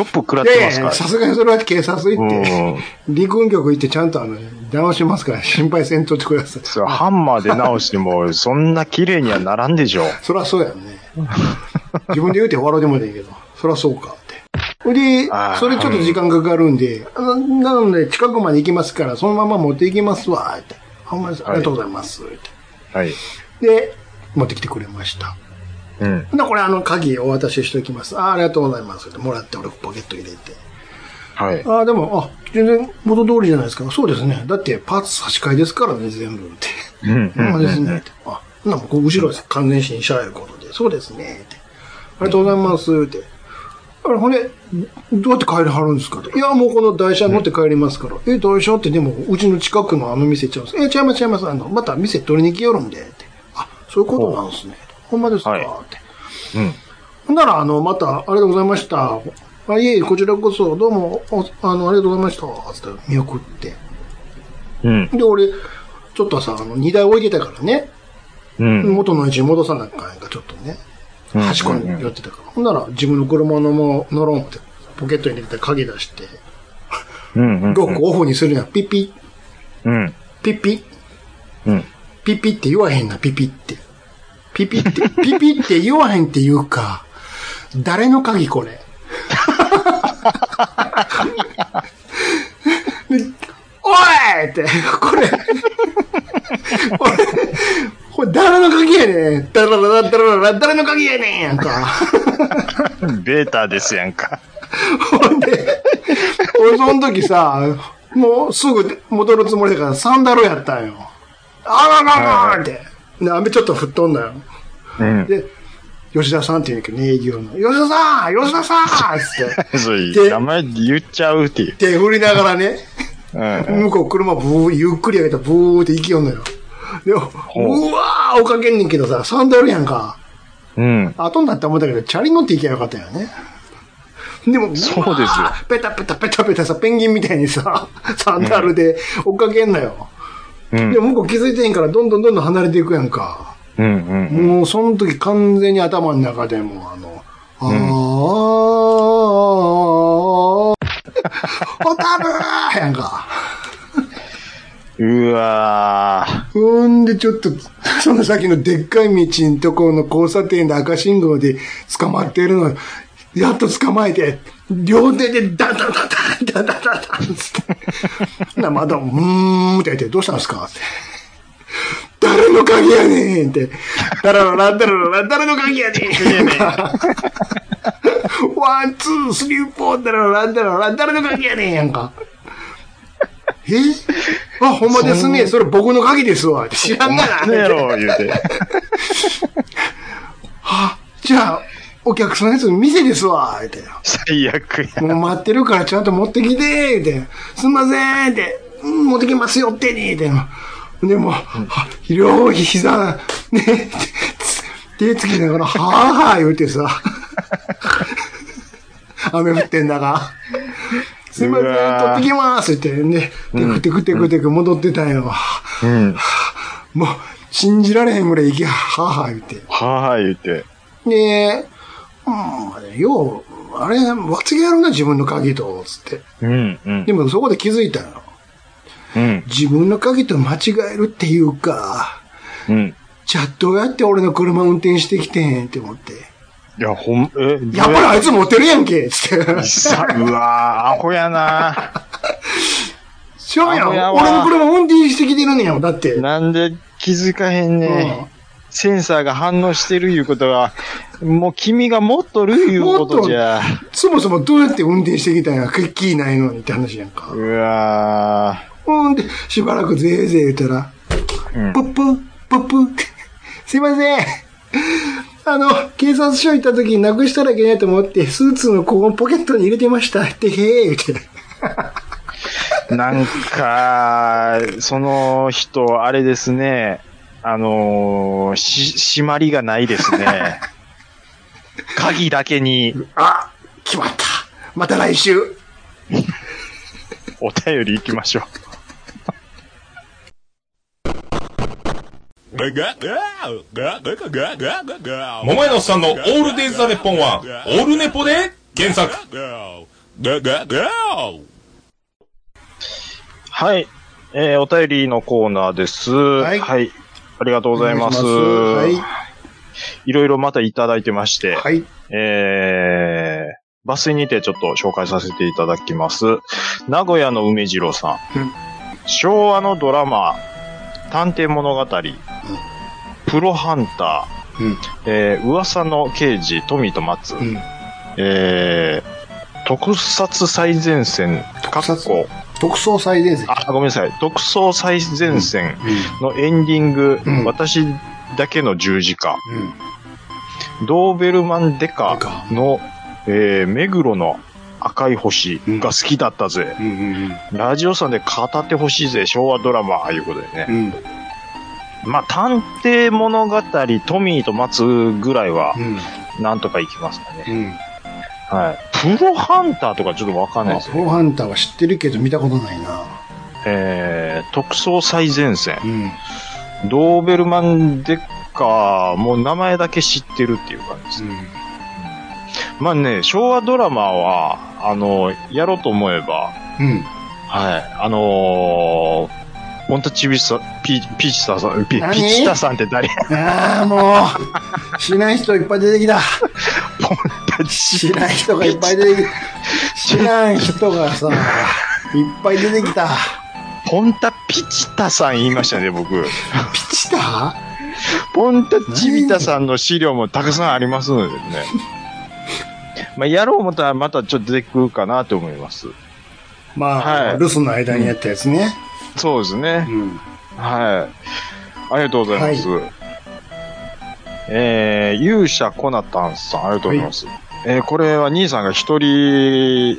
S1: ョップ食らっ
S3: い
S1: て
S3: や
S1: ま
S3: い
S1: す
S3: や
S1: か
S3: さすがにそれは警察行
S1: ら。
S3: って、
S1: うん。
S3: 陸軍局行ってちゃんとあの、直しますから心配せんとってください。
S1: それハンマーで直しても、そんな綺麗にはならんでしょ。
S3: そりゃそうやんね。自分で言うて笑うでもないけど、そりゃそうかって。ほいで
S1: あ、ー
S3: それちょっと時間かかるんで、あのなので近くまで行きますから、そのまま持って行きますわ、って。あほんまですあ
S1: はい
S3: りがとうございます、って
S1: はい。
S3: で、持ってきてくれました。
S1: うん。
S3: ほなこれあの鍵お渡ししておきます。あーありがとうございます。ってもらって俺ポケット入れて。
S1: はい。
S3: ああ、でも、あ、全然元通りじゃないですか。そうですね。だってパーツ差し替えですからね、全部って。
S1: うん。
S3: ほんまですね。ってあ、ほんなんもう後ろです。完全新車いうことで。そうですね。ってありがとうございます。って。あれ、ほんで、どうやって帰りはるんですかって。いや、もうこの台車乗って帰りますから。え、台車ってでも、うちの近くのあの店行っちゃうんです。え、違います、違います。あの、また店取りに来よるんで。って。あ、そういうことなんですね。ほんまですか、
S1: はい
S3: って。
S1: うん。
S3: ほんなら、あの、また、ありがとうございました。あ、いえいえ、こちらこそ、どうも、おあの、ありがとうございました。つって、見送って。
S1: うん。
S3: で、俺、ちょっとさ、あの、荷台置いてたからね。
S1: うん。
S3: 元の位置に戻さなきゃいけないから、ちょっとね。
S1: うん
S3: 端っこに寄ってたから。ほんなら、自分の車のも乗ろうって、ポケットに入れて鍵出して、
S1: うん。うん
S3: ロックオフにするやん。ピッピッ、
S1: うん。
S3: ピッピッ、
S1: うん。
S3: ピッピって言わへんな、ピピって。ピ ピって、ピピって言わへんって言うか。誰の鍵これ。 おいって、これ、これ、これ誰の鍵やねん。ダラララダラララ誰の鍵やねんやんか。
S1: ベータですやんか。
S3: ほんで、俺その時さ、もうすぐ戻るつもりだからサンダルやったんよ。あららららって。で、雨ちょっと振っとんだよ。
S1: うん。
S3: で、吉田さんって言うんだけどね、営業の。吉田さん吉田さんつっ て。
S1: そうい
S3: で
S1: う、名前言っちゃうっていう。
S3: 手振りながらね、
S1: うん。
S3: 向こう車ブー、ゆっくり上げたらブーって行きよんのよ。で、うわー追っかけんねんけどさ、サンダルやんか。
S1: うん。
S3: 後になって思ったけど、チャリ乗って行けばよかったよね。で
S1: そう
S3: も、
S1: ですよ
S3: うわーペタペタペタペタさ、ペンギンみたいにさ、サンダルで追っかけんなよ。
S1: うん
S3: で。も向こう気づいてへんから、どんどんどんどん離れていくやんか。
S1: うん。うん。
S3: もうその時完全に頭の中でもうあの、あー、ホタルーやんか。
S1: うわー
S3: ほんでちょっと、その先のでっかい道のところの交差点で赤信号で捕まってるの、やっと捕まえて、両手でダンダンダンダンダンダンダンつって。な、まだ、うーんって言って、どうしたんですかって。誰の鍵やねんって。ダラララダラララ誰の鍵やねん。 ワン、ツー、スリー、フォー、ダラララダラララ誰の鍵やねんやんか。えあ、ほんまですね。それ僕の鍵ですわ。知らんがな。
S1: 何やろう言うて。
S3: じゃあ、お客さんのやつ店ですわ、って。
S1: 最悪や。
S3: もう待ってるからちゃんと持ってきて、って。すんません、って。うん持ってきますよってね、って。でも、は両膝、ね、手つきながら、はぁはぁ言うてさ。雨降ってんだが。すいません、
S1: うわー
S3: 取ってきますってね。テクテクテクテク戻ってたんよ。
S1: うん。
S3: もう、信じられへんぐらい息はぁはぁ言うて。
S1: はい、言うて。
S3: で、うん、よう、あれ、わつげやるな、自分の鍵と、つって。
S1: うん、うん
S3: で。もそこで気づいたよ。
S1: うん、
S3: 自分の鍵と間違えるっていうか、
S1: うん。
S3: じゃあどうやって俺の車運転してきてんって思って。
S1: いや、ほん、え、
S3: やっぱりあいつ持ってるやんけつ って。
S1: さ、うわーアホやな
S3: しょうや
S1: あ
S3: ん。
S1: のやわ
S3: 俺の車運転してきてるねんよ。だって。
S1: なんで気づかへん
S3: う
S1: ね
S3: ん
S1: ん。センサーが反応してるいうことは、もう君が持っとるいうことじゃ。
S3: そもそもどうやって運転してきたんや。クッキーないのにって話やんか
S1: う。わ
S3: うんで、しばらくぜーぜー言ったら、
S1: うん
S3: プップン、プップン、すいません。あの、警察署行った時になくしたらいけないと思って、スーツのここのポケットに入れてました。ってへえ、って。
S1: ーなんか、その人、あれですね。あのーし、締まりがないです ね。鍵だけに
S3: あ、決まった。また来週。
S1: お便り行きましょう。
S4: 桃
S5: 桃
S4: 屋
S5: 屋の
S4: のお
S5: お
S4: っ
S5: っ
S4: さ
S5: さ
S4: ん
S5: ん
S4: の
S5: のオ
S4: オー
S5: ー
S4: ル
S5: ル
S4: デ
S5: デ
S4: イ
S5: イ
S4: ザ
S5: ザ
S4: ネ
S5: ネ
S4: ポ
S5: ポ
S4: ン
S5: ン
S4: は
S5: は、
S4: オ
S5: オ
S4: ー
S5: ー
S4: ル
S5: ル
S4: ネ
S5: ネ
S4: ポ
S5: ポ
S4: で
S5: で
S4: 原
S5: 原
S4: 作
S5: 作。
S1: はい。えーお便りのコーナーです。
S3: い
S1: はい。ありがとうございます。
S3: お願いしま
S1: いろいろまたいただいてまして、
S3: すはい。はい。
S1: えー、抜粋にてちょっと紹介させていただきます。名古屋の梅次郎さん。
S3: うん
S1: 昭和のドラマ、探偵物語、プロハンター、えー噂の刑事、富と松、
S3: うん。うん。
S1: えー特撮最前線、
S3: 特撮
S1: かっこ
S3: 特捜最前線。
S1: あ、ごめんなさい。特捜最前線
S3: う
S1: のエンディング、
S3: うん
S1: 私だけの十字架、
S3: ん。うん。
S1: ドーベルマンデカ
S3: デカ
S1: の、えー目黒の赤い星が好きだったぜ。
S3: うん。
S1: ラジオさんで語ってほしいぜ、昭和ドラマ、ああいうことでね。
S3: うん。
S1: まあ、探偵物語、トミーと松ぐらいは、なんとかいきますかね。
S3: うん。
S1: はい。プロハンターとかちょっとわかんないです
S3: プロハンターは知ってるけど見たことないな。
S1: えー、特捜最前線。
S3: うん。
S1: ドーベルマンデッカー、もう名前だけ知ってるっていう感じですね。まあね、昭和ドラマは、あの、やろうと思えば、
S3: うん。
S1: はい、あのー、ポンタチビスタ、ピ、ピチタさん、ピ、ピ
S3: 何
S1: チタさんって誰
S3: ああ、もう、知らない人いっぱい出てきた。
S1: ポン
S3: 知らん人がいっぱい出てきた。知らん人がさ、いっぱい出てきた。
S1: ポンタピチタさん言いましたね、僕。
S3: ピチタ
S1: ポンタチビタさんの資料もたくさんありますのでね。まあ、やろう思ったらまたちょっと出てくるかなと思います。
S3: まあ、
S1: はい
S3: 留守の間にやったやつね。
S1: そうですね。
S3: うん。
S1: はい。ありがとうございます。えー、勇者コナタンさん、ありがとうございます。えー、これは兄さんが一人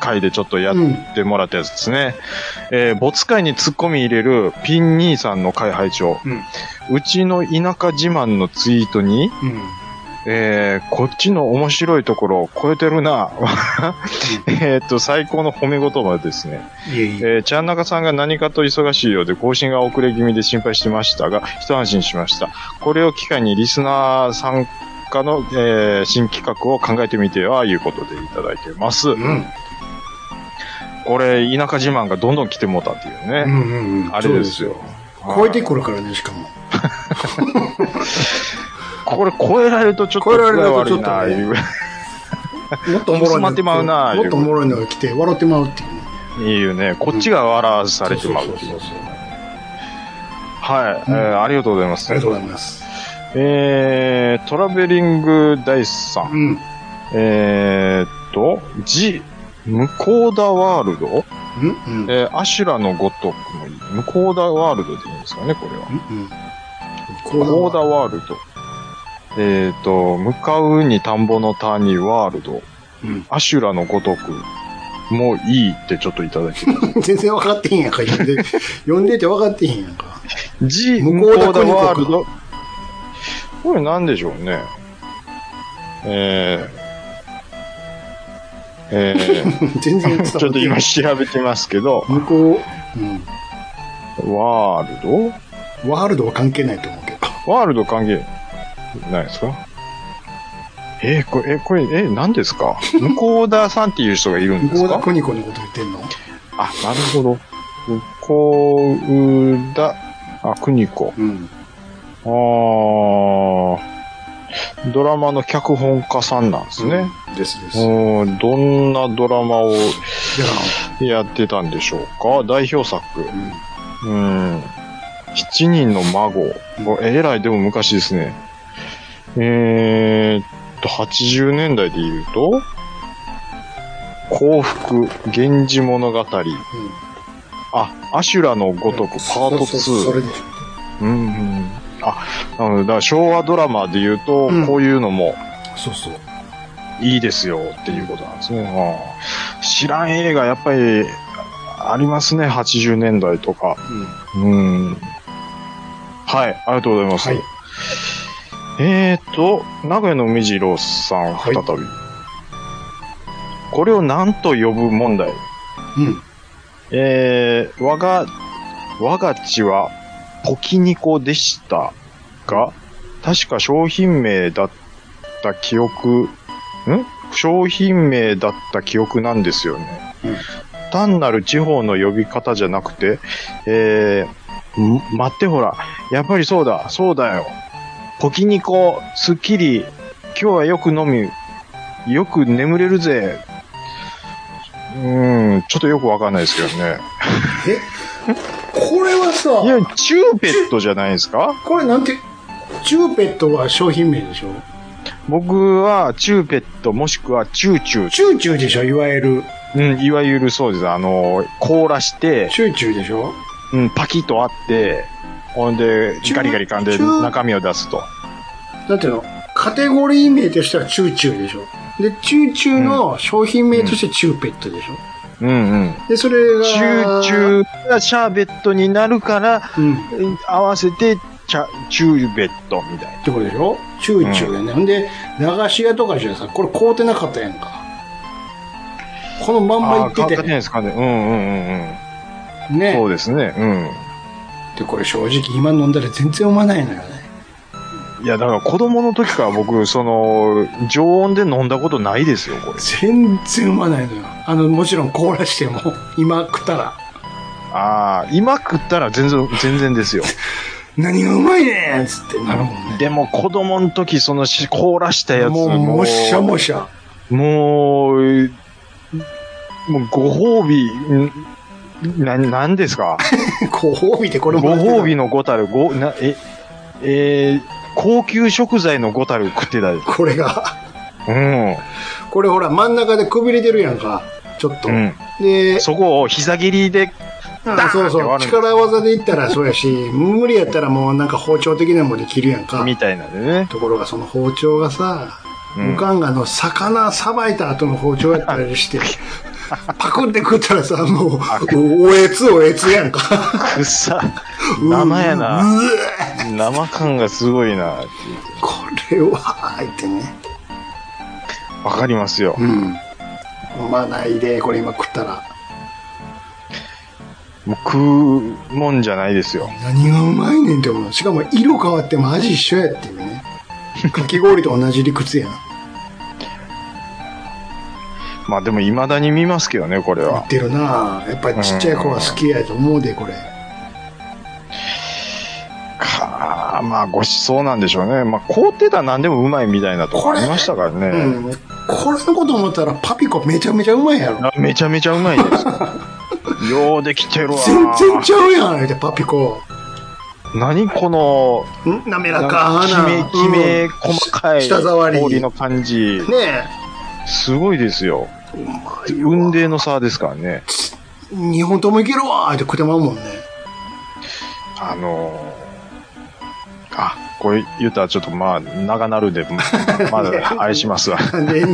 S1: 会でちょっとやっ
S3: うん。
S1: ってもらったやつですね。えー、没会に突っ込み入れるピン兄さんの会配長。
S3: うん
S1: うちの田舎自慢のツイートに、
S3: うん。
S1: えー、こっちの面白いところを超えてるな。 えーっと、最高の褒め言葉ですね。
S3: いえいえ。
S1: えー、ちゃんなかさんが何かと忙しいようで更新が遅れ気味で心配してましたが、一安心しました。これを機会にリスナー参加の、えー新企画を考えてみては、いうことでいただいてます。
S3: うん。
S1: これ、田舎自慢がどんどん来てもうたっていうね。
S3: うんうん うん。
S1: あれですよ。
S3: そうですよ。超えてくるからね、しか も。
S1: これ超えられるとちょっと
S3: 超えられるとちょっとね
S1: 具合悪いな
S3: もっとおもろい
S1: 薄まってまうな
S3: もっとおもろいのが来て、笑ってまうっていうね。
S1: いういうね、こっちが笑わされてまう。
S3: そうそうそうそう
S1: はい、
S3: うん
S1: えーありがとうございます。
S3: ありがとうございます。
S1: えー、トラベリングダイスさ、
S3: うんん。ん
S1: えーっと、ジ・向こうだワールド、
S3: うん。うん。
S1: えー、アシュラのごとくもいい。向こうだワールドでいいんですかね、これは。
S3: こ
S1: 向田
S3: は。
S1: ワールド。えーっと、向かうに田んぼの谷ワールド、
S3: うん。
S1: アシュラのごとくもいいってちょっといただきます。
S3: 全然分かってへんやんか、読ん で。読んでて分かってへんやんか。
S1: G
S3: 向
S1: 向
S3: こ
S1: こ
S3: う
S1: う
S3: だ
S1: だ
S3: 国とか
S1: ワールド。これなんでしょうね。えー、え ー、
S3: 全然伝わって
S1: ちょっと今調べてますけど、
S3: 向こう、う
S1: ワール
S3: ん。ワールドは関係ないと思うけど。
S1: ドワールド関係ないですかえーこれ、えーこれ、えー何ですか向こうださんっていう人がいるんで
S3: 向こ
S1: す
S3: うだ
S1: か
S3: コニコのこと言ってんの
S1: あ、なるほど。向こうだ、あ、くにこ。
S3: うん。
S1: あードラマの脚本家さんなんですね。。
S3: ですです。いう
S1: ーんどんなドラマを
S3: や、
S1: やってたんでしょうか代表作。
S3: う
S1: う
S3: ん。
S1: ん。七人の孫。おえらいでも昔ですね。えーっと、80年代で言うと、幸福、源氏物語。あ、アシュラのごとく、パート
S3: そうそうそ
S1: 2。
S3: れでしょ。
S1: うんうん。あ、なので、だから昭和ドラマで言うと、
S3: うん
S1: こういうのも、
S3: そうそう。
S1: いいですよっていうことなんですね。うん知らん映画やっぱりありますね、80年代とか。
S3: うん。
S1: うん。はい、ありがとうございます。
S3: はい。
S1: えーと、名古屋の海次郎さん、
S3: は
S1: 再
S3: い
S1: び。これを何と呼ぶ問題。
S3: うん。
S1: えー、我が、我が地はポキニコでしたが、確か商品名だった記憶、ん商品名だった記憶なんですよね。
S3: うん
S1: 単なる地方の呼び方じゃなくて、えー、ん待ってほら、やっぱりそうだ、そうだよ。ポキニコ、スッキリ、今日はよく飲み、よく眠れるぜ。うーん、ちょっとよくわかんないですけどね。
S3: えこれはい
S1: や
S3: さ、、
S1: チューペットじゃないですか
S3: これなんて、チューペットは商品名でしょ
S1: 僕は、チューペットもしくはチューチュー。
S3: チューチューでしょいわゆる。
S1: うん、いわゆるそうです。あの、凍らして、
S3: チューチューでしょ
S1: うん、パキッとあって、ほんで
S3: チュ、ー
S1: ガリガリ噛んで
S3: チュー
S1: 中身を出すと。
S3: なんていうのカテゴリー名としてはチューチューでしょで、チューチューの商品名としてチューペットでしょ、
S1: うんうん。
S3: で、それが、
S1: チューチューがシャーベットになるから、
S3: ー。うん。っ
S1: うん合わせて、チャ、チューベットみたいな。
S3: てことでしょチューチューやね。ほんで、駄菓子屋とかじゃさ、これ買うてなかったやんか。このまんま
S1: あ
S3: 行
S1: あー、
S3: って
S1: 買ったん
S3: て
S1: ですかね。うんうんうんうん。
S3: ね。
S1: そうですね。うん。
S3: で、これ正直今飲んだら全然飲まないのよね。
S1: いや、だから子供の時から僕、その、常温で飲んだことないですよ、これ。
S3: 全然飲まないのよ。あの、もちろん凍らしても、今食ったら。
S1: ああ、今食ったら全然、全然ですよ。
S3: 何がうまいねんつってなるもんね。
S1: でも子供の時そのし凍らしたやつ
S3: もう、もっしゃもっしゃ。
S1: もう、もうご褒美、んな、なんですか
S3: ご褒美でこ
S1: ご
S3: れもらってた
S1: 褒美のごたる、ご、な、え、えー高級食材のごたる食ってたで。
S3: これが、
S1: うん。
S3: これほら、真ん中でくびれてるやんか。ちょっと。
S1: うん。
S3: で、
S1: そこを膝切りで、
S3: あそう
S1: ダーンって割る
S3: そ
S1: の
S3: う。力技でいったらそうやし、無理やったらもうなんか包丁的なもんで切るやんか。
S1: みたいなんでね。
S3: ところがその包丁がさ、
S1: うん
S3: 武漢がの魚さばいた後の包丁やったりして、パクって食ったらさ、もう、おえつおえつやんか。
S1: くっさ。生やな。
S3: うう
S1: 生感がすごいな。
S3: これは、言ってね。
S1: わかりますよ。
S3: うん。まあないで、これ今食ったら。
S1: もう食うもんじゃないですよ。
S3: 何がうまいねんって思う。しかも色変わっても味一緒やっていうね。かき氷と同じ理屈やん。
S1: まあでも未だに見ますけどね、これ
S3: 言
S1: は
S3: っ。てるなやっぱりちっちゃい子は好きやと思うで、これ。
S1: かまあごちそうなんでしょうね。まあ凍ってたら何でもうまいみたいなとこ
S3: これ
S1: ありましたからね。
S3: うん。これのこと思ったらパピコめちゃめちゃうまいやろ。
S1: あめちゃめちゃうまいです。 ようできてるわ。
S3: 全然ちゃうやん、言うてパピコ。
S1: 何この、
S3: ん滑
S1: な
S3: ら
S1: ん
S3: か
S1: か
S3: な。
S1: きめきめ
S3: うん
S1: 細かい
S3: 舌触り。
S1: 氷
S3: ね
S1: の感じ。すごいですよ。
S3: え。うまいわ
S1: 雲泥の差ですからね。
S3: 二本ともいけるわーって食ってまうもんね。
S1: あのーあ、これ言ったらちょっとまあ、長なるんで、まだ、あれしますわ。
S3: なんで、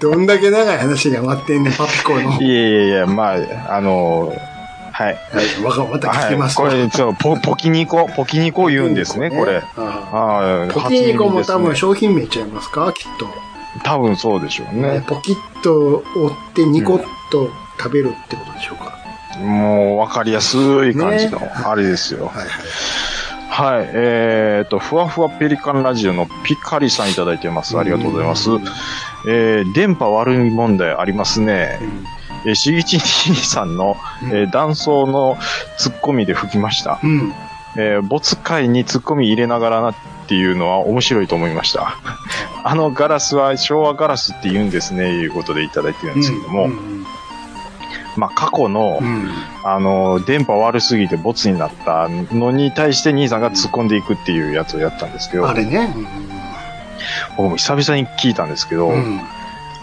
S3: どんだけ長い話にはまってんねん、パピコの。はい
S1: やいやいや、まあ、あのーはい。
S3: い、わか、また聞
S1: は
S3: きま
S1: い、
S3: す
S1: こ
S3: わ、
S1: れ、そう、ポ、ポキニコ、ポキニコ言うんですね、これ。
S3: あ
S1: あ
S3: あ
S1: あ、
S3: ポキニコも
S1: 初耳で
S3: 多分
S1: すね
S3: 商品名ちゃいますかきっと。
S1: 多分そうでしょうね。
S3: ポキッと折ってニコッと食べるってことでしょうか。
S1: もう、わかりやすい感じの、あれですよ。
S3: はいはい。
S1: はい、えー、と、ふわふわペリカンラジオのピカリさんいただいてます。ありがとうございます
S3: うん。
S1: えー、電波悪い問題ありますね
S3: う。ん
S1: えー、しぎちにさんの、えー、断層のツッコミで吹きました。
S3: うん。
S1: えー、没回にツッコミ入れながらなっていうのは面白いと思いま した。あのガラスは昭和ガラスって言うんですね、いうことでいただいてるんですけども、
S3: うん
S1: まあ過去の、
S3: うん
S1: あの、電波悪すぎてボツになったのに対して兄さんが突っ込んでいくっていうやつをやったんですけど、
S3: あれね。
S1: 僕も久々に聞いたんですけど、
S3: うん。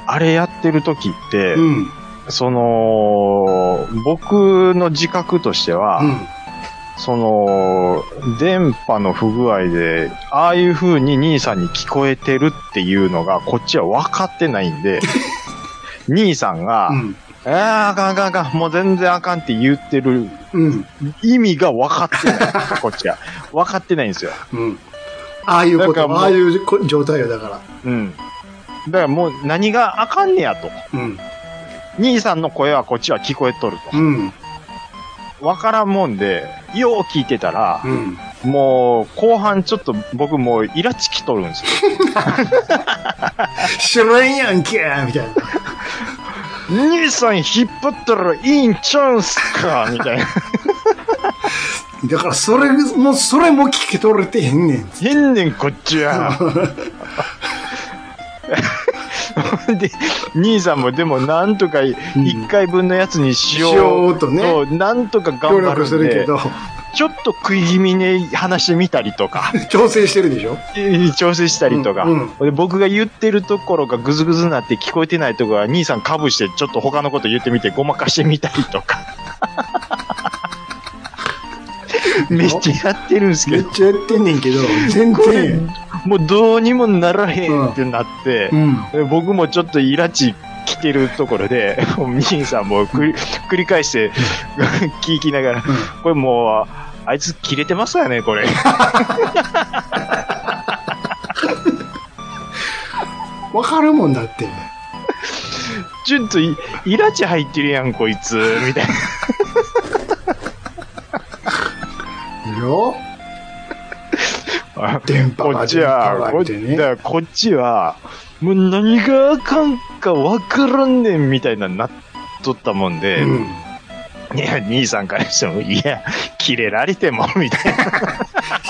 S1: あれやってる時って、
S3: うん。
S1: その、僕の自覚としては、
S3: うん。
S1: その、電波の不具合で、ああいう風に兄さんに聞こえてるっていうのが、こっちは分かってないん で、兄さんが、
S3: うん。
S1: えー、あかんあかんあかん、もう全然あかんって言ってる
S3: うん。
S1: 意味が分かって ない。こっちが。分かってないんですよ。
S3: うん。ああいう
S1: だ
S3: こ
S1: から
S3: と、
S1: もう
S3: ああいうこ状態よ、だから。
S1: うん。だからもう何があかんねやと。
S3: うん。
S1: 兄さんの声はこっちは聞こえとると。
S3: うん。
S1: わからんもんで、よう聞いてたら
S3: う、ん。
S1: もう、後半ちょっと僕もうイラつきとるんです
S3: 知らんやんけみたいな。
S1: よ。兄さん引っ張ったらいいんちゃうんすかみたいな。
S3: だから、それも、それも聞き取れてへんねん。
S1: 変ねん、こっちは。で、兄さんもでもなんとか一回分のやつにしよう。
S3: しようとね
S1: そうなんとか
S3: 協
S1: 頑張
S3: 力
S1: る
S3: す
S1: ん
S3: る
S1: で
S3: けど、
S1: ちょっと食い気味に話してみたりとか、
S3: 調整してるでしょ
S1: 調整したりとか、
S3: うん
S1: で僕が言ってるところがぐずぐずになって聞こえてないところは兄さんかぶしてちょっと他のこと言ってみてごまかしてみたりとか。めっちゃやってるんです
S3: め
S1: け
S3: っ
S1: ど、
S3: ちゃやってんねんけど、全
S1: これ
S3: 然。
S1: もうどうにもならへんってなって
S3: う、ん。
S1: で僕もちょっとイラチ来てるところで、もう兄さんも繰り繰り返して聞きながら、これもう、あいつ切れてますよね、これ。
S3: わかるもんだって。
S1: ちょっとい、イラチ入ってるやん、こいつ、みたいな。
S3: よ電波
S1: こ
S3: が
S1: っちは、
S3: 電波
S1: こ
S3: が
S1: っ
S3: ってね
S1: だからこっちは、もう何があかんかわからんねん、みたいななっとったもんで、
S3: うん。
S1: いや、兄さんからしても、いや、キレられても、みたいな。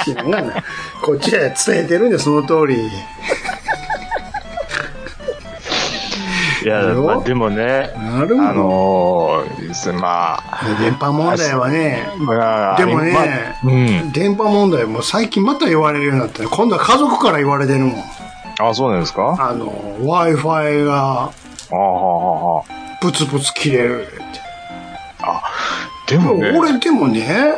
S3: 知らんがな。こっちで伝えてるんで、その通り。
S1: いや、まあでもね、
S3: なるほど。
S1: あのー、まあ、
S3: 電波問題はね、
S1: まあ
S3: でもね、
S1: まあうん。
S3: 電波問題も最近また言われるようになったよ。今度は家族から言われてるもん。
S1: あ、そうなんですか
S3: あの、Wi-Fi が
S1: あははは
S3: ブツブツ切れるって。
S1: でもね、
S3: 俺でもね、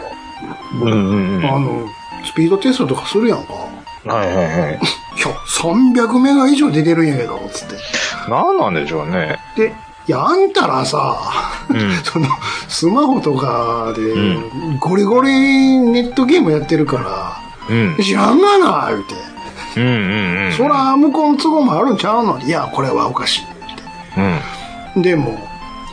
S1: うんうんうん。
S3: あ
S1: は
S3: の、スピードテストとかするやんか。
S1: いはいはい。
S3: いや、300メガ以上出てるんやけど、つって。
S1: 何なんでしょうね。
S3: で、いや、あんたらさ、
S1: うん。
S3: その、スマホとかで
S1: う、
S3: ゴリゴリネットゲームやってるから、
S1: うん。
S3: 知らんがな、言うて。
S1: うんうんうん。
S3: そら、向こうの都合もあるんちゃうのいや、これはおかしい、言うて。
S1: うん。
S3: でも、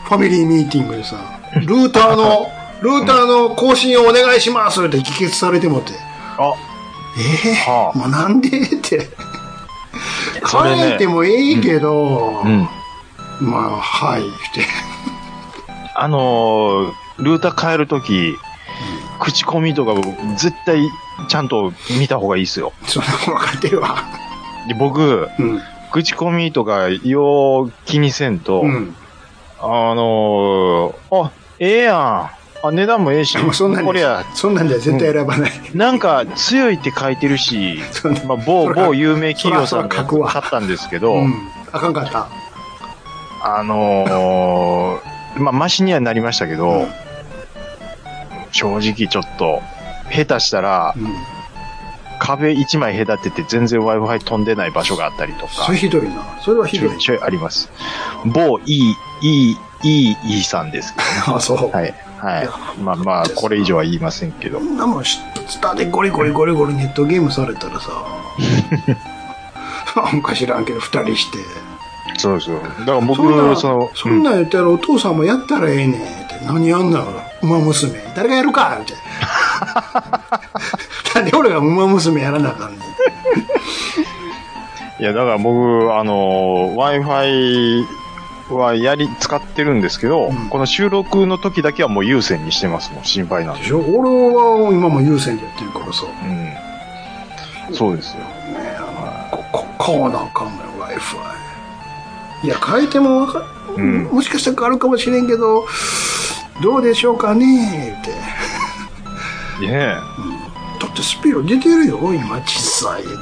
S3: ファミリーミーティングでさ、ルーターの、ルーターの更新をお願いしますって議決されてもって、
S1: あ、
S3: ええ
S1: はあ
S3: もうなんでって、
S1: それね
S3: 変えてもええけど、
S1: うん。
S3: まあ、はい、って。
S1: あのー、ルーター変えるとき、口コミとか僕絶対ちゃんと見た方がいいですよ。
S3: そんなもん分かってるわ。
S1: で僕、
S3: うん。
S1: 口コミとかよう気にせんと、
S3: うん。
S1: あのー、あ、ええやん。あ、値段もええし、
S3: でもそんなん
S1: こりゃ、
S3: そんなんじゃ絶対選ばない。
S1: なんか強いって書いてるし、
S3: そんな
S1: まあ、某、
S3: そら
S1: 某有名企業さん
S3: そら
S1: が
S3: そら
S1: 買
S3: 書くわ
S1: ったんですけど、
S3: うん。あかんかった。
S1: あのー、まあ、マシにはなりましたけど、
S3: うん
S1: 正直ちょっと、下手したら
S3: う、ん。
S1: 壁一枚隔てて全然 Wi-Fi 飛んでない場所があったりと
S3: そ
S1: か
S3: れ、ひどいな。それはひ
S1: ち
S3: どい
S1: ょい。ちょいあります。某いい、いい、いい、いいさんですけど
S3: あ、そう。
S1: はい。はい。まあまあ、これ以上は言いませんけど
S3: そ。んなもんし、スターでゴリゴリゴリゴリネットゲームされたら さ、なんか知らんけど、二人して。
S1: そうですよ。だから僕、
S3: そんな、
S1: その、
S3: そんなん言ったらお父さんもやったらええねんって。何やんなら、馬娘。誰がやるかって。 なんで俺が馬娘やらなあかんねん。
S1: いや、だから僕、あの、Wi-Fi はやり、使ってるんですけど、
S3: うん
S1: この収録の時だけはもう優先にしてますもん、心配なん
S3: で
S1: で。
S3: しょ俺は今も優先でやってるからさ。
S1: うん。そうですよ。
S3: ねあのこここうなんかもよ Wi-Fi いや変えてもわか、
S1: うん
S3: もしかしたら変わるかもしれんけどどうでしょうかねって
S1: ねえ。
S3: だってスピード出てるよ今実際ってって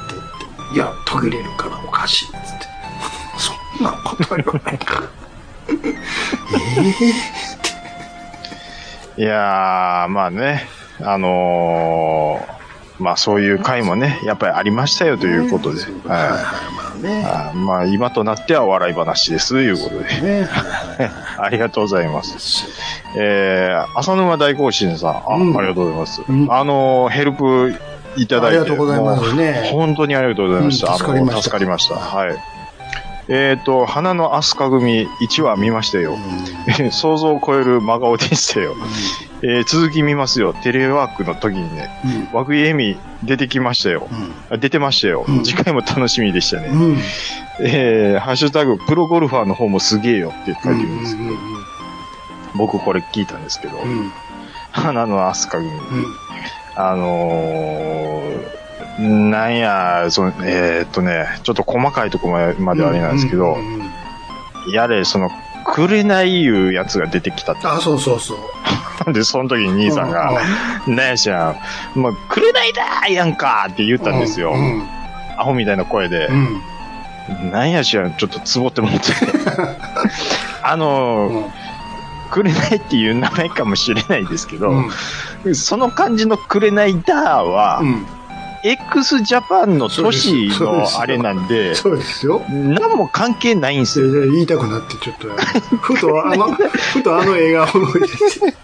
S3: いや途切れるからおかしいっつってそんなこと言わないからえ
S1: いやー、まあね、あのーまあそういう回もね、やっぱりありましたよと
S3: え
S1: いうことで。
S3: そうはいはい
S1: はい
S3: まあね
S1: あーまあ今となっては笑い話です、ということで。
S3: ねはいはい
S1: ありがとうございます。えー、浅沼大行進さん、あ,、
S3: うん
S1: ありがとうございます。
S3: うん
S1: あのー、ヘルプいただい
S3: あ
S1: て。
S3: りがとうございます
S1: もう
S3: ね
S1: 本当にありがとうございました。
S3: うん助かりま
S1: あ
S3: した
S1: のー助かりました。はい。えっ、と、花のアスカ組1話見ましたよ。 想像を超える真顔でしたよ。 えー続き見ますよ。テレワークの時にね、
S3: うんうん
S1: 和久井恵美出てきましたよ。あ出てましたよ、
S3: うん
S1: 次回も楽しみでしたね。
S3: うんうん
S1: えーハッシュタグ、プロゴルファーの方もすげえよって書いてるんですけど、僕これ聞いたんですけど、
S3: うんうん
S1: 花のアスカ組、
S3: うん
S1: あのー、なんや、その、えーっとね、ちょっと細かいとこまでまではあれなんですけど、
S3: うんうんうん
S1: やれ、その、くれないいうやつが出てきたって。
S3: あ、そうそうそう。
S1: で、その時に兄さん
S3: う
S1: が、なんやしゃん、まあ、くれないだーやんかーって言ったんですよ。
S3: うん。
S1: アホみたいな声で
S3: う、ん。
S1: なんやしゃん、ちょっとつぼってもっ て。あのー
S3: うん
S1: くれないっていう名前かもしれないですけど、
S3: うん
S1: その感じのくれないだーは、
S3: うん。
S1: x ジャパンの都市
S3: そうで
S1: の
S3: す
S1: あれなんで、
S3: そうですよ。
S1: 何も関係ないんです
S3: で
S1: よ。
S3: で言いたくなって、ちょっと、ふとあの、ふとあの映画を思い出して。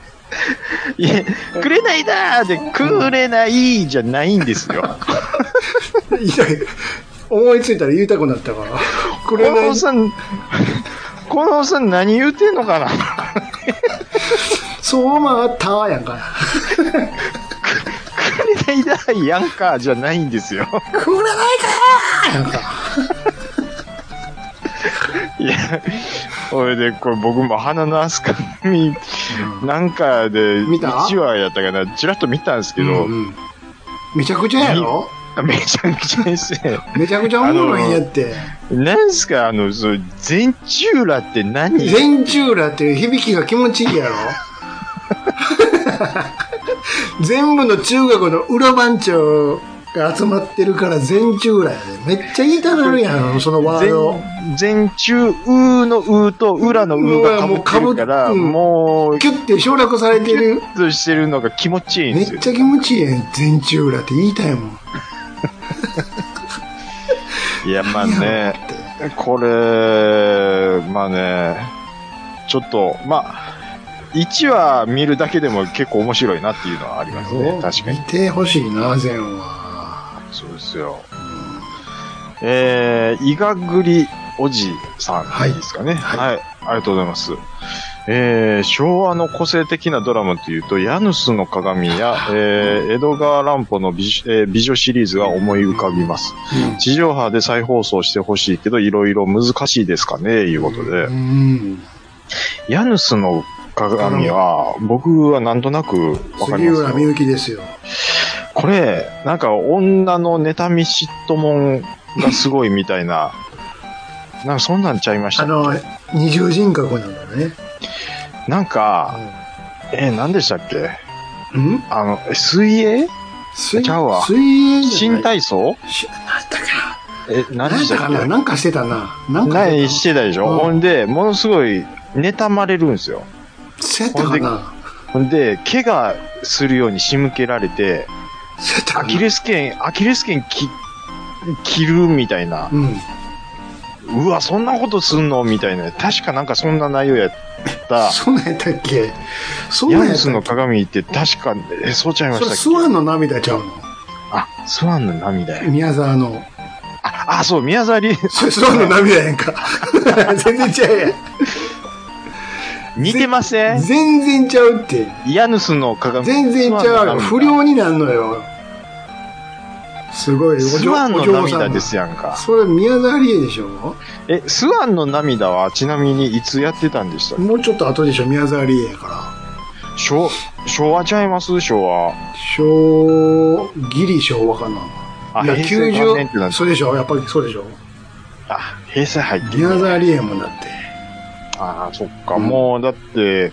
S1: いや、くれないだーで、くれないじゃないんですよ。
S3: 言いたく思いついたら言いたくなったから。
S1: こ
S3: くれな
S1: の
S3: い
S1: おっ。さん、このおっさん何言うてんのかな
S3: そうまあったーやんか。
S1: くれないだーやんかじゃないんですよ。
S3: くれないかーやんか。
S1: いや、それで、これ僕も鼻のあすかみ、なんかで、
S3: 見た
S1: 1話やったかな、ちらっと見たんですけど、
S3: うんうんめちゃくちゃやろ
S1: めちゃくちゃにして、
S3: めちゃくちゃおもろいんやって。
S1: なんすか、あの、そう、全チューラって何
S3: 全チューラっていう響きが気持ちいいやろ全部の中学の裏番長が集まってるから全チューラやで。めっちゃ言いたなるやん、そのワード。
S1: 全、全中、うのうと裏のうがかぶってるから、
S3: うわ
S1: もう、キ
S3: キュッて省略されて
S1: ュ。
S3: る
S1: ッとしてるのが気持ちいいん
S3: め
S1: で
S3: っ
S1: すよ。
S3: ちゃ気持ちいいやん、全チューラって言いたいもん。
S1: いや、まあ
S3: いや
S1: ね、これ、まあね、ちょっと、まあ、1話見るだけでも結構面白いなっていうのはありますね。確かに
S3: 見。てほしいな、全は。
S1: そうですよ。えー、いがぐりおじさんいいですかね、はい。ありがとうございます。えー、昭和の個性的なドラマというと、ヤヌスの鏡や、えー、江戸川乱歩の美,、えー美女シリーズが思い浮かびます。地上波で再放送してほしいけど、いろいろ難しいですかね、いうことで。
S3: うん。
S1: ヤヌスの鏡は、僕はなんとなくわかり
S3: 杉
S1: ます
S3: 浦
S1: よ
S3: みゆきですよ。
S1: これ、なんか女の妬み嫉妬もんがすごいみたいな、 なんかそんなんちゃいまし
S3: あ
S1: た。
S3: の、二重人格なんだね。
S1: なんか、えー、何でしたっけ
S3: うん
S1: あの、え水泳
S3: 水
S1: ちゃうわ
S3: 水泳じゃない
S1: 新体操
S3: しなんだか。
S1: え、何
S3: な
S1: で
S3: ん
S1: し
S3: だ
S1: た
S3: か
S1: っ
S3: な
S1: け
S3: なんかしてたな。なんか
S1: 何
S3: し
S1: しててたでしょ、
S3: うん
S1: ほんで、ものすごい妬まれるんですよ。
S3: た。してたかな
S1: ほんで、怪我するように仕向けられて、
S3: してたか
S1: ア
S3: な
S1: キレス腱、アキレス腱き切るみたいな。
S3: うん。
S1: うわ、そんなことすんのみたいな。確かなんかそんな内容やった。
S3: そんなんやったっけそん
S1: ヤ
S3: なんや
S1: ヌ
S3: っ
S1: ス
S3: た
S1: の
S3: っけ
S1: 鏡って確か、え、そうちゃいまし
S3: それ
S1: たっ
S3: ス
S1: け
S3: ワンの涙ちゃうの
S1: あ、スワンの涙や。
S3: 宮沢の。
S1: あ、あそう、宮沢 りえ、
S3: それスワンの涙や んか。全然ちゃうや
S1: 似てませ
S3: ん。
S1: ん
S3: 全然ちゃうって。
S1: ヤヌスの鏡。
S3: 全然ち
S1: スワン
S3: ゃう
S1: の
S3: よ。
S1: 涙
S3: 不良になんのよ。すごい。お嬢
S1: スワンの
S3: お嬢さん
S1: 涙ですやんか。
S3: それ宮沢りえでしょ
S1: え、スワンの涙はちなみにいつやってたんでしたっ
S3: もうちょっと後でしょ、宮沢りえやから。
S1: け昭昭和ちゃいます昭和。
S3: 昭ギリ昭和かな。
S1: あ、
S3: いや、
S1: 平成元年ってな
S3: 90、
S1: って
S3: そうでしょ、やっぱりそうでしょ。
S1: あ、平成入って
S3: 宮
S1: る。
S3: 沢りえもんだって。
S1: あー、そっか、もうだって、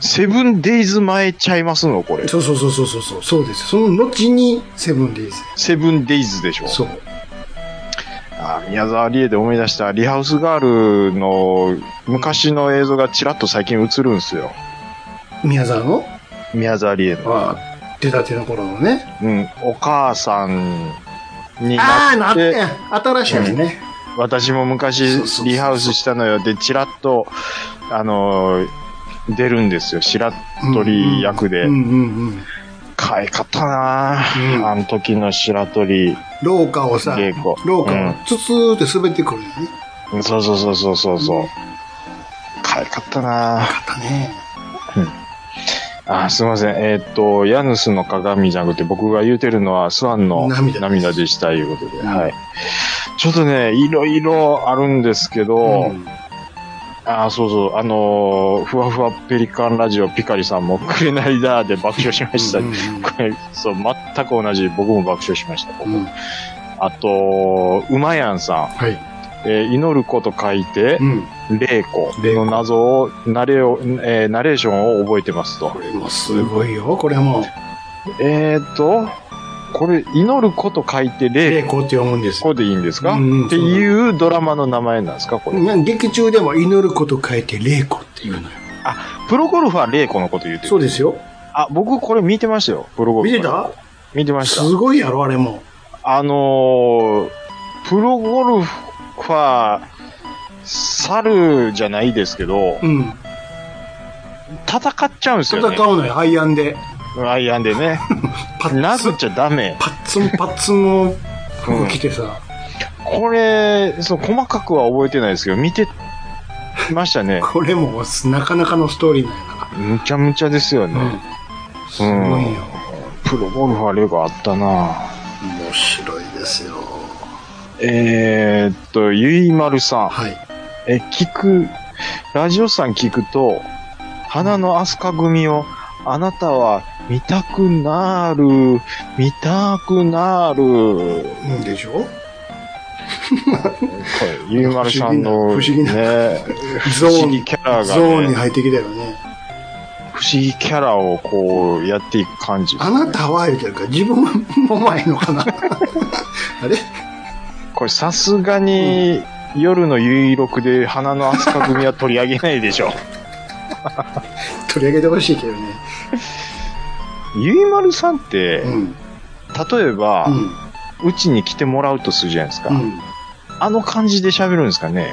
S1: セブンデイズ前ちゃいますのこれ。
S3: そうそうそうそうそうそう、そうです。その後にセブンデイズ。
S1: セブンデイズでしょ
S3: そう。
S1: あ宮沢りえで思い出した、リハウスガールの昔の映像がちらっと最近映るんすよ。
S3: 宮沢の
S1: 宮沢りえの。
S3: あ出たての頃のね。
S1: うん、お母さんに
S3: ああ、
S1: な
S3: な
S1: っ、
S3: ってて、新しいやつね。
S1: 私も
S3: そうそうそうそ
S1: 昔
S3: う
S1: リハウスしたのよ。で、ちらっと、あのー出るんですよ。白鳥役で。
S3: うんうんうん。
S1: 可愛かったなぁ、
S3: うん
S1: あの時の白鳥
S3: 廊下をさ、
S1: 稽古。
S3: 廊
S1: う
S3: 下
S1: ん
S3: をツツーって滑ってくるよね。
S1: そうそうそうそうそうそう。可愛かったなぁ
S3: あったね。
S1: あ、すいません。えーっと、ヤヌスの鏡じゃなくて、僕が言うてるのは、スワンの
S3: 涙です
S1: 涙でした、いうことで、
S3: うん
S1: はい。ちょっとね、いろいろあるんですけど、
S3: うん
S1: あ、そうそう、あのーふわふわペリカンラジオピカリさんも、くれないだーで爆笑しました。
S3: うんうんうん
S1: これ、そう、全く同じ、僕も爆笑しました。
S3: うん
S1: あと、うまやんさ
S3: はい。
S1: ん、えー祈ること書いて
S3: う、ん。
S1: 霊子
S3: 霊
S1: の
S3: 子
S1: 謎を、ナレオ、えーナレーションを覚えてますと
S3: こ。れもすごいよ、これも。
S1: えー、と、これ、祈ること書いて
S3: 霊
S1: 霊
S3: 子って読むんですよ
S1: 子でいいんですか、
S3: うんうん
S1: っていうドラマの名前なんですかこれ。
S3: なん劇中でも祈ること書いて霊子っていうのよ。
S1: あ、プロゴルファー霊子のこと言うて
S3: そ
S1: る。
S3: うですよ。
S1: あ、僕これ見てましたよ。プロゴル
S3: 見
S1: ファー。
S3: てた
S1: 見てまし
S3: す
S1: た。
S3: ごいやろ、あれも。
S1: あのー、プロゴルファー、猿じゃないですけど、
S3: うん。
S1: 戦っちゃうんです
S3: 戦
S1: よ
S3: う
S1: ね。
S3: のよ、アイアンで。
S1: アイアンで ね。
S3: パッツ
S1: 殴っ
S3: ン、
S1: ちゃダメ。
S3: パッツンパッツンの服着てさ。。
S1: これ、そう、細かくは覚えてないですけど、見てましたね
S3: これも、なかなかのストーリーなんやか
S1: むちゃむちゃですよね。
S3: ら。うん。すごいよ。
S1: プロゴルファーレゴあったな
S3: 面白いですよ。
S1: えー、っと、ゆいまるさん。
S3: はい。
S1: え、聞く、ラジオさん聞くと、花の飛鳥組を、あなたは見たくなる、見たくなる。
S3: うんでしょ
S1: これゆうまるさんの、
S3: 不思議な不
S1: ね、
S3: ゾ
S1: 不
S3: ー
S1: 思
S3: ン
S1: 議
S3: に、
S1: キャラ
S3: ゾ
S1: が、
S3: ーンに
S1: ね、
S3: 入ってきたよね。
S1: 不思議キャラをこうやっていく感じ。
S3: あなたは言うてるから、自分もまいの かな。あれ
S1: これさすがに、夜のゆいろくで花の飛鳥組は取り上げないでしょ。
S3: 取り上げてほしいけどね。
S1: ゆいまるさんって、
S3: うん。
S1: 例えば
S3: う、ん。
S1: うち、に来てもらうとするじゃないですか。
S3: うん。
S1: あの感じで喋るんですかね。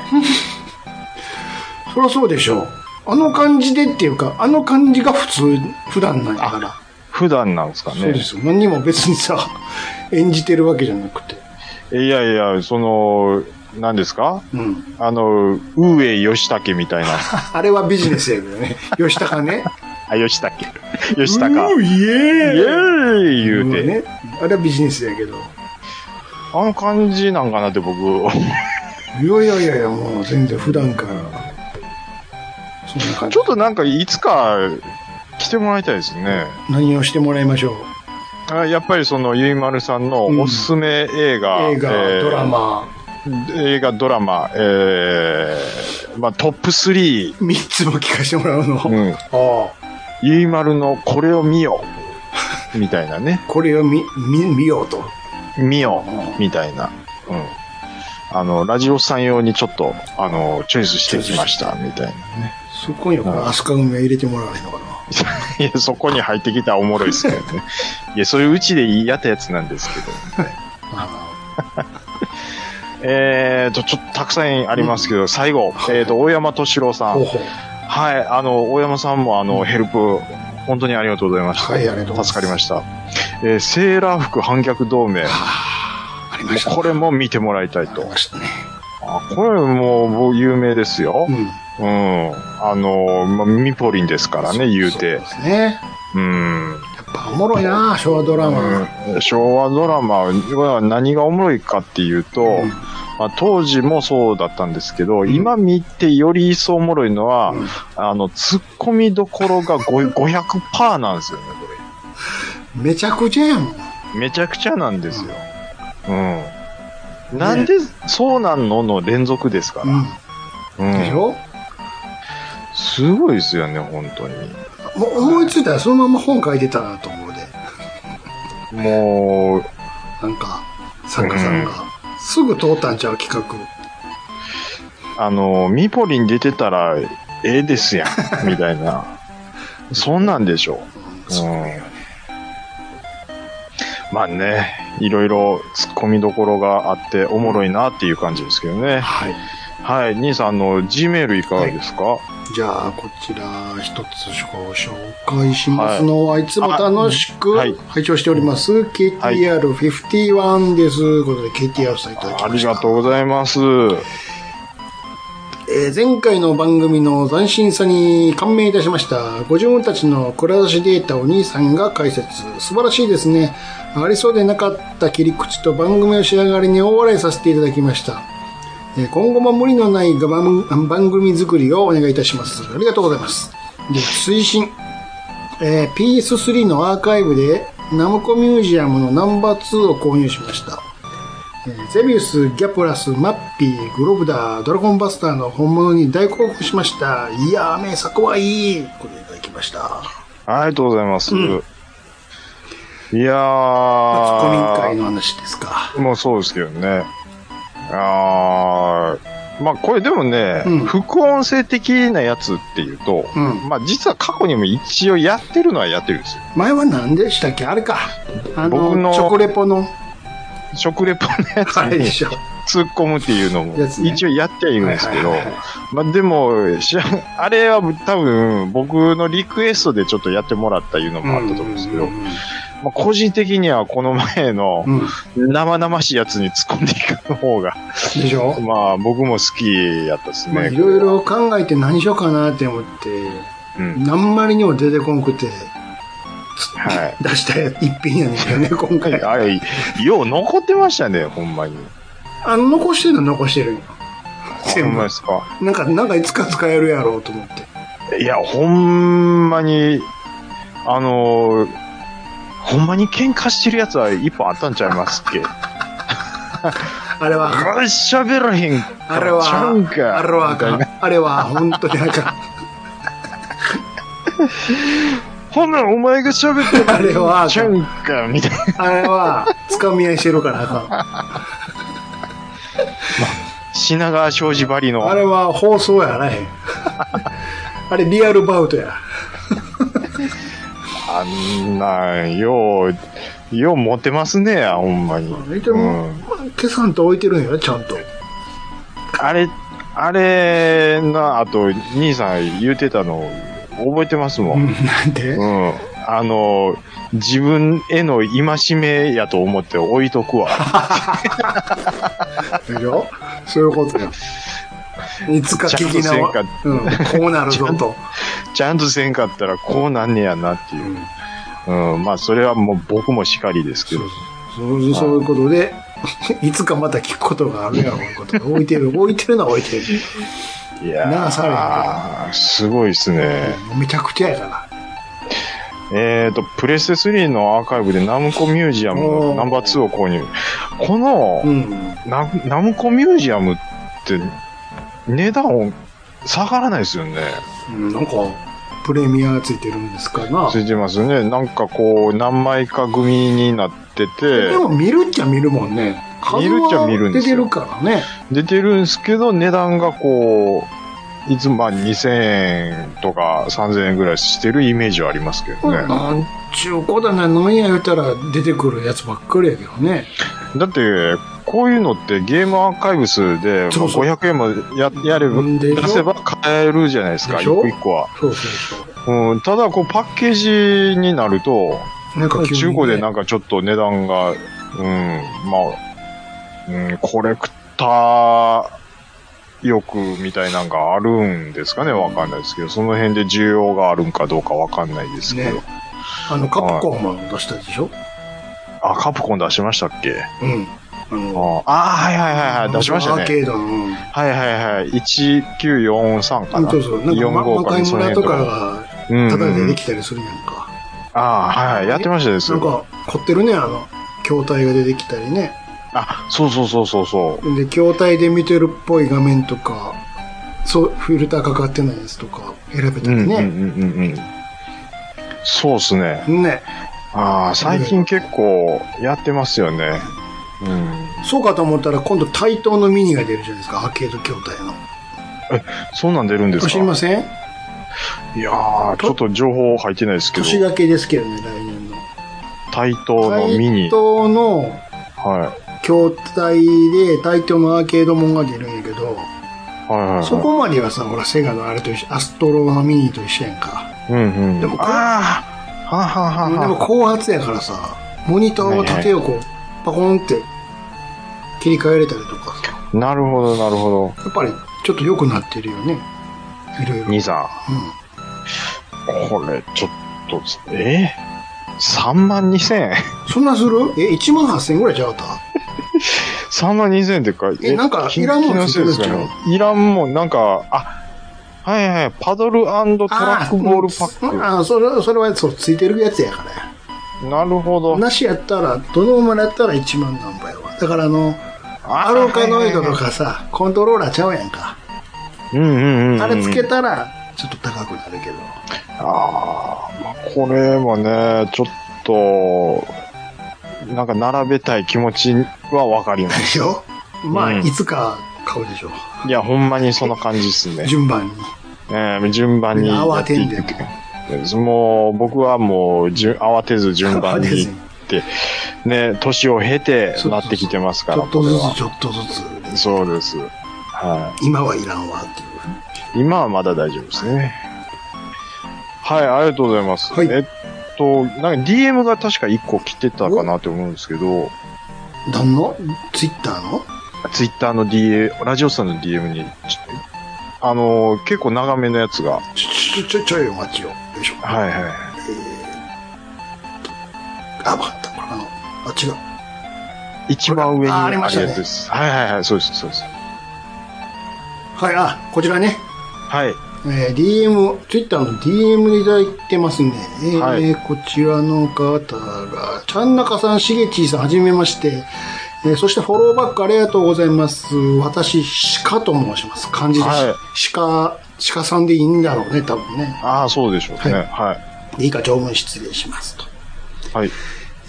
S3: そりゃそうでしょう。あの感じでっていうか、あの感じが普通、普段なんやから。
S1: 普段なんですか
S3: そうで
S1: ね。
S3: すよ。何にも別にさ、 演じてるわけじゃなくて。
S1: いやいや、その、何ですか
S3: うん。
S1: あの、ウエヨシタケみ たいな。
S3: あれはビジネスやけど ね。吉高ね。
S1: あ、ヨシタケ。ヨシタカ。
S3: う
S1: イ
S3: ーイエ
S1: エ
S3: ーイ
S1: ーイ言うて、
S3: ね。あれはビジネスやけど。
S1: あの感じなんかなって 僕、
S3: いやいやいやいや、もう全然普段から。そんな感じ
S1: ちょ。っとなんかいつか来てもらいたいですね。
S3: 何をしてもらいましょう。
S1: あやっぱりそのゆいまるさんのおすすめ映画、
S3: 映画、
S1: えー
S3: ドラマ、
S1: 映画、ドラマ、えー、まあトップ3、
S3: 三つも聞かせてもらう の。
S1: う
S3: あ
S1: ん、
S3: あ、
S1: ゆいまるのこれを見よ う、みたいなね。
S3: これを見、見、見ようと。
S1: 見よう、みたいな。うん。あの、ラジオさん用にちょっと、あの、チョイスしてきました、みたいな ね。
S3: そこにはこの飛鳥組は入れてもらわないのかな。
S1: いや、そこに入ってきたらおもろいですけど ね。いや、そういううちでやったやつなんですけど。
S3: あ
S1: えーと、ちょっとたくさんありますけど、最後、えーと、大山敏郎さ
S3: の
S1: ん
S3: ほう。ほう。
S1: はい、あの、大山さんもあの、ヘルプ、本当にありがとうございました。
S3: はいありがとうございます
S1: 助かりました。えーセーラー服反逆同盟。
S3: ありました。
S1: これも見てもらいたい
S3: あり
S1: と。
S3: ましたね。
S1: あこれももう有名ですよ。
S3: うん。
S1: うん。あの、まあ、ミポリンですからね、言う
S3: そう
S1: て
S3: で。すね。
S1: うん。
S3: やっぱおもろいな、昭和ドラマ。
S1: 昭和ドラマは何がおもろいかっていうと、
S3: うん
S1: まあ、当時もそうだったんですけど、
S3: ん
S1: 今見てより一層おもろいのは、
S3: うん
S1: あの、突っ込みどころが5 500%なんですよね、こ
S3: めちゃくちゃやもん。
S1: れ。めちゃくちゃなんですよ。うん。なんで、そうなんのの連続ですか
S3: う
S1: ら。
S3: ん。
S1: うん
S3: でしょ
S1: すごいですよね、本当に。
S3: もう思いついたらそのまま本書いてたなと思うで。
S1: もう、
S3: なんか、作家さんが。すぐ通ったんちゃう企画。
S1: あの、ミポリン出てたら、ええですやん、みたいな。 そんなんでしょう。。
S3: そううん
S1: まあね、いろいろ突っ込みどころがあって、おもろいなっていう感じですけどね。
S3: はい。
S1: はい、兄さん、あの、G メールいかがですか、
S3: じゃあ、こちら、一つご紹介しますのは、い、つも楽しく
S1: はい
S3: 拝聴しております、
S1: い
S3: KTR51 です。ということで、KTR さんいただき
S1: あ
S3: ま
S1: り
S3: し
S1: が
S3: た。
S1: とうございます。は
S3: えー前回の番組の斬新さに感銘いたしました。ご自分たちの蔵出しデータを兄さんが解説。素晴らしいですね。ありそうでなかった切り口と番組の仕上がりに大笑いさせていただきました。えー今後も無理のないが番番組作りをお願いいたします。ありがとうございます。で、推進。えー、ピース3のアーカイブでナムコミュージアムのナンバー2を購入しました。えーゼビウス、ギャプラス、マッピー、グロブダー、ドラゴンバスターの本物に大興奮しました。いやー、名作はいい。これいただきました。
S1: いありがとうございます。いや
S3: ツッコミ委員会
S1: ー、
S3: の話ですか。
S1: もうそうですけどね。あー、まあこれでもね、
S3: うん
S1: 副音声的なやつっていうと、
S3: うん
S1: まあ実は過去にも一応やってるのはやってるんですよ。
S3: 前は何でしたっけあれか。あの、
S1: 僕の
S3: チョコレポの、
S1: 食レポのやつ
S3: あれ
S1: に
S3: でしょ。
S1: 突っ込むっていうのも
S3: やつね
S1: 一応やってはいるんですけど
S3: はいはいはい、
S1: まあでも、知らんあれは多分僕のリクエストでちょっとやってもらったいうのもあったと思うんですけど、
S3: うん
S1: まあ個人的にはこの前の
S3: うん
S1: 生々しいやつに突っ込んでいく方が、
S3: でしょ、
S1: まあ僕も好きやったです
S3: まあ、
S1: ね。
S3: いろいろ考えて何しようかなって思って、
S1: うん。
S3: 何まりにも出てこんくて、
S1: は
S3: 出した一品やねんけどね、今
S1: い。
S3: 回。
S1: あれ、よう残ってましたね、ほんまに。
S3: あの、残してるのは残してるんよ
S1: ほ
S3: 全
S1: んま
S3: 部
S1: で。すか。
S3: なんか、なんかいつか使えるやろうと思って。
S1: いや、ほんまに、あのーほんまに喧嘩してるやつは一本あったんちゃいますっけ
S3: あれは、
S1: あれ喋らへんか
S3: あれ
S1: らちゃうん
S3: は、
S1: か。
S3: あれはあか
S1: み
S3: ん
S1: たいな。
S3: あれは、本当にあかん。
S1: ほんならお前が喋って
S3: あれはあ
S1: ち
S3: か
S1: ゃ
S3: ん、
S1: うんか、みたいな。
S3: あれは、つかみ合いしてるからあか
S1: 品川庄司ばりの。
S3: ん。あれは放送やあらへん。あれリアルバウトや。
S1: あんなん、よう、ようモテますね、ほんまに。
S3: でも、
S1: うん
S3: まあ、消さんと置いてるんよね、ちゃんと。
S1: あれ、あれの後、兄さん言うてたの覚えてますも。
S3: うんんなんで
S1: うん。あの、自分への戒めやと思って置いとくわ。
S3: でしょそういうことよ。いつか聞きな
S1: ちゃ
S3: わ
S1: んと。
S3: うん、こうなるぞと。
S1: ちゃんとせんかったらこうなんねやなっていう。うん。まあ、それはもう僕もしかりですけど。
S3: そうそういうことで、いつかまた聞くことがあるやろうことが置いてる、置いてるのは置いてる。
S1: いや
S3: なあ
S1: ー、すごいですね。
S3: めちゃくちゃやから。
S1: えっ、と、プレステ3のアーカイブでナムコミュージアムのナンバー2を購入。この、
S3: うん。
S1: ナナムコミュージアムって値段を下がらないですよね。
S3: うんなんか、プレミアがついてるんですかな
S1: つ。いてますね。なんかこう、何枚か組になってて
S3: で、も見るっちゃ見るもんね。
S1: 見るっちゃ見るんですよ
S3: 数は出てるからね。
S1: 出てるんですけど、値段がこう、いつもまあ2000円とか3000円ぐらいしてるイメージはありますけどね。
S3: なんちゅうことだね、飲みや言うたら出てくるやつばっかりやけどね。
S1: だって、こういうのってゲームアーカイブスで、
S3: そうそう
S1: まあ500円もややれば、
S3: でしょ
S1: 出せば買えるじゃないですか、
S3: で
S1: 一
S3: しょ
S1: 個一個は。
S3: そうそうそう。
S1: うん、ただ、こう、パッケージになると、
S3: なんか急に、
S1: 中
S3: ね、
S1: 古でなんかちょっと値段が、うん、まあ、うん、コレクター欲みたいなんがあるんですかねわかんないですけど、その辺で需要があるんかどうかわかんないですけど。
S3: ねあの、カプコンも出したでしょ
S1: あ、カプコン出しましたっけ
S3: うん。あ
S1: あ
S3: の、
S1: ーあー、はいはいはいはい、出しました
S3: アー
S1: ね。
S3: ケードの。うん
S1: はいはいはい、1943かな。
S3: そうそう。なんか、ま、
S1: 45
S3: 魔界
S1: その辺
S3: 村と
S1: とか
S3: かが、
S1: うん
S3: ただ
S1: う
S3: で
S1: んう
S3: で
S1: ん
S3: きたりするやんか。
S1: ああ、はいはい、やってましたです
S3: なんか、凝ってるね、あの、筐体が出てきたりね。
S1: あ、そうそうそうそうそう。
S3: で、筐体で見てるっぽい画面とか、そう、フィルターかかってないやつとか選べた
S1: う
S3: り
S1: んうんうん
S3: ね。
S1: うんうん。そうっすね。
S3: ね。
S1: ああ、最近結構やってますよね。うん。
S3: そうかと思ったら、今度、対等のミニが出るじゃないですか、アーケード筐体の。
S1: そんなん出るんですか
S3: 知りません
S1: いやー、ちょっと情報入ってないですけ
S3: 年
S1: ど、
S3: だけですけどね、来年の。
S1: 対等のミ
S3: 対
S1: ニ。
S3: 等の
S1: は
S3: 筐体で、対等のアーケードもんが出るんやけど、
S1: い。はいはい、はい。
S3: そこまではさ、ほら、セガのあれと一緒、アストロのミニと一緒やんか。
S1: うんうん。
S3: でもこれ
S1: ああ、はあはあ
S3: で
S1: はあ
S3: も
S1: は
S3: 後発やからさ、モニターの縦をこう、パコンって切り替えれたりとかさ、
S1: あ。なるほど、なるほ
S3: やっぱりちょっと良くなってるよね。いろいろ。
S1: ど。兄さん、
S3: う
S1: これ、ちょっと、え3万2000円
S3: ん。そんなするえ、1万8000円ぐらいちゃうかっ
S1: ?3 万2000円ってか、
S3: えなんかいらんもん
S1: 気のせいですか
S3: ついてる
S1: ね
S3: んち。
S1: いらんもん、なんか、あ、はいはい、パドルトラ
S3: た
S1: ックボールパック。
S3: ああ、それ、それはそう、ついてるやつやからや。
S1: なるほど。
S3: なしやったら、どの馬やったら1万何倍は。だからあの、アルカノイドとかさ、コントローラーちゃうやんか。
S1: うんうんうん。
S3: あれつけたら、ちょっと高くなるけど。
S1: ああ、まあ、これもね、ちょっと、なんか並べたい気持ちはわかりま。
S3: ですしょまあ、
S1: うん
S3: いつか買うでしょう。
S1: いや、ほんまにそんな感じっすね。
S3: 順番に。
S1: えー順番にや
S3: 慌
S1: って
S3: て
S1: い
S3: ん
S1: く
S3: でも。
S1: もう、僕はもう、じゅ慌てず順 番に
S3: 慌てず
S1: っ
S3: に
S1: て、ね、年を経て
S3: そうそうそう
S1: なってきてますか
S3: ち
S1: ら、
S3: ょっと
S1: これ
S3: ず
S1: は
S3: つちょっとずつ、
S1: そうです。は
S3: 今はいらんわっていう。
S1: い。今はまだ大丈夫ですね。はい、ありがとうございます。
S3: はい
S1: えっと、なんか DM が確か1個来てたかなって思うんですけど、
S3: 何のツイッターの
S1: ツイッターの DM、ラジオさんの DM に、ちょっとあのー結構長めのやつが、は
S3: ちょ、ちょ、ちょ、ちょいお待ちを。よいしょ。
S1: いはい。
S3: あ、わかった。これあの、あ、違う。
S1: 一番上に
S3: あありましたね
S1: やつです。はいはいはい、そうです、そうです。
S3: はい、あ、こちらね。
S1: はい。
S3: えー、DM、ツイッターの DM でいただいてますね。えー
S1: はい
S3: こちらの方が、ちゃんなかさん、しげちーさん、はじめまして。えーそしてフォローバックありがとうございます。私、鹿と申します。漢字です。
S1: はい
S3: 鹿、鹿さんでいいんだろうね、多分ね。
S1: ああ、そうでしょうね。
S3: は
S1: はいい。
S3: いいか、条文失礼しますと。
S1: はい。
S3: え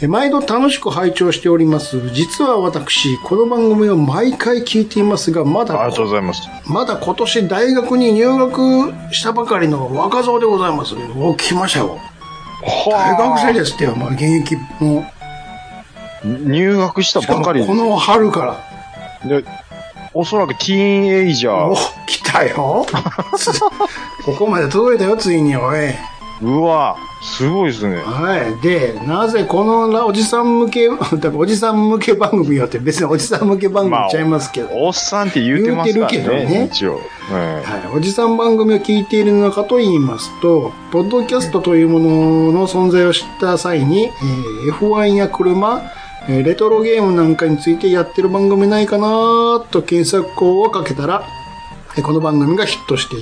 S3: ー毎度楽しく拝聴しております。実は私、この番組を毎回聞いていますが、まだ
S1: ありがとうございます。
S3: まだ今年大学に入学したばかりの若造でございます。お、来ましたよ。大学生ですってよ、まあ、現役の。
S1: 入学したばかり
S3: しかもこの春から。
S1: で、おそらくティーンエイジャ
S3: お
S1: ー。、
S3: 来た よ。つここまで届いたよ、ついに、おい。
S1: うわすごいですね。
S3: はい。で、なぜこのおじさん向け、 だからおじさん向け番組よって別におじさん向け番組ちゃいますけど。
S1: おっさんって言うてますからね。
S3: 言うてるけどね
S1: 一応。え
S3: はい、おじさん番組を聞いているのかと言いますと、ポッドキャストというものの存在を知った際に、えー F1 や車、えーレトロゲームなんかについてやってる番組ないかなと検索をかけたら、えーこの番組がヒットして、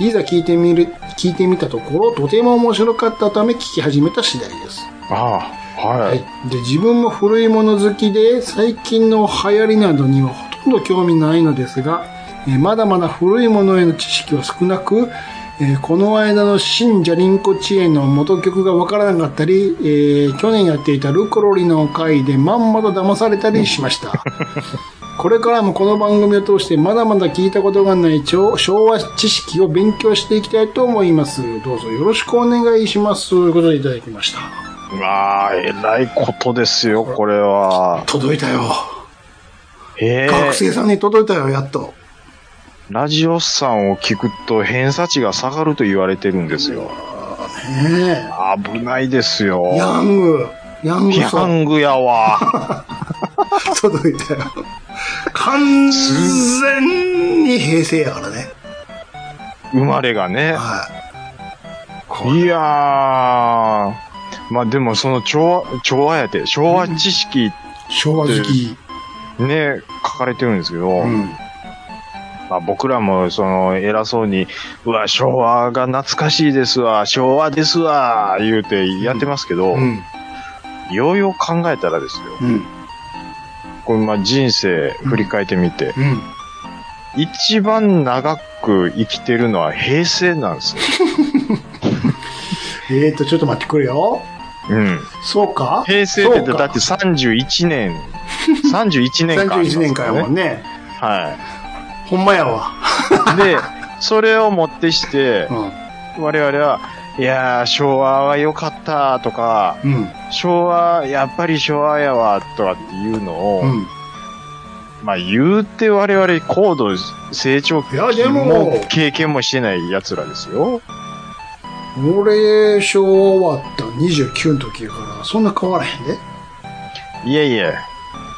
S3: いざ聞いてみる、聞いてみたところ、とても面白かったため聞き始めた次第です。
S1: ああ、は。
S3: はいい、で自分も古いもの好きで最近の流行りなどにはほとんど興味ないのですが、えーまだまだ古いものへの知識は少なく、えーこの間の「新ジャリンコ知恵」の元曲がわからなかったり、えー去年やっていた「ルコロリ」の回でまんまと騙されたりしま した。これからもこの番組を通してまだまだ聞いたことがない超昭和知識を勉強していきたいと思います。どうぞよろしくお願いします。ということでいただきました。
S1: まあ、えらいことですよ、これは。
S3: 届いたよ。
S1: ええ
S3: 学生さんに届いたよ、やっと。
S1: ラジオさんを聞くと偏差値が下がると言われてるんですよ。
S3: ね
S1: 危ないですよ。
S3: え。ヤング、ヤング
S1: ヤ
S3: さん
S1: ングやわ。
S3: 届いたよ。完全に平成やからね。
S1: 生まれが ね。
S3: はい
S1: やー。まあでもその調和、調和やて、昭和知識
S3: い。昭和好き。
S1: ね、書かれてるんですけど、
S3: うん。
S1: まあ、僕らもその偉そうに、うわ、昭和が懐かしいですわ、昭和ですわ、言うてやってますけど、
S3: うん。
S1: ようよう考えたらですよ、
S3: うん。
S1: これまあ人生振り返ってみて、
S3: うん。
S1: 一番長く生きてるのは平成なんですよ。
S3: えーと、ちょっと待ってくれよ。
S1: うん。
S3: そうか
S1: 平成って
S3: そう
S1: だ
S3: か
S1: って31年、31年間、
S3: 31年間やもんね。
S1: は
S3: ほんまやわ。
S1: い。で、それをもってして
S3: う、ん。
S1: 我々は、いやー、昭和は良かったとか、
S3: うん。
S1: 昭和、やっぱり昭和やわ、とかっていうのを、
S3: うん。
S1: まあ言うて我々高度成長期
S3: いやでも
S1: も経験もしてない奴らですよ。
S3: 俺、昭和終わった29の時やから、そんな変わらへんで。
S1: いやいや、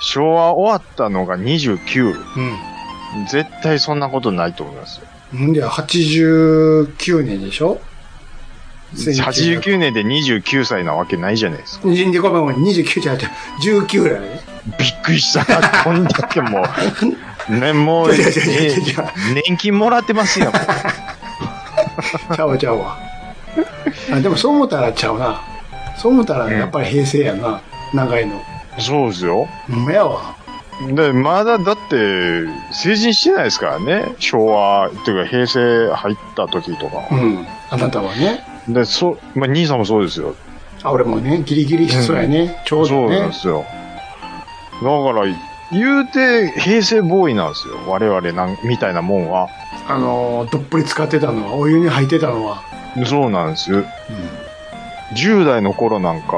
S1: 昭和終わったのが29。絶対そんなことないと思いますよ。
S3: うん。んで、89年でしょ
S1: 89年で29歳なわけないじゃないですか。
S3: ごめんごめん、29じゃなくて、19やね。
S1: びっくりした。こんだけもう、 ね、もう、
S3: いやいやいやいや
S1: ね年金もらってますよ。
S3: ちゃうわちゃ うわ。あでもそう思ったらちゃうな。そう思ったらやっぱり平成やな。長いの。
S1: そうですよ。
S3: ほんまやわ。
S1: で、まだだって、成人してないですからね。昭和、っていうか平成入った時とか
S3: う。ん。あなたはね。
S1: で、そう、まあ、兄さんもそうですよ。
S3: あ、俺もね、ギリギリそうやね。ちょう
S1: そ
S3: ど
S1: うなん
S3: ね
S1: で。すよ。だから、言うて、平成ボーイなんですよ。我々なん、みたいなもんは。
S3: あのー、どっぷり使ってたのは、お湯に入ってたのは。
S1: そうなんです。10代の頃なんか、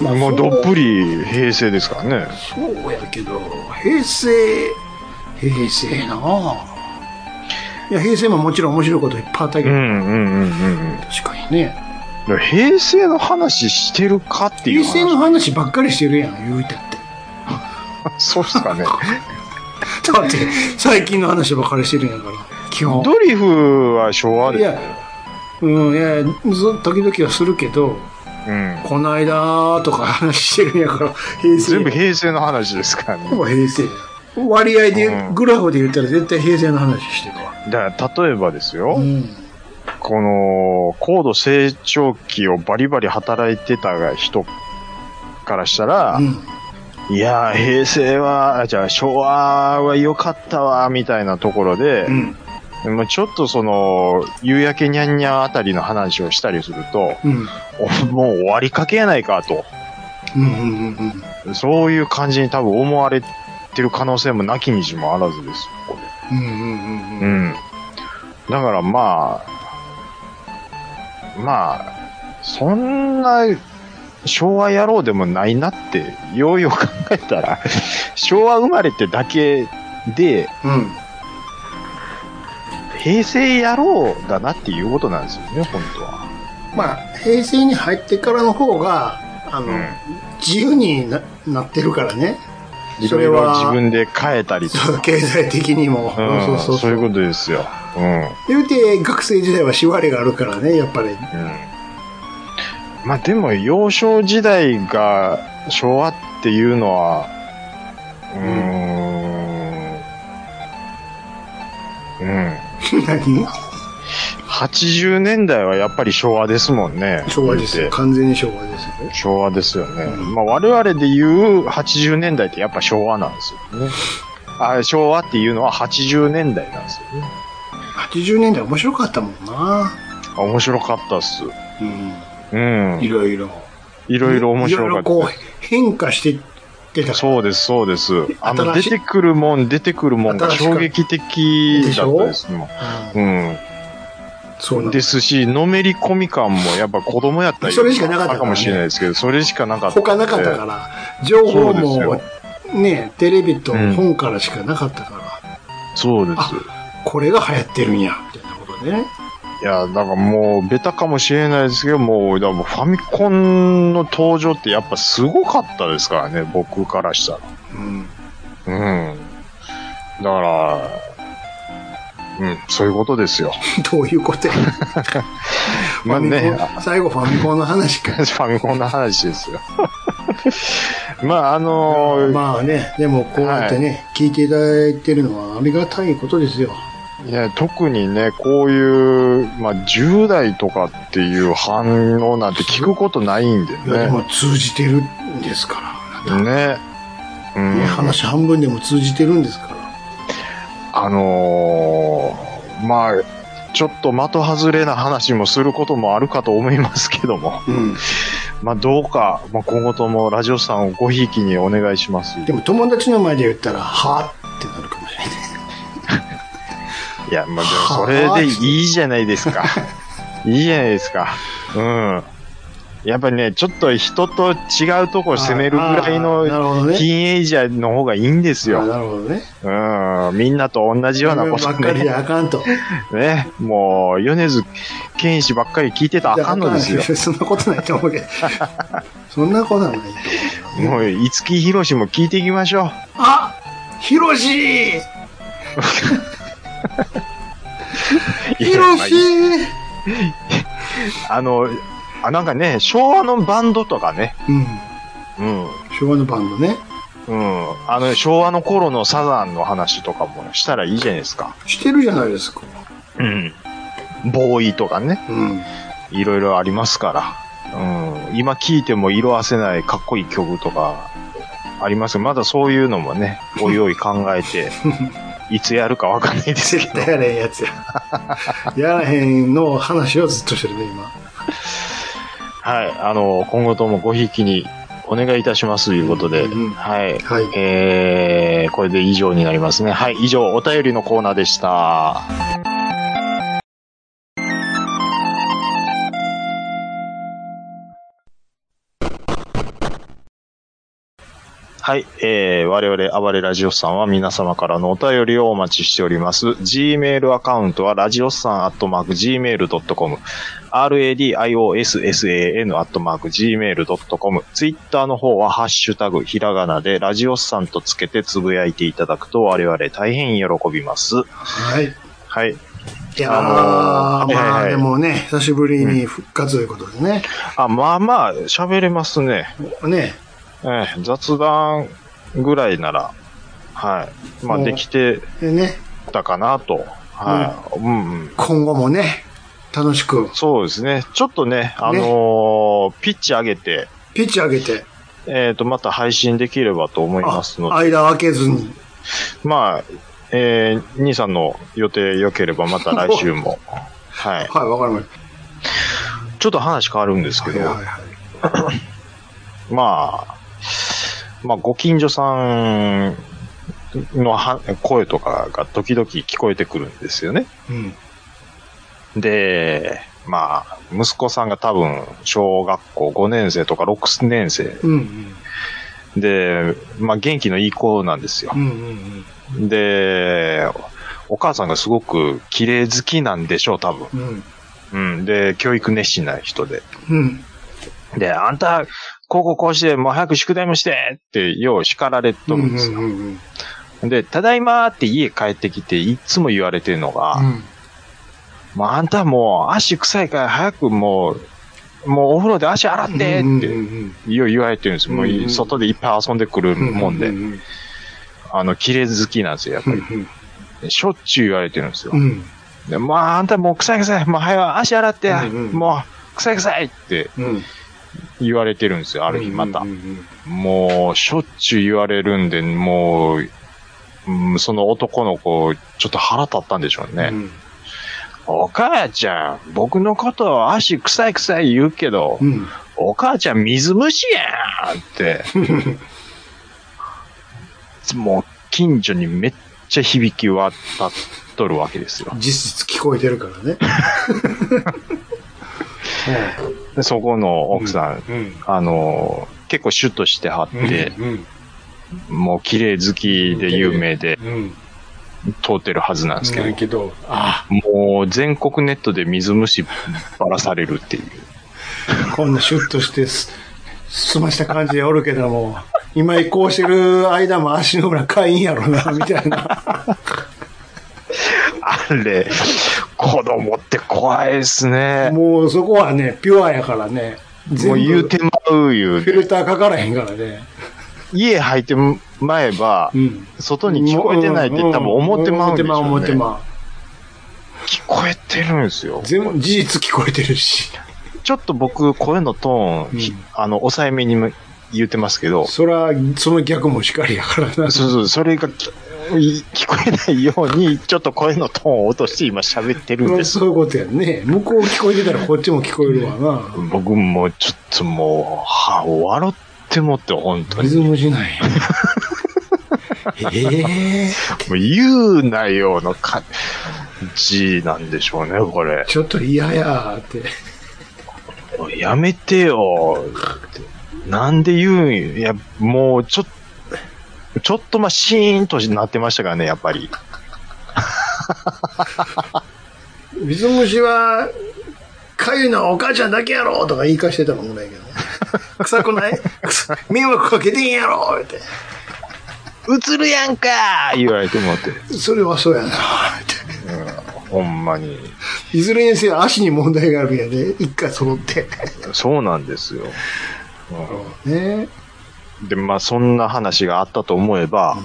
S3: ま
S1: もうどっぷ
S3: り。
S1: り平成ですからね。
S3: そうやけど、平成、平成なぁ。いや、平成ももちろん面白いこといっぱいあったけ
S1: う
S3: ど、
S1: んうんうんうんうん。だ
S3: 確かにね。
S1: から平成の話してるかっていう
S3: 平
S1: 話。
S3: 成の話ばっかりしてるやん、言うたって。
S1: そうっすかね。
S3: だって、最近の話ばっかりしてるんやから、基本。
S1: ドリフは昭和で
S3: い
S1: す
S3: や、うん、いや、ず時々はするけど、
S1: うん。
S3: こないだとか話してるんやから、平成。
S1: 全部平成の話ですから
S3: ほ
S1: ね。
S3: ぼ平成や。割合で
S1: う、ん
S3: グラフで言ったら絶対平成の話してるわ。
S1: だから例えばですよ、
S3: うん。
S1: この高度成長期をバリバリ働いてた人からしたら、
S3: うん。
S1: いやー、平成は、あじゃあ昭和は良かったわ、みたいなところで
S3: う、ん。
S1: もうちょっとその、夕焼けにゃんにゃんあたりの話をしたりすると、
S3: うん。
S1: おもう終わりかけやないかと、
S3: うん。うん。うん。
S1: そういう感じに多分思われてる可能性もなきにしもあらずです、こ
S3: うん。うん。うん
S1: れ。うん。だからまあ、まあ、そんな、昭和野郎でもないなって、ようよう考えたら、 昭和生まれってだけで、
S3: うん。
S1: 平成野郎だなっていうことなんですよね、本当は。
S3: まあ、平成に入ってからの方が、あの、自由にななってるからね。
S1: い
S3: そ
S1: ろい
S3: れ
S1: ろ
S3: は
S1: 自分で変えたりと
S3: そう、
S1: か。
S3: 経済的にも。
S1: うん
S3: そうそう
S1: そ
S3: そう。
S1: いううことですよ。うん。
S3: 言うて、学生時代は縛りがあるからね、やっぱ り。
S1: うんまあでも幼少時代が昭和っていうのは、うーん、うん。
S3: 何
S1: 80年代はやっぱり昭和ですもんね。
S3: 昭和です
S1: 言
S3: よ。
S1: うて
S3: 完全に昭和ですよ。
S1: 昭和ですよね。
S3: うん
S1: まあ我々で言う80年代ってやっぱ昭和なんですよね。あ昭和っていうのは80年代なんですよね。
S3: 80年代面白かったもんな。
S1: あ面白かったっす。
S3: うん。
S1: うん。
S3: いろいろ。
S1: いろいろ面白かった。
S3: いろいろこう、変化してってたから。
S1: そうです、そうです。あの、
S3: 新
S1: 出
S3: しい
S1: てくるもん、出てくるもんが
S3: 新しか
S1: 衝撃的
S3: でし
S1: だっ
S3: ょ
S1: たですもん。
S3: うん
S1: う
S3: そうなん
S1: ん。
S3: だ
S1: ですし、のめり込み感もやっぱ子供やったら
S3: それしかなかったからね
S1: かもしれないですけど、それしかなかった。
S3: 他なかったから、情報
S1: そう
S3: も
S1: で、
S3: ね、テレビと
S1: うん
S3: 本からしかなかったから、
S1: そうです。
S3: これが流行ってるんや、みたいなことね。
S1: いや、だからもう、ベタかもしれないですけど、もう、だからもうファミコンの登場ってやっぱすごかったですからね、僕からしたら。
S3: うん。
S1: うん。だから、うん、そういうことですよ。
S3: どういうことや。
S1: まあ
S3: ファ
S1: ね
S3: ミ、コン最後ファミコンの話か。
S1: ファミコンの話ですよ。 まあ、あのー
S3: まあね、でもこうやってね、聞いていただいてるのはありがたいことですよ。
S1: いや特にね、こういう、まあ、10代とかっていう反応なんて聞くことないんで
S3: いや、で
S1: ね。
S3: も通じてるんですから。
S1: ね。う
S3: ね
S1: ん。
S3: 話半分でも通じてるんですから。
S1: あのーまあ、ちょっと的外れな話もすることもあるかと思いますけども、
S3: うん。
S1: まあ、どうか、まあ、今後ともラジオさんをごひいきにお願いします。
S3: でも友達の前で言ったら、はぁってなるかもしれない。
S1: いや、まあ、でもそれでいいじゃないですか。 いいじゃないですか。うん。やっぱりね、ちょっと人と違うところを攻めるぐらい
S3: あーな
S1: の
S3: る
S1: ティ
S3: ほどね。
S1: ーンエイジャーの方がいいんです
S3: あ
S1: よ。
S3: ーなるほどね。
S1: うん。みんなと同じようなこ
S3: ば
S1: と
S3: っかりじ
S1: ね。
S3: ゃあかんと。
S1: ね。もう、米津玄師ばっかり聞いてたらあかんのですよ。
S3: そんなことない と思う けど。そんなことはないと思うけどね。
S1: もう、五木ひろしも聞いていきましょう。
S3: あヒロシヒロシ
S1: あの、あ、なんかね、昭和のバンドとかね。
S3: うん。
S1: うん。
S3: 昭和のバンドね。
S1: うん。あの、昭和の頃のサザンの話とかもしたらいいじゃないですか。
S3: してるじゃないですか。
S1: うん。ボーイとかね、
S3: うん。
S1: いろいろありますから。うん。今聴いても色褪せないかっこいい曲とかありますけどまだそういうのもね、おいおい考えて、いつやるかわかんないですけ
S3: 絶
S1: ど。
S3: 対やれへんやつや。 やらへんの話をずっとしてるね、今。
S1: はい。あの、今後ともごひいきにお願いいたしますということで。
S3: うん
S1: はい。
S3: はい。
S1: えー、これで以上になりますね。はい。以上、お便りのコーナーでした。はい。えー、我々、暴れラジオスさんは皆様からのお便りをお待ちしております。Gmail アカウントは、ラジオスさんアットマーク Gmail.com、radiossan アットマーク Gmail.com、Twitter の方は、ハッシュタグ、ひらがなで、ラジオスさんとつけてつぶやいていただくと、我々大変喜びます。
S3: はい。
S1: はい。
S3: いやー、
S1: あのー
S3: ま
S1: はい
S3: あ
S1: はい
S3: でもね、久しぶりに復活ということでね。
S1: あ、まあまあ、喋れますね。
S3: ね。
S1: えー雑談ぐらいなら、はい。まあ、
S3: うん
S1: できて
S3: でね、
S1: たかなと。はい。うん、うん。
S3: 今後もね、楽しく、
S1: そうですね。ちょっとね、あのーピッチ上げて、
S3: ピッチ上げて、
S1: えっ、と、また配信できればと思いますの
S3: あ
S1: で、
S3: 間開けずに。
S1: まあ、えー、兄さんの予定良ければまた来週 も。はい。
S3: はい、わかりました。
S1: ちょっと話変わるんですけど、
S3: はいはいはい
S1: まあ、まあ、ご近所さんのは声とかが時々聞こえてくるんですよね。
S3: うん。
S1: で、まあ、息子さんが多分、小学校5年生とか6年生
S3: うんうん。
S1: で、まあ、元気のいい子なんですよ
S3: う。んうん
S1: で、お母さんがすごく綺麗好きなんでしょう、多分。
S3: うん。うん。
S1: うん。で、教育熱心な人で。
S3: うん。
S1: で、あんた、こうこうこうして、もう早く宿題もしてって、よう叱られ
S3: う
S1: と
S3: ん
S1: る
S3: うん
S1: ですよ。
S3: んうん。
S1: で、ただいまーって家帰ってきて、いつも言われてるのが、
S3: うん
S1: もうあんたもう足臭いから早くもう、もうお風呂で足洗ってって、
S3: うんうん
S1: よう言われてるんですよ。も
S3: うんう
S1: う、
S3: ん
S1: 外でいっぱい遊んでくる
S3: うん。
S1: もんで
S3: う。うん
S1: あの、綺麗好きなんですよ、やっぱ
S3: う
S1: り。
S3: ん。
S1: しょっちゅう言われてるんですよ
S3: う。ん。
S1: で、まあ、あんたもう臭い臭い、もう早く足洗って、
S3: うんうん
S1: もう臭い臭いって
S3: うん。
S1: 言われてるんですよ、ある日また。
S3: うんうん
S1: もう、しょっちゅう言われるんで、もう、うんその男の子、ちょっと腹立ったんでしょう
S3: う
S1: ね。
S3: ん。
S1: お母ちゃん、僕のこと足臭い臭い言うけど、
S3: うん。
S1: お母ちゃん水虫やんって、 もう近所にめっちゃ響き渡っとるわけですよ。
S3: 実質聞こえてるからね。は
S1: でそこの奥さん、
S3: いうん。
S1: あの、結構シュッとしてはって、
S3: うん
S1: もう綺麗好きで有名で
S3: うん。
S1: 通ってるはずなんですけど
S3: ない、けど、あ
S1: もう全国ネットで水虫ばらされるっていう。
S3: あ、こんなシュッとしてす、済ました感じでおるけども、今移行してる間も足の裏かいんやろな、みたいな。
S1: あれ、子供って怖いですね。
S3: もうそこはね、ピュアやからね。全
S1: もう
S3: 部
S1: 言うてまう言う
S3: フィ
S1: て。
S3: ルターかからへんからね。
S1: 家入ってまえば
S3: う、ん。
S1: 外に聞こえてないって多分思ってまうんでしょう、ね。
S3: 思ってまう、思ってま
S1: 聞こえてるんですよ
S3: う。。全部、事実聞こえてるし。
S1: ちょっと僕、声のトーン、
S3: うん
S1: ひあの、抑えめにも言ってますけど、
S3: そら、その逆もしかりやからな。
S1: そうそう、それがきい聞こえないように、ちょっと声のトーンを落として今喋ってるん
S3: ま
S1: で
S3: あ
S1: す。
S3: そういうことやね。向こう聞こえてたらこっちも聞こえるわな。
S1: 僕もちょっともう、は、笑ってもって、本当に。
S3: 水虫なんや。ええ
S1: もう言うなような感じなんでしょうね、これ。
S3: ちょっと嫌やーって。
S1: もうやめてよって。なんで言うんよいや、もうちょっと、ちょっとまあシーンとなってましたからね、やっぱり。
S3: 水虫は、かゆいのはお母ちゃんだけやろとか言い返してたかもないけどね。臭くない臭い迷惑かけてんやろって。
S1: 映るやんか言われてもらって。
S3: それはそうやなって。
S1: ほんまに。
S3: いずれにせよ足に問題があるんやで、一回揃って。
S1: そうなんですよ。
S3: ね
S1: で、まあそんな話があったと思えば、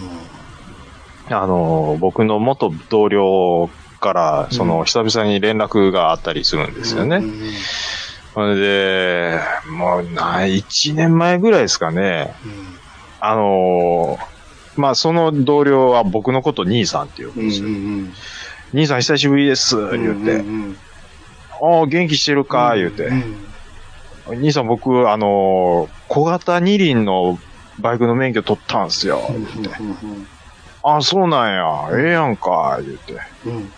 S1: あの、僕の元同僚から、その、久々に連絡があったりするんですよね。
S3: うん
S1: それで、もうな、1年前ぐらいですかね。あのーまあ、その同僚は僕のこと兄さんっていう。
S3: うんうん
S1: 兄さん久しぶりです、
S3: うん。
S1: 言っ
S3: う
S1: て。
S3: んうん
S1: ああ、元気してるか、言うて。
S3: ん
S1: 兄さん僕、あのー小型二輪のバイクの免許取ったんすよ。
S3: うん
S1: ああ、そうなんや。ええやんか、言うて。
S3: うん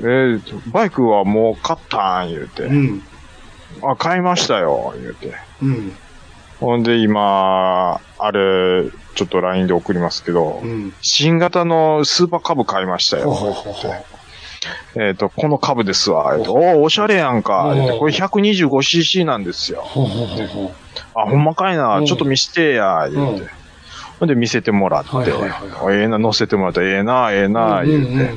S1: えバイクはもう買ったん、言う
S3: う
S1: て。
S3: ん
S1: あ、買いましたよ、言うて。
S3: うん
S1: ほんで今、あれ、ちょっと LINE で送りますけど、
S3: うん
S1: 新型のスーパーカブ買いました
S3: ほ
S1: よ。
S3: ほほほ
S1: えっ、と、この株ですわ。言うておお、おしゃれやんか。
S3: お
S1: 言うてこれ 125cc なんですよ。
S3: ほほほほ
S1: あ、ほんまかいうな。
S3: ん
S1: ちょっと見してや。言う
S3: うん
S1: て。ほんで見せてもらって。
S3: はいはいはいは
S1: ええな、乗せてもらったらええな、ええな、言うて。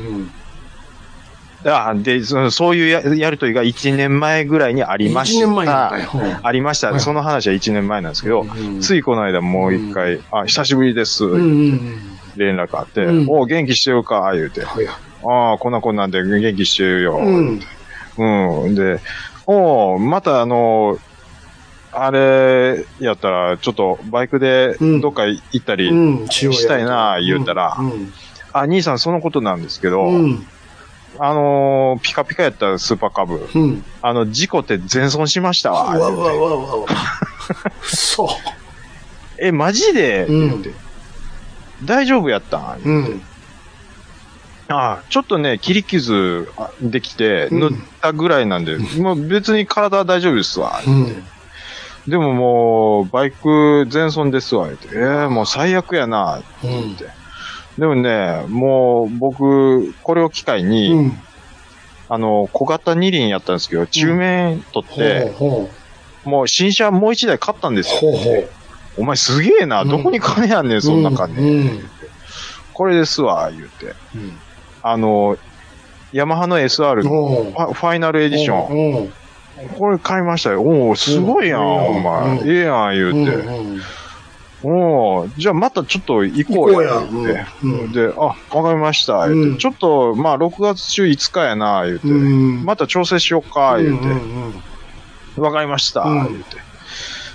S1: あでその、そういうややりとりが1年前ぐらいにありました。
S3: 1年前やったようん
S1: ありまし
S3: は
S1: た。
S3: い
S1: その話は1年前なんですけど、
S3: うん
S1: ついこの間もう一回、あ、久しぶりです。
S3: うんうん
S1: 連絡あって、
S3: うん
S1: おう元気してるか、言うて。
S3: はいは
S1: ああ、こんなこんなんで元気してるよ。
S3: い。うん。
S1: うん。で、おうまたあの、あれ、やったら、ちょっとバイクで
S3: うん
S1: どっか行ったり、
S3: うん、しようや
S1: したいな言うたら
S3: うん。
S1: あ、兄さんそのことなんですけど、
S3: うん。
S1: あのーピカピカやったスーパーカブ、
S3: うん。
S1: あの、事故って全損しました
S3: う
S1: わ。
S3: わうわ
S1: 言う
S3: う
S1: て
S3: わうわうわ。そう。
S1: え、マジで、
S3: うん
S1: 大丈夫やったん、
S3: うん。
S1: あちょっとね、切り傷あできて、
S3: うん
S1: 塗ったぐらいなんで、もう別に体は大丈夫ですわ。
S3: うん。
S1: でももう、バイク全損ですわ。言うてえー、もう最悪やな。
S3: うん。
S1: でもね、もう僕、これを機会に、
S3: うん。
S1: あの、小型二輪やったんですけど、中面取っ
S3: ほう
S1: て、
S3: ほ
S1: もう新車もう一台買ったんで
S3: う。
S1: すよ。
S3: ほうほう。
S1: お前すげえな、
S3: うん
S1: どこに金やんねん、そんな金。
S3: うん。
S1: これですわ、言うて。
S3: うん。
S1: あの、ヤマハの SR、フ
S3: おう
S1: ァファイナルエディション。
S3: ン。
S1: これ買いましたよ。おお、すごいやん、
S3: うん
S1: お前。
S3: うん
S1: ええやん、
S3: う
S1: 言
S3: ん。
S1: うて。
S3: うん。
S1: おお、じゃあまたちょっと行こうや、
S3: 行こう
S1: 言
S3: や
S1: う
S3: うんうん
S1: て。で、あ、わかりました、言うて。
S3: うん
S1: ちょっと、まあ、6月中5日やな、言うて。
S3: うん。
S1: また調整しよっか、言うて。わかりました、
S3: うん
S1: 言って。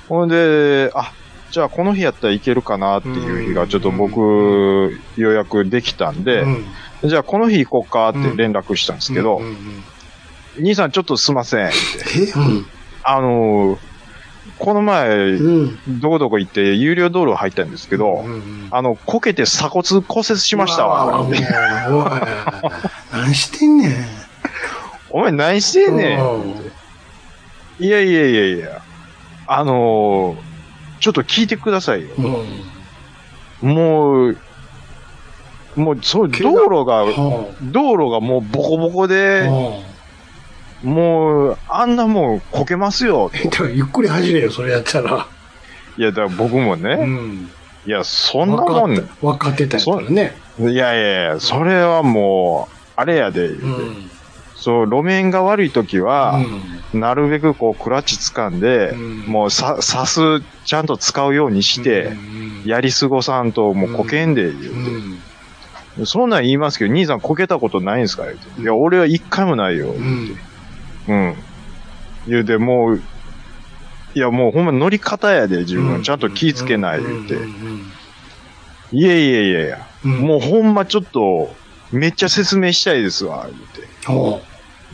S1: ほんで、あ、じゃあこの日やったらいけるかなっていう日がちょっと僕予約できたんで、じゃあこの日行こうかって連絡したんですけど、兄さんちょっとすいません。
S3: えうん。
S1: あのーこの前、
S3: うん。
S1: どこどこ行って有料道路入ったんですけど、あの、こけて鎖骨骨折しましたわ。
S3: 何してんねん。
S1: お前何してんねん。いやいやいやいや。あのーちょっと聞いてくださいよ。
S3: うん。
S1: もう、もう、そう、
S3: 怪我
S1: 道路が、
S3: は
S1: 道路がもうボコボコ
S3: あ。
S1: で、
S3: はあ。
S1: もう、あんなもんこけますよ。
S3: え、でもゆっくり走れよ、それやったら。
S1: いや、だから僕もね、
S3: ん。
S1: いや、そんなもん、い
S3: 分かってたからね。
S1: やいやいや、それはもう、あれやで、
S3: うん。
S1: そう、路面が悪い時は、なるべくこう、クラッチ掴んで、
S3: うん
S1: もう、さ、さす、ちゃんと使うようにして、やり過ごさんと、もうこけんで、言う
S3: う
S1: て
S3: ん。
S1: そんなん言いますけど、兄さんこけたことないんすか言うていや、俺は一回もないよ。
S3: うん。
S1: うん。いや、でもう、いや、もうほんま乗り方やで、自
S3: う
S1: 分。
S3: ん
S1: ちゃんと気ぃつけない言うて。
S3: うん
S1: いやいやいやいや、
S3: うん
S1: もうほんまちょっと、めっちゃ説明したいですわ、言うて。
S3: ほ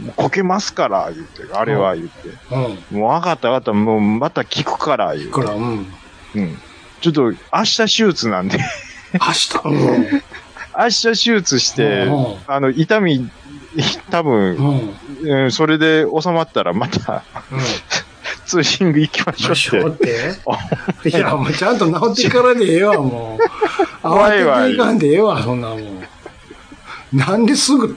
S1: もうこけますから、言うて。あれは、言って。
S3: う。うん。
S1: もうわかったわかった、もうまた聞くから、言う
S3: か
S1: て。
S3: ら、うん。
S1: うん。ちょっと、明日手術なんで、
S3: 走った。うん。
S1: 明日手術して
S3: うん、
S1: あの、痛み、 多分、
S3: うん。
S1: うんそれで収まったらまた、 ツーリング行きましょ
S3: ちょ
S1: うっ。
S3: ってて。いや、もうちゃんと治っていからでええわ、も う。慌てていかんでええわ、そんなもん。なんですぐ、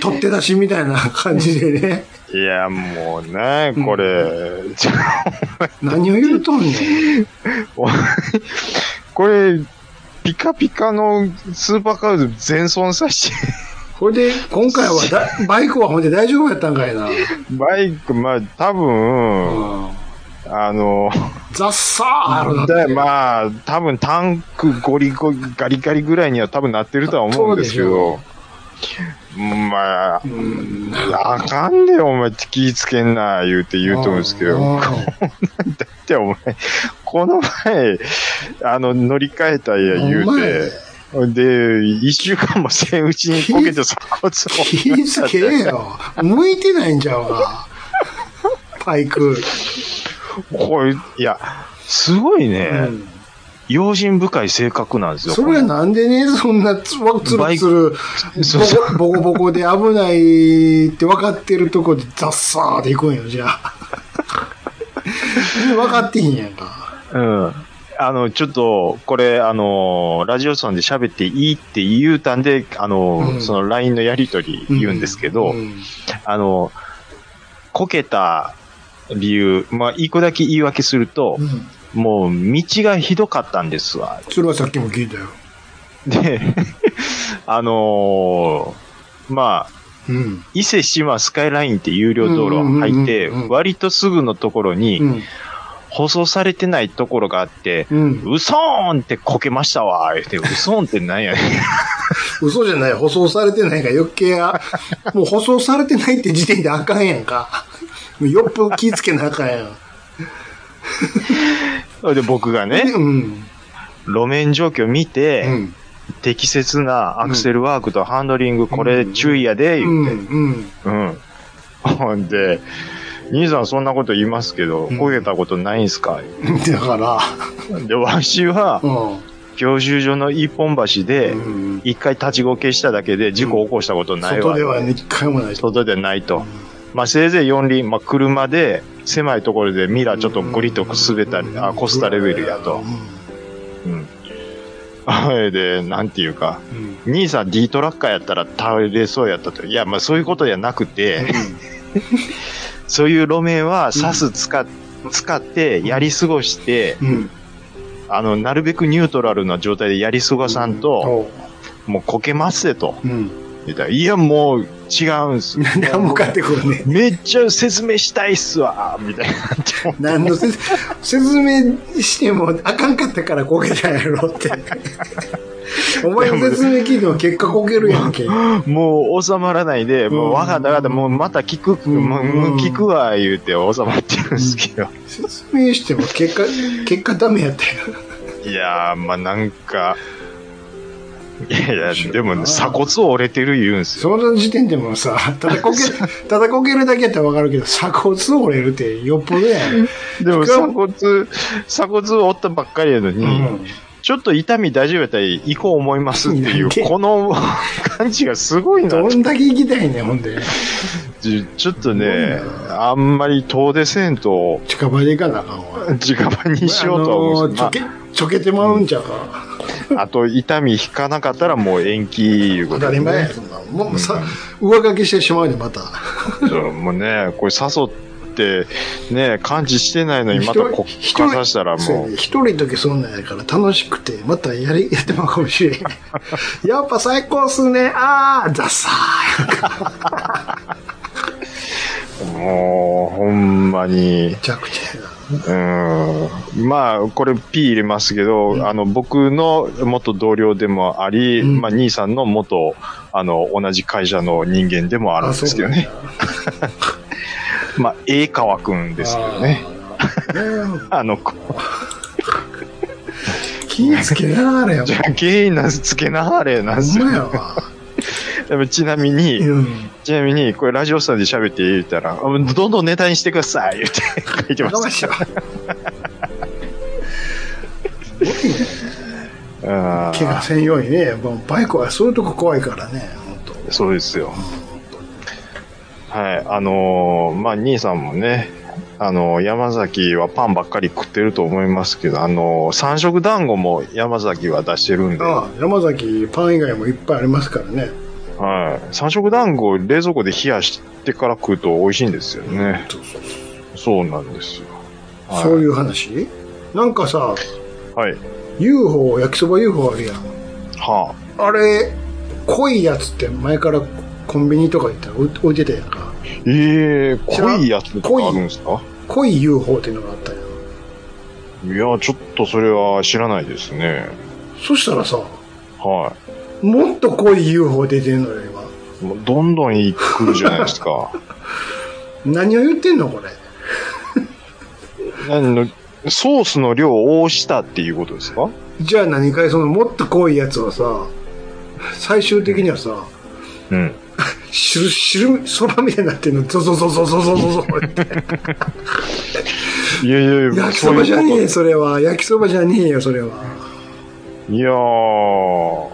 S3: 取って出しみたいな感じでね。
S1: いや、もうね、これ、ちょ
S3: 何を言うとんねん。
S1: おいこれ、ピカピカのスーパーカード全損させて、
S3: ほいで、今回はだ、バイクはほんで大丈夫やったんかいな。
S1: バイク、まあ、多
S3: う
S1: 分、
S3: ん。
S1: あの、
S3: ザッサーあるだ
S1: だ
S3: って。
S1: まあ、多分タンクゴリゴリ、ガリガリぐらいには多分なってるとは思うんですけど、まあ、
S3: うん。
S1: あかんで、お前、気ぃつけんな、言うて言うと思うんですけど、
S3: うん
S1: だってお前、この前、あの、乗り換えたや言
S3: ほ
S1: う
S3: んまや
S1: て、で、一週間もせんうちにこけ て鎖骨を。
S3: 気ぃつけよ。向いてないんちゃうか。バイク。
S1: これ、いや、すごいね、
S3: うん
S1: 用心深い性格なんですよ。
S3: それはなんでね、そんなつわつ
S1: バ
S3: る
S1: イ
S3: つ
S1: ク
S3: る
S1: そうそ、
S3: ボコボコボコで危ないって分かってるとこでザッサーで行くんよ、じゃあ。 分かってへんやんか。
S1: うん。あの、ちょっと、これ、あの、ラジオさんで喋っていいって言うたんで、あの、
S3: うん
S1: その LINE のやりとり言うんですけど、
S3: うん
S1: あの、こけた理由、まあ、一個だけ言い訳すると、
S3: うん
S1: もう、道がひどかったんですわ。
S3: それはさっきも聞いたよ。
S1: で、 あのーまあ、
S3: うん。
S1: 伊勢志摩スカイラインって有料道路入って
S3: うんうんうんうんう、ん
S1: 割とすぐのところに、
S3: うん
S1: 放送されてないところがあって、
S3: うん。
S1: うそーんってこけましたわ、言って、うそーんってなんやねん。
S3: 嘘じゃない、舗装されてないから余計や。 もう舗装されてないって時点であかんやんか。もうよっぽど気ぃつけなあかんやん。
S1: それで僕がね、
S3: うん。
S1: 路面状況見
S3: う
S1: て、
S3: ん。
S1: 適切なアクセルワークとハンドリング、これ注意やで、
S3: う
S1: 言
S3: ん
S1: うて。。うん。ほんで、兄さんそんなこと言いますけど、
S3: ん
S1: 焦げたことないんすか
S3: うん。だから、
S1: で、わしは
S3: う、ん。
S1: 教習所の一本橋で
S3: う、ん
S1: 一回立ちこけしただけで事故起こしたことないわ。
S3: 外では一回もないし。
S1: 外でないと。まあ、せいぜい四輪、まあ、車で、狭いところでミラーちょっとグリッと滑ったり、あ、こすったレベルやと
S3: う。ん
S1: うん。あれで、なんていうか、
S3: うん。
S1: 兄さん D トラッカーやったら倒れそうやったと。いや、まあ、そういうことじゃなくて、そういう路面はサス使っ使ってやり過ごして、
S3: うん。
S1: あの、なるべくニュートラルな状態でやり過ごさんと、もうこけますせと。
S3: うん、うん。
S1: 言ったら、いや、もう違うんす。
S3: 何もかってくるね。
S1: めっちゃ説明したいっすわみたいな。
S3: 何の 説説明してもあかんかったからこけたやろ って。お前の説明聞いても結果こけるやんけ。
S1: もう収まらないで、もうわかったわかった、もうまた聞く、
S3: うん
S1: もうもう聞くわ、言うて収まってるんすけど。
S3: 説明しても結果、結果ダメやったよ。
S1: いやー、まあなんか、いやいや、でもね
S3: 面白
S1: 鎖
S3: いな
S1: 骨折れてる言うんすよ。
S3: その時点でもさ、ただこ け、ただこけるだけやったらわかるけど、鎖骨折れるってよっぽどやん。
S1: でも
S3: しか
S1: 鎖
S3: も
S1: 骨、鎖骨折ったばっかりやのに、
S3: うん
S1: ちょっと痛み大丈夫やったら行こう思いますってい
S3: な
S1: う、
S3: んで
S1: この 感じがすごいな
S3: どんだけ行きたいねん、ほんで。
S1: ちちょっとね、あんまり遠出せんと、
S3: 近場で行かなあかんわ。
S1: 直場にしようとは思
S3: あ
S1: うん
S3: の
S1: です
S3: ーちょ
S1: け
S3: け
S1: ど、、
S3: ちょけてまうんちゃうか。
S1: まあ、あと痛み引かなかったらもう延期いうこ
S3: 当
S1: と
S3: た
S1: で、
S3: り
S1: ね。
S3: 前や、そんなのもうさ、上書きしてしまうで、また。
S1: そうもうね、これ誘って、ね、感知してないのにまたこ
S3: 一
S1: っかさしたら
S3: そうや
S1: も
S3: ね一人の時そんなんやから楽しくて、またやり、やってまうかもしれん。 やっぱ最高っすね。あー、ダサー。
S1: う、もう、ほんまに
S3: め、ちゃくちゃやな。
S1: うん。まあ、これ P 入れますけど、あの、僕の元同僚でもあり、
S3: うん
S1: まあ、兄さんの元、あの、同じ会社の人間でもあるんですけどね。 まあ、A 川くんですけどね。
S3: そうなんだ。ね
S1: あの子、
S3: 気ぃつけながらやも ん。
S1: じゃあ、ゲイなんすつけなはれなんです
S3: ほん
S1: よ
S3: ま。やわ。
S1: でもちなみに、
S3: うん。
S1: ちなみに、これラジオさんで喋って言ったら、あどんどんネタにしてください言って書いてま
S3: やかま
S1: し
S3: しいわ
S1: た。うん
S3: 怪我せんようにね、もうバイクはそういうとこ怖いからね、本当。
S1: そうですよ。はい。あのーまあ、兄さんもね、あのー山崎はパンばっかり食ってると思いますけど、あのー三色団子も山崎は出してるんで、
S3: あ
S1: は
S3: あ山崎パン以外もいっぱいありますからね。
S1: い。三色団子を冷蔵庫で冷やしてから食うと美味しいんですよね。
S3: そうそう
S1: そうなんですよ。はい
S3: そういう話なんかさ、
S1: はい。
S3: UFO、焼きそば UFO あるやん。
S1: は
S3: あれ、濃いやつって前からコンビニとか行ったら置い置いてたやんか。
S1: あ、ええー、
S3: 知らん
S1: 濃いやつとかあるんですか
S3: 濃い UFO っていうのがあったやん。
S1: いや、ちょっとそれは知らないですね。
S3: そしたらさ、
S1: は
S3: もっと濃い UFO 出てんのよ、今。
S1: い。もうどんどん来るじゃないです か。
S3: 何を言ってんの、これ。
S1: 何のソースの量を多したっていうことですか
S3: じゃあ何かいそのもっと濃いやつはさ、最終的にはさ、
S1: うん。
S3: 汁、汁、そばみたいになってんの、ゾゾゾゾゾ ゾゾゾって。
S1: いやいやいや、
S3: 焼きそばじゃ
S1: そう
S3: ねえ
S1: いう
S3: よ、それは。焼きそばじゃねえよ、それは。
S1: こといやー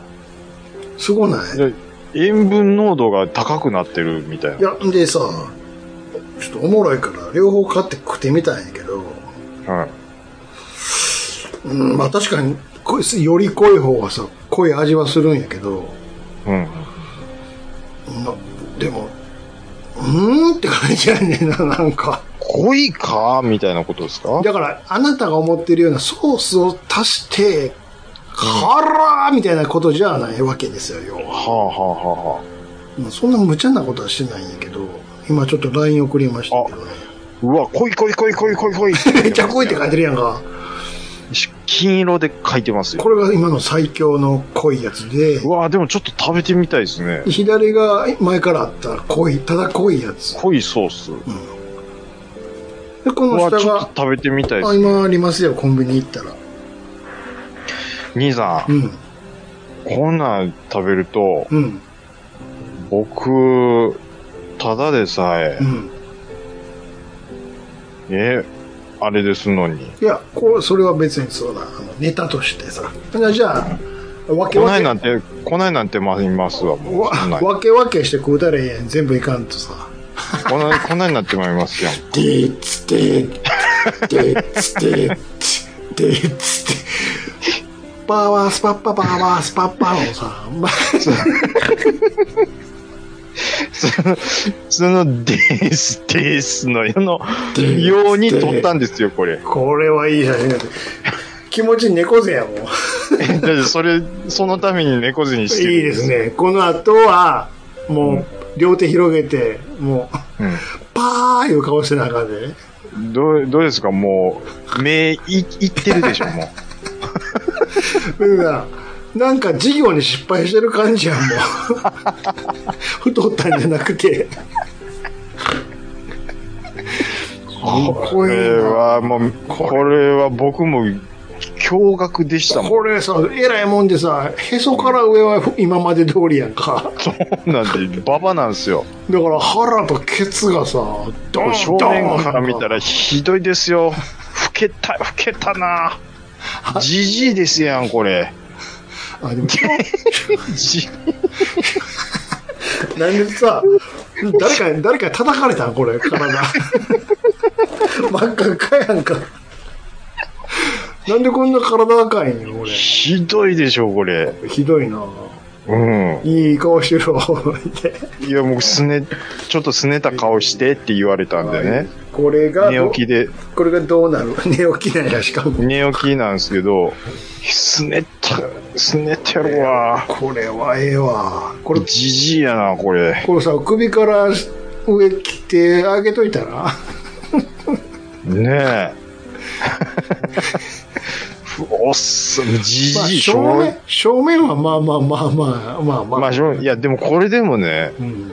S3: すごない
S1: いや、塩分濃度が高くなってるみたい
S3: いや、んでさ、ちょっとおもろいから、両方買って食ってみたんやけど、
S1: な。はい。
S3: うん、まあ確かに、こいより濃い方はさ、濃い味はするんやけど、
S1: うん。
S3: まあ、でも、うーんって感じやねんな、なんか。
S1: 濃いかみたいなことですか
S3: だから、あなたが思ってるようなソースを足して、辛ーみたいなことじゃないわけですよ、要は。
S1: はあはあは
S3: まあそんな無茶なことはしてないんやけど、今ちょっと LINE 送りましたけどね。
S1: あはうわ、濃い濃い濃い濃い濃い 濃い。
S3: めっちゃ濃いって書いてるやんか。
S1: し金色で書いてますよ。
S3: これが今の最強の濃いやつで
S1: う、わ、でもちょっと食べてみたいですね。
S3: 左が前からあった濃い、ただ濃いやつ。
S1: 濃いソース。
S3: で、こ
S1: う
S3: の
S1: わ、ちょ
S3: 下
S1: っ
S3: が
S1: と、食べてみたいで
S3: あ、
S1: す。
S3: 今ありますよ、コンビニ行ったら。
S1: 兄さ、
S3: うんん、
S1: こんなん食べると、
S3: うん、
S1: 僕、ただでさえ
S3: う、ん。
S1: え、あれですのに。
S3: いや、こう、それは別にそうだ。あのネタとしてさ。じゃあ、分け
S1: こない
S3: 分
S1: なんて、こないなんてまいますわ、
S3: け、
S1: もう。そんな
S3: わ
S1: んこ
S3: 分け分けして食うたらええやん。全部いかんとさ。
S1: ない、こないなってまいます やん。
S3: でっつでっでっつでっつでっつでパワースパッパパワースパッパのさ、ま
S1: その、その、です、ですの、の、ように撮ったんですよ、これ。
S3: これはいい写真だって気持ち猫背やもん。
S1: だってそれ、そのために猫背にしてる。
S3: いいです。ね。この後は、もう、両手広げて、もう、パーいう顔してなあかんでね。
S1: うん。どう、どうですかもう、目、い、いってるでしょ、も
S3: うんなんか事業に失敗してる感 じやん、もう。太ったんじゃなく
S1: う。
S3: て。こ
S1: こ
S3: いい
S1: れ
S3: な
S1: は、もう、これは僕も、驚愕でしたもん。
S3: これさ、えらいもんでさ、へそから上は今まで通りやんか。
S1: そうなんで、ババなんですよ。
S3: だから腹とケツがさ、ドン
S1: 正面から見た
S3: ら。
S1: らひどいですよ。老けた、老けたな。じじいですやん、これ。
S3: あ、でも、
S1: じ
S3: なんでさ、誰か、誰か叩かれたんこれ、体。真っ赤っかやんか。なんでこんな体赤いんよ、俺。
S1: ひどいでしょ、これ。
S3: ひどいな
S1: うん。
S3: いい顔してるわ、思いて
S1: いや、もうすね、ちょっとすねた顔してって言われたんでね。
S3: これが
S1: 寝
S3: ど、
S1: 起きで、
S3: これがどうなる寝起きなんや、しかも。
S1: 寝起きなんですけど、すねた、すねてるわ。
S3: これはええわ。これ、
S1: じじいやな、これ。
S3: これさ、首から上切ってあげといたら、
S1: ねえ。ふおっす、じ
S3: まあ、
S1: じい、
S3: 正面、正面はまあまあまあまあ、まあまあ。
S1: まあ、正面いや、でもこれでもね、
S3: うん。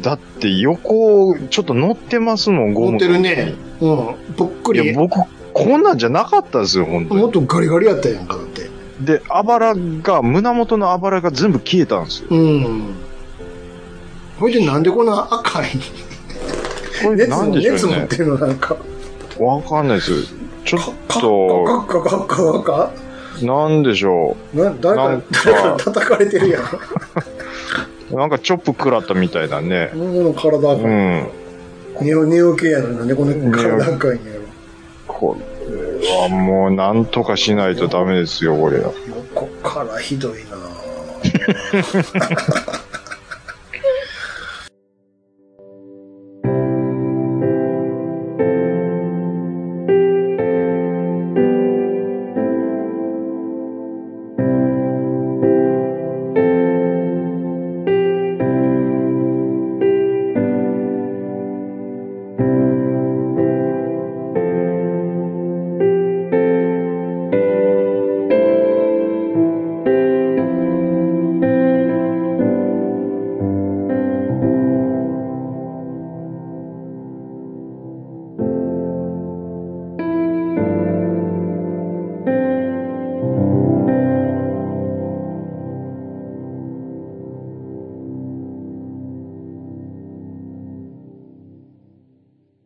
S1: だって横、ちょっと乗ってますもん、ゴム。
S3: 持ってるね。うん。ぽっく
S1: い
S3: り
S1: や、。僕、こんなんじゃなかったですよ、本当
S3: も
S1: に。
S3: っとガリガリやったやんか、だって。
S1: で、あばらが、胸元のあばらが全部消えたんですよ。
S3: うん。ほいで、なんでこんな赤い
S1: これ
S3: 熱
S1: なん
S3: も、
S1: でしょ
S3: 熱
S1: う
S3: 持っ
S1: ね。
S3: てるのなんか。
S1: わかんないです。ちょ
S3: カ
S1: っ
S3: ッカ
S1: と、
S3: ッカカッカカッカ
S1: なんでしょ
S3: な誰
S1: なん
S3: か
S1: か、
S3: 誰か叩かれてるやん。
S1: う。なんかチョップ食らったみたいだね。
S3: もう体
S1: う
S3: 赤
S1: ん。
S3: い。ネオ、ネオ系やのになんでこんな体赤いんやろ。
S1: これはもう、なんとかしないとダメですよ、これは。
S3: 横からひどいなぁ